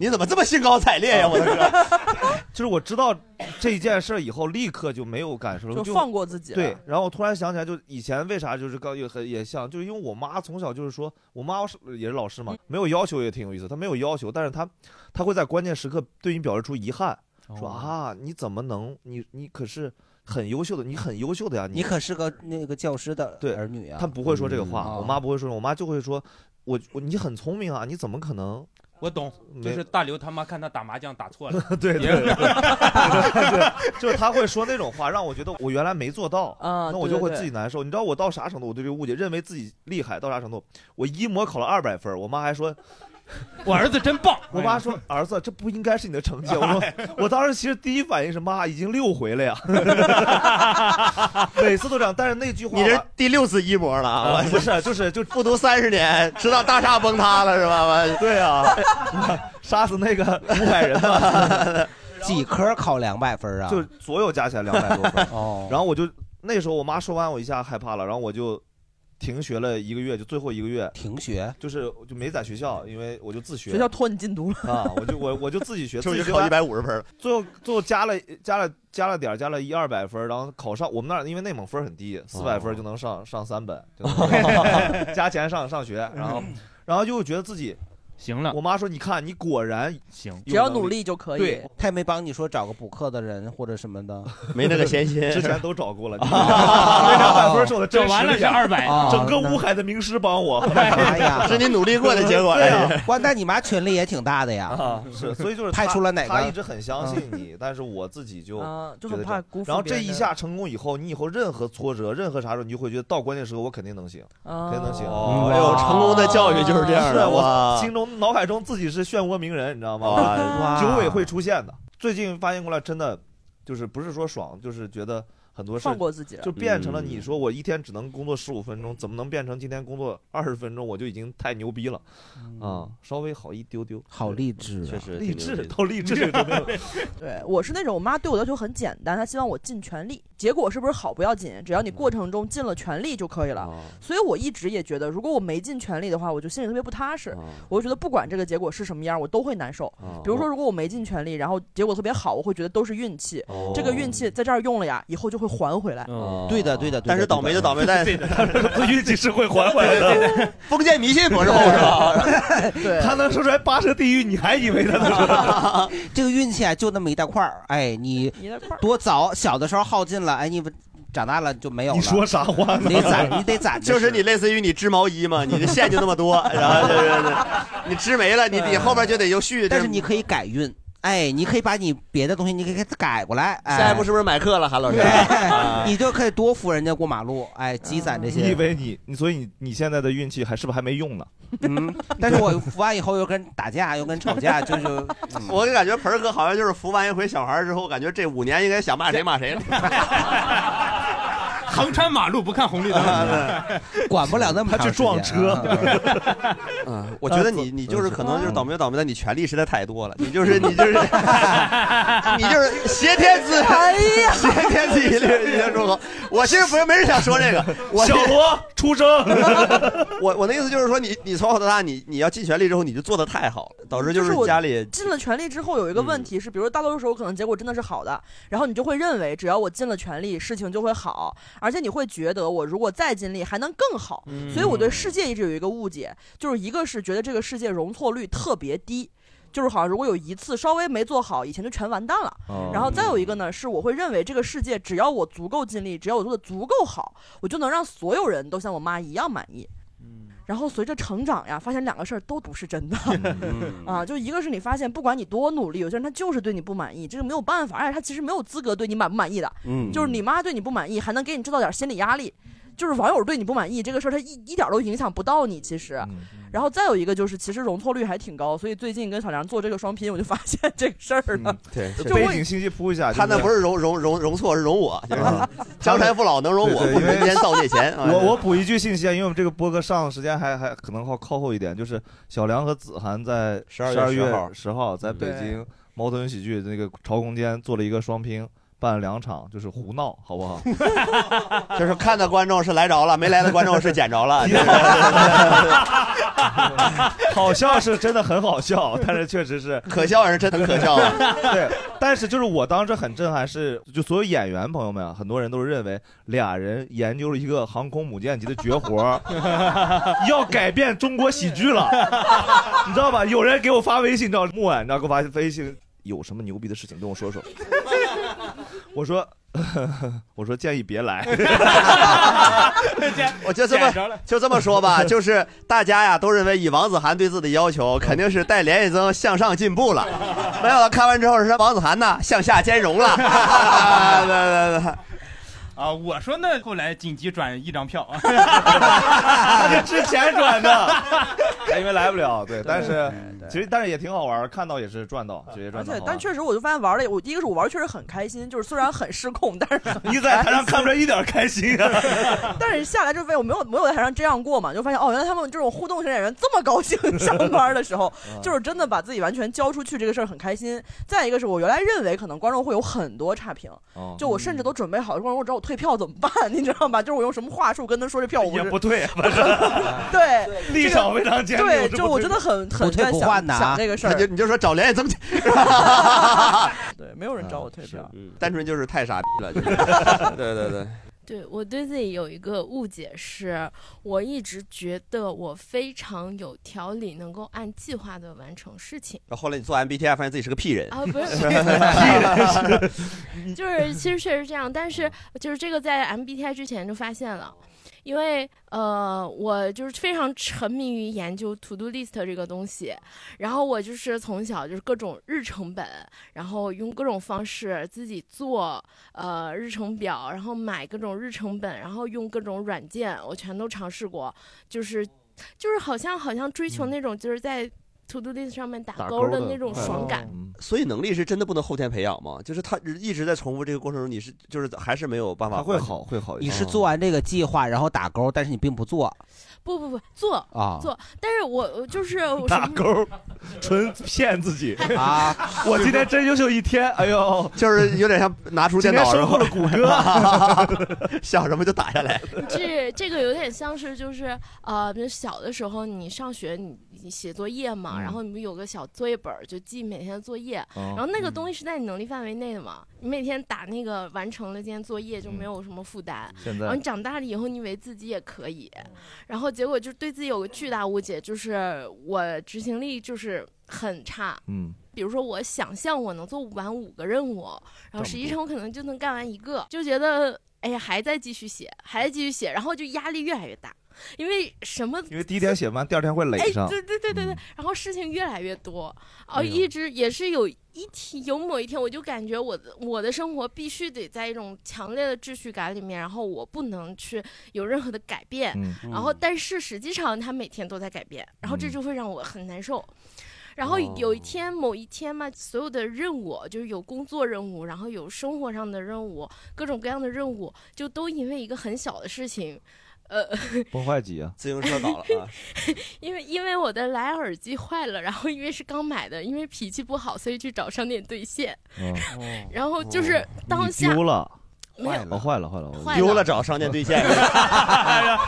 你怎么这么兴高采烈呀，我的哥！ 就是我知道这一件事儿以后，立刻就没有感受了，就就放过自己了对，然后我突然想起来，就以前为啥就是刚也很也像，就是因为我妈从小就是说，我妈是也是老师嗯嘛，没有要求也挺有意思。她没有要求，但是她她会在关键时刻对你表示出遗憾，说啊，你怎么能你你可是很优秀的，你很优秀的呀，你可是个那个教师的对儿女啊。她不会说这个话，嗯我妈不会说，我妈就会说，我我你很聪明啊，你怎么可能？我懂，没，就是大刘他妈看他打麻将打错 了对对也是对， 对就是他会说那种话，让我觉得我原来没做到，啊那我对就会对自己难受。你知道我到啥程度？我对这个误解，认为自己厉害到啥程度？我一模考了二百分儿，我妈还说。 我儿子真棒！哎我妈说：“儿子，这不应该是你的成绩。”我说：“我当时其实第一反应是妈，已经六回了呀， 每次都这样。”但是那句话你这吧第六次一模了啊！啊我不是，就是就 复读三十年，直到大厦崩塌了是吧？我 对啊，杀死那个五百 人嘛，几科考两百分啊？就所有加起来两百多分。 哦，然后我就那时候我妈说完，我一下害怕了，然后我就停学了一个月，就最后一个月停学，就是我就没在学校，因为我就自学。学校拖你进度了啊，我就我我就自己 学，就自己是学考完150分儿，最后最后加了加了加了点儿，加了一二百分儿，然后考上我们那儿，因为内蒙分儿很低，四百分儿就能哦上上三 本，就 能加钱上上学，然后嗯嗯然后又觉得自己行了。我妈说：“你看，你果然行只要努力就可以对，他也没帮你说找个补课的人或者什么的， 没那个闲心之前都找 过了那那200分是我的真实力啊整个乌海海的名师帮我 哎呀， 是你努力过的结果对哎呀呀，哇，那你妈权力也挺大的啊呀。啊是，所以就是派他出了哪个？嗯他一直很相信你，但是我自己就啊就觉很得怕这样辜负然后别这人嗯一下成功以后，你以后任何挫折、任何啥时候，你就会觉得到关键时刻我肯定能行，啊肯定能行。哦哎呦成功的教育就是这样的是啊我哇心中脑海中自己是漩涡鸣人，你知道哦哇吗？久啊违会出现的。最近发现过来，真的就是不是说爽，就是觉得。很多事放过自己了就变成了你说我一天只能工作十五分钟，怎么能变成今天工作二十分钟？我就已经太牛逼了，啊，稍微好一丢丢。好励志、啊确实挺励牛志逼的都 励志了，都没有对，我是那种我妈对我要求很简单，她希望我尽全力，结果是不是好不要紧，只要你过程中尽了全力就可以了。哦所以我一直也觉得，如果我没尽全力的话，我就心里特别不踏实，哦我就觉得不管这个结果是什么样，我都会难受。比如哦说，如果我没尽全力，然后结果特别好，我会觉得都是运气，哦这个运气在这儿用了呀，以后就会还回来。哦对的，对的。但是倒霉就倒霉 在对运气是会还回来的。封建迷信博士后是吧？对他能说出来八蛇地狱，你还以为他能说？ 这个运气啊，就那么一大块儿，哎，你多早小的时候耗尽了，哎，你长大了就没有了。你说啥话呢你得攒，你得 攒着使。就是你类似于你织毛衣嘛，你的线就那么多，然后就是 你织没了，你你后边就得又续。但是你可以改运，哎，你可以把你别的东西，你可以给它改过来。哎、 下一步是不是买课了，韩 老师？啊你就可以多扶人家过马路，哎，积攒这些。嗯你以为你，你所以你你现在的运气还是不是还没用呢？ 嗯，但是我扶完以后又跟人打架，又跟人吵架，就是 嗯我感觉盆儿哥好像就是扶完一回小孩儿之后，感觉这五年应该想骂谁骂谁了。横穿马路不看红绿灯啊管不了那么他去撞车。 嗯，我觉得你你就是可能就是倒霉就倒霉在你权力实在太多了，你就是你就是你就是挟天 子，哎呀挟天子以令以令诸侯。我其实不是没人想 说这个，我小罗出征。 我我的意思就是说你，你从小到大，你你要尽全力之后，你就做的太好了，导致就是我家里嗯尽了全力之后有一个问题是，比如大多数时候可能结果真的是好的，然后你就会认为只要我尽了全力，事情就会好，而且你会觉得我如果再尽力还能更好。嗯所以我对世界一直有一个误解，就是一个是觉得这个世界容错率特别低。就是好像如果有一次稍微没做好，以前就全完蛋了。哦然后再有一个呢，是我会认为这个世界只要我足够尽力，只要我做的足够好，我就能让所有人都像我妈一样满意。然后随着成长呀，发现两个事儿都不是真的，啊，就一个是你发现不管你多努力，有些人他就是对你不满意，这是没有办法，而且他其实没有资格对你满不满意的，嗯就是你妈对你不满意，还能给你制造点心理压力，就是网友对你不满意这个事儿，他一一点都影响不到你其实。然后再有一个就是，其实容错率还挺高，所以最近跟小梁做这个双拼，我就发现这个事儿了，对，就背我景信息铺一下。他那就是啊不是容容容容错，是容我，就是江山父老能容我，对对不因为人间造孽钱。啊 我我补一句信息啊，因为我们这个播客上的时间还还可能靠靠后一点，就是小梁和子涵在十12二月10月号嗯十号在北对京矛盾喜剧那个潮空间做了一个双拼，办了两场，就是胡闹，好不好？啊就是看的观众是来着了，没来的观众是捡着了。好笑是真的很好笑，但是确实是可笑是真的可笑啊 对，但是就是我当时很震撼是，就所有演员朋友们啊，很多人都认为俩人研究了一个航空母舰级的绝活儿，要改变中国喜剧了，你知道吧？有人给我发微信，你知道木婉，你知道给我发微信，有什么牛逼的事情跟我说说。我说， 我说建议别来。 我就这么捡着了就这么说 吧，就是大家呀都认为以王子涵对自己的要求，肯定是带连夜增向上进 步了。没想到看完之后是王子涵呢向下兼 容了。啊对对对啊，我说那后来紧急转一张票 啊，之前 转的， 因为来不了，对，但是其实但是也挺好玩儿，看到也是赚到，直接赚到。啊而且好，吧但确实我就发现玩了，我第一个是我玩儿确实很开心，就是虽然很失控，但是很一在哎台上看不出来一点儿开心啊。 但是下来之后，我没有没有在台上这样过嘛，就发现哦，原来他们这种互动型演员这么高兴 上 班的时候，嗯就是真的把自己完全交出去，这个事儿很开心。再一个是我原来认为可能观众会有很多差评哦，就我甚至都准备好，观众找我退票怎么办？ 你知道吧？就是我用什么话术跟他说这票我也是不对， 对 这个立场非常坚定对，我是就不我退真的很不很退在不想换的啊想这个事儿，你就你就说找连夜增去，对，没有人找我退 票。嗯单纯就是太傻逼了。就是对对对。对我对自己有一个误解是，我一直觉得我非常有条理，能够按计划的完成事情。然后后来你做完 BTI 发现自己是个屁人啊不是 人是就是其实确实这样，但是就是这个在 MBTI 之前就发现了，因为呃，我就是非常沉迷于研究 To Do List 这个东西，然后我就是从小就是各种日程本，然后用各种方式自己做呃日程表，然后买各种日程本，然后用各种软件，我全都尝试过，就是就是好像好像追求那种就是在 To Do List 上面打勾的那嗯种爽感。所以能力是真的不能后天培养吗？就是他一直在重复这个过程中，你是就是还是没有办法。他会好会好啊哦你是做完这个计划，然后打勾，但是你并不做。不不不，做啊做，但是我我就是我什打么勾，纯骗自己啊！ 我今天真优秀一天，哎呦，就是有点像拿出电脑，今天收获了谷 歌，想什么就打下来。这这个有点像是就是呃，比如小的时候你上学你你写作业嘛，嗯然后你不有个小作业本儿就记每天的作业，哦然后那个东西是在你能力范围内的嘛，你每天打那个完成了今天作业就没有什么负担。嗯现在哦然后你长大了以后，你以为自己也可以，然后结果就对自己有个巨大误解，就是我执行力就是很差。嗯，比如说我想象我能做完五个任务，然后实际上我可能就能干完一个，就觉得哎呀还在继续写，还在继续写，然后就压力越来越大，因为什么因为第一天写完，第二天会累哎，上。嗯对对对对对，然后事情越来越多，哦，哎呦一直也是有一天有某一天，我就感觉我的我的生活必须得在一种强烈的秩序感里面，然后我不能去有任何的改变，嗯然后但是实际上它每天都在改变，然后这嗯就会让我很难受。然哦后有一天，某一天嘛，所有的任务就是有工作任务，然后有生活上的任务，各种各样的任务，就都因为一个很小的事情，呃，崩坏几啊？自行车搞了啊！ 因为因为我的蓝牙耳机坏了，然后因为是刚买的，因为脾气不好，所以去找商店兑现。然后就是当下、哦丢了，没有哦，坏了，坏了，坏了丢了找商店兑 现，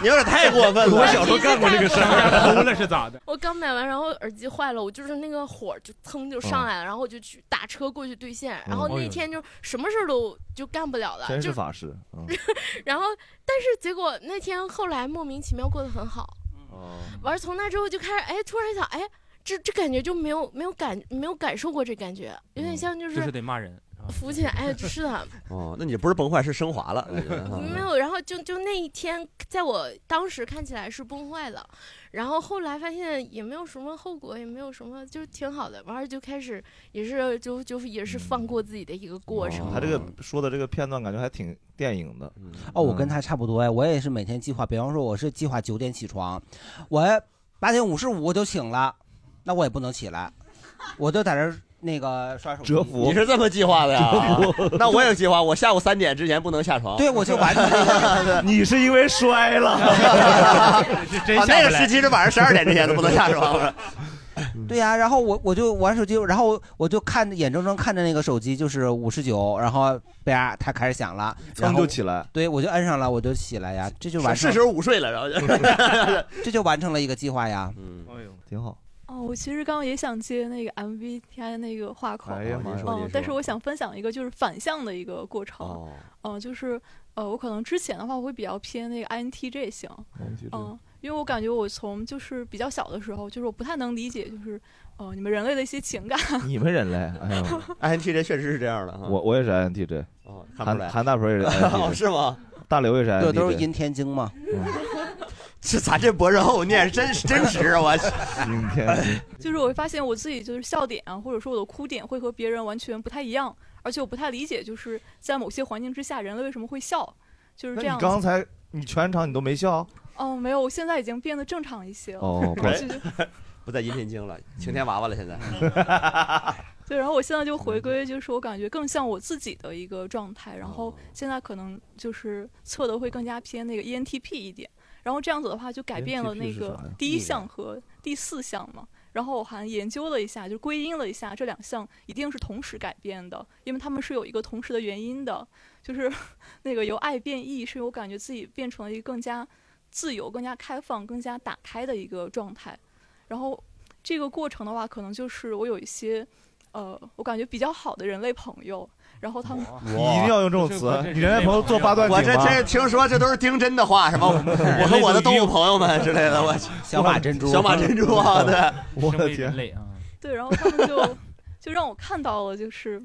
你有点太过分了。我小时候干过这个事儿，哭了是咋的？我刚买完，然后耳机坏了，我就是那个火就蹭就上来了，然后我就去打车过去兑现，然后哎那呦天就什么事儿都就干不了了， 真就是法师。哎嗯然后但是结果那天后来莫名其妙过得很好，哦，完了从那之后就开始哎，突然想哎，这这感觉就没有没有感没有感受过这感觉，有点像就是就是得骂人是吧浮起来，哎，是的，哦，那你不是崩坏，是升华了。嗯我觉得没有，然后就就那一天，在我当时看起来是崩坏了，然后后来发现也没有什么后果，也没有什么，就是挺好的。完了就开始也是就就也是放过自己的一个过程。嗯哦他这个说的这个 片段感觉还挺电影的。哦，我跟他差不多呀，我也是每天计划，比方说我是计划九点起床，我八点五十五我就醒了，那我也不能起来，我就在这儿那个刷手机。折服，你是这么计划的呀啊折服？那我也计划，我下午三点之前不能下床。对我就完全 你是因为摔了， 啊那个时期是晚上十二点之前都不能下床了。嗯对呀、然后我我就玩手机，然后我就看着眼睁睁看着那个手机就是五十九，然后啪，它开始响了，然噌后就起来。对，我就摁上了，我就起来呀，这就完成是时候午睡了，然后就这就完成了一个计划呀。嗯，哎呦，挺好。哦，我其实刚刚也想接那个 MBTI 那个话口，哎呀妈呀您嗯说，但是我想分享一个就是反向的一个过程，哦嗯，就是呃，我可能之前的话我会比较偏那个 INTJ 型，嗯，因为我感觉我从就是比较小的时候，就是我不太能理解，就是呃你们人类的一些情感， 你们人类，哎呦， ，INTJ 确实是这样的哈。我我也是 INTJ，啊哦看不出韩来韩大 鹏也是 INTJ，哦是吗？大刘也是 INTJ，对，都是阴天经嘛。 这咱这博士后念真是真实啊！我 去，阴天 经。就是我会发现我自己就是笑点啊，或者说我的哭点会和别人完全不太一样，而且我不太理解，就是在某些环境之下，人类为什么会笑，就是那这样你子。刚才你全场你都没笑？哦，没有，我现在已经变得正常一些了。哦不好意思就是 不在阴天经了，晴天娃娃了，现在。对，然后我现在就嗯回归，就是我感觉更像我自己的一个状态，然哦后现在可能就是测的会更加偏那个 E ENTP 一点，然后这样子的话就改变了 ENTP 那是个啥呀第一项和第四项嘛。然后我还研究了一下，就归因了一下，这两项一定是同时改变的，因为他们是有一个同时的原因的，就是 那个由爱变异，是我感觉自己变成了一个更加自由、更加开放、更加打开的一个状态。然后这个过程的话，可能就是我有一些，呃，我感觉比较好的人类朋友，然后他们你一定要用这种词，你人家朋友做八段锦我这吗这听说这都是丁真的话，什么我和我的动物朋友们之类 的，我去，小马珍珠小马珍珠啊，对，我的天，累啊！对，然后他们就就让我看到了，就是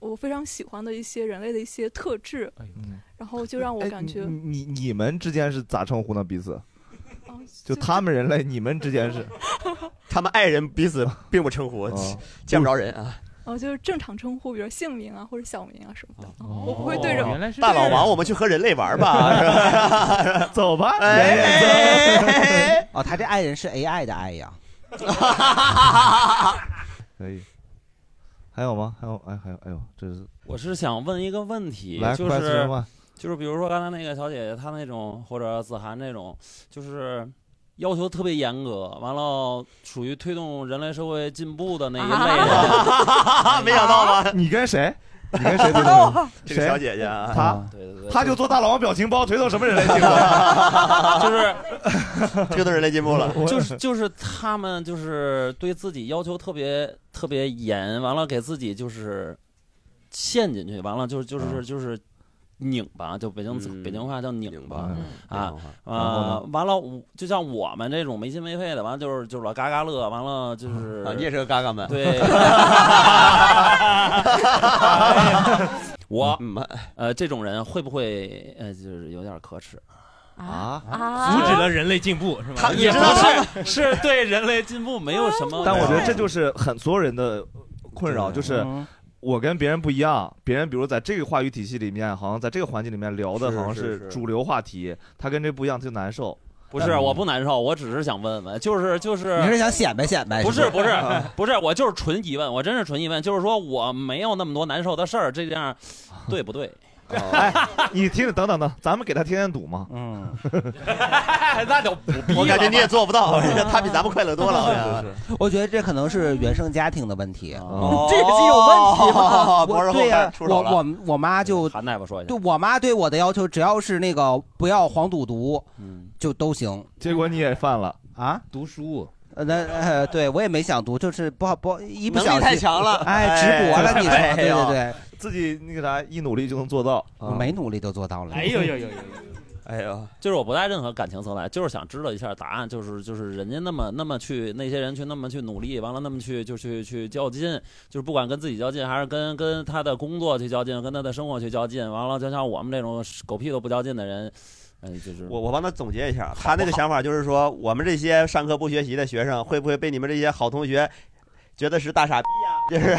我非常喜欢的一些人类的一些特质，然后就让我感觉，嗯哎你你们之间是咋称呼呢？彼此？哦就他们人 类，你们之间是？他们 爱人彼此并不称呼，哦见不着人啊。哦，就是正常称呼，比如姓名啊或者小名啊什么的，我不会对着大老王，我们去和人类玩 吧，走吧。哎哎哦，他这爱人是 AI 的爱 呀。可以。还有吗？还有哎，还有哎呦，这是我是想问一个问题来，就快速是问吧就是比如说刚才那个小姐姐她那种，或者子涵那种，就是要求特别严格，完了属于推动人类社会进步的那一 类人，啊没想到吧？啊你跟谁？ 你跟 谁对的？这个小姐姐啊谁她对对对，她就做大老王表情包，推到什么人类进步？ 就是 这都人类进步了，就是就是他们就是对自己要求特别特别严，完了给自己就是陷进去，完了就是就是就是拧巴，就北京、北京话叫拧巴啊嗯然后啊、完了我就像我们这种没心没肺的，完了就是就是老嘎嘎乐，完了就是、啊你也是个嘎嘎 们对。 我呃，这种人会不会呃，就是有点可耻啊阻止了人类进步是他吧？也也不不是是是对人类进步没有什 么，但我觉得这就是很所有人的困扰，就是嗯我跟别人不一样，别人比如在这个话语体系里面，好像在这个环境里面聊的是好像是是是主流话题，他跟这不一样他就难受。嗯不是，我不难受，我只是想问问，就是就是，你是想显摆显摆？不是吧不是 不是，我就是纯疑问，我真是纯疑问，就是说我没有那么多难受的事儿，这样对 不对？哦哎，你听着，等等等，咱们给他添添堵嘛。嗯，那就不必我感觉你也做 不到，他比咱们快乐 多了。啊 我觉得这可能是原生家庭的问题。哦 这个是有问题 吗博士我后对呀出手我了我我妈就韩大夫说一下对我妈对我的要求，只要是那个不要黄赌毒，嗯就都行。结果你也犯了啊？读书。呃，那呃，对我也没想读，就是不好不好，一不能力小心太强了哎哎，直播了，你说对对对，自己那个啥，一努力就能做到，嗯 我没努力就做到了。哎呦呦呦！呦哎呦，就是我不带任何感情色彩，就是想知道一下答案，就是就是人家那么那么去那些人去那么去努力，完了那么去就去去较劲，就是不管跟自己较劲，还是跟跟他的工作去较劲，跟他的生活去较劲，完了就像我们这种狗屁都不较劲的人，嗯、就是我我帮他总结一下，他那个想法就是说，我们这些上课不学习的学生，会不会被你们这些好同学觉得是大傻逼呀、 就是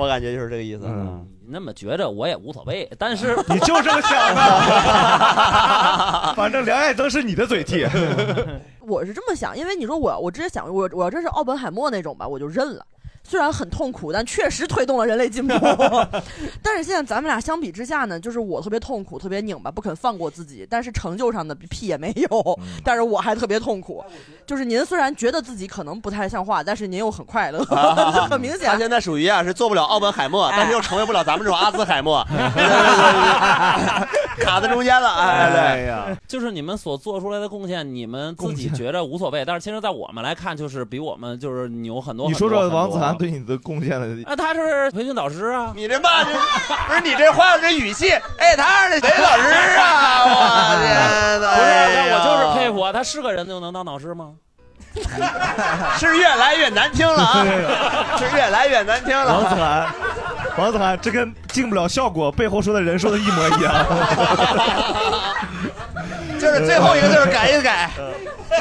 我感觉就是这个意思。嗯，你 那么觉着我也无所谓，但是你就这么想的，反正梁爱灯是你的嘴替。我是这么想，因为你说我，我之前想过，我我要真是奥本海默那种吧，我就认了。虽然很痛苦，但确实推动了人类进步。 但是现在咱们俩相比之下呢，就是我特别痛苦，特别拧巴，不肯放过自己，但是成就上的屁也没有。但是我还特别痛苦，就是您虽然觉得自己可能不太像话，但是您又很快乐， 很明显啊他。现在属于啊是做不了奥本海默，但是又成为不了咱们这种阿兹海默，卡在中间了。哎呀，呀，就是你们所做出来的贡献，你们自己觉着无所谓，但是其实，在我们来看，就是比我们就是牛很多。 你说很多说王子很涵多对你的贡献了，啊，他是培训导师啊。你这骂这不是你这话这语气，哎，他是谁老师啊？我天哪！不是，哎但呀我就是佩服啊，他是个人就能当导师吗？是越来越难听了啊，是越来越难听王子了。啊涵，王子涵，这跟进不了效果，背后说的人说的一模一样。就是最后一个字儿改一改，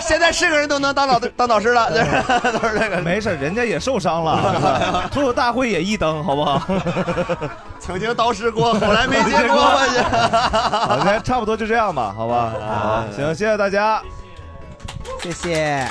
现在是个人都能当老当导师了，就是 都是这个。没事，人家也受伤 了，脱口大会也一登，好不好？曾经导师过，后来没结过，好，今天差不多就这样吧，好吧？好，行，谢谢大家，谢谢。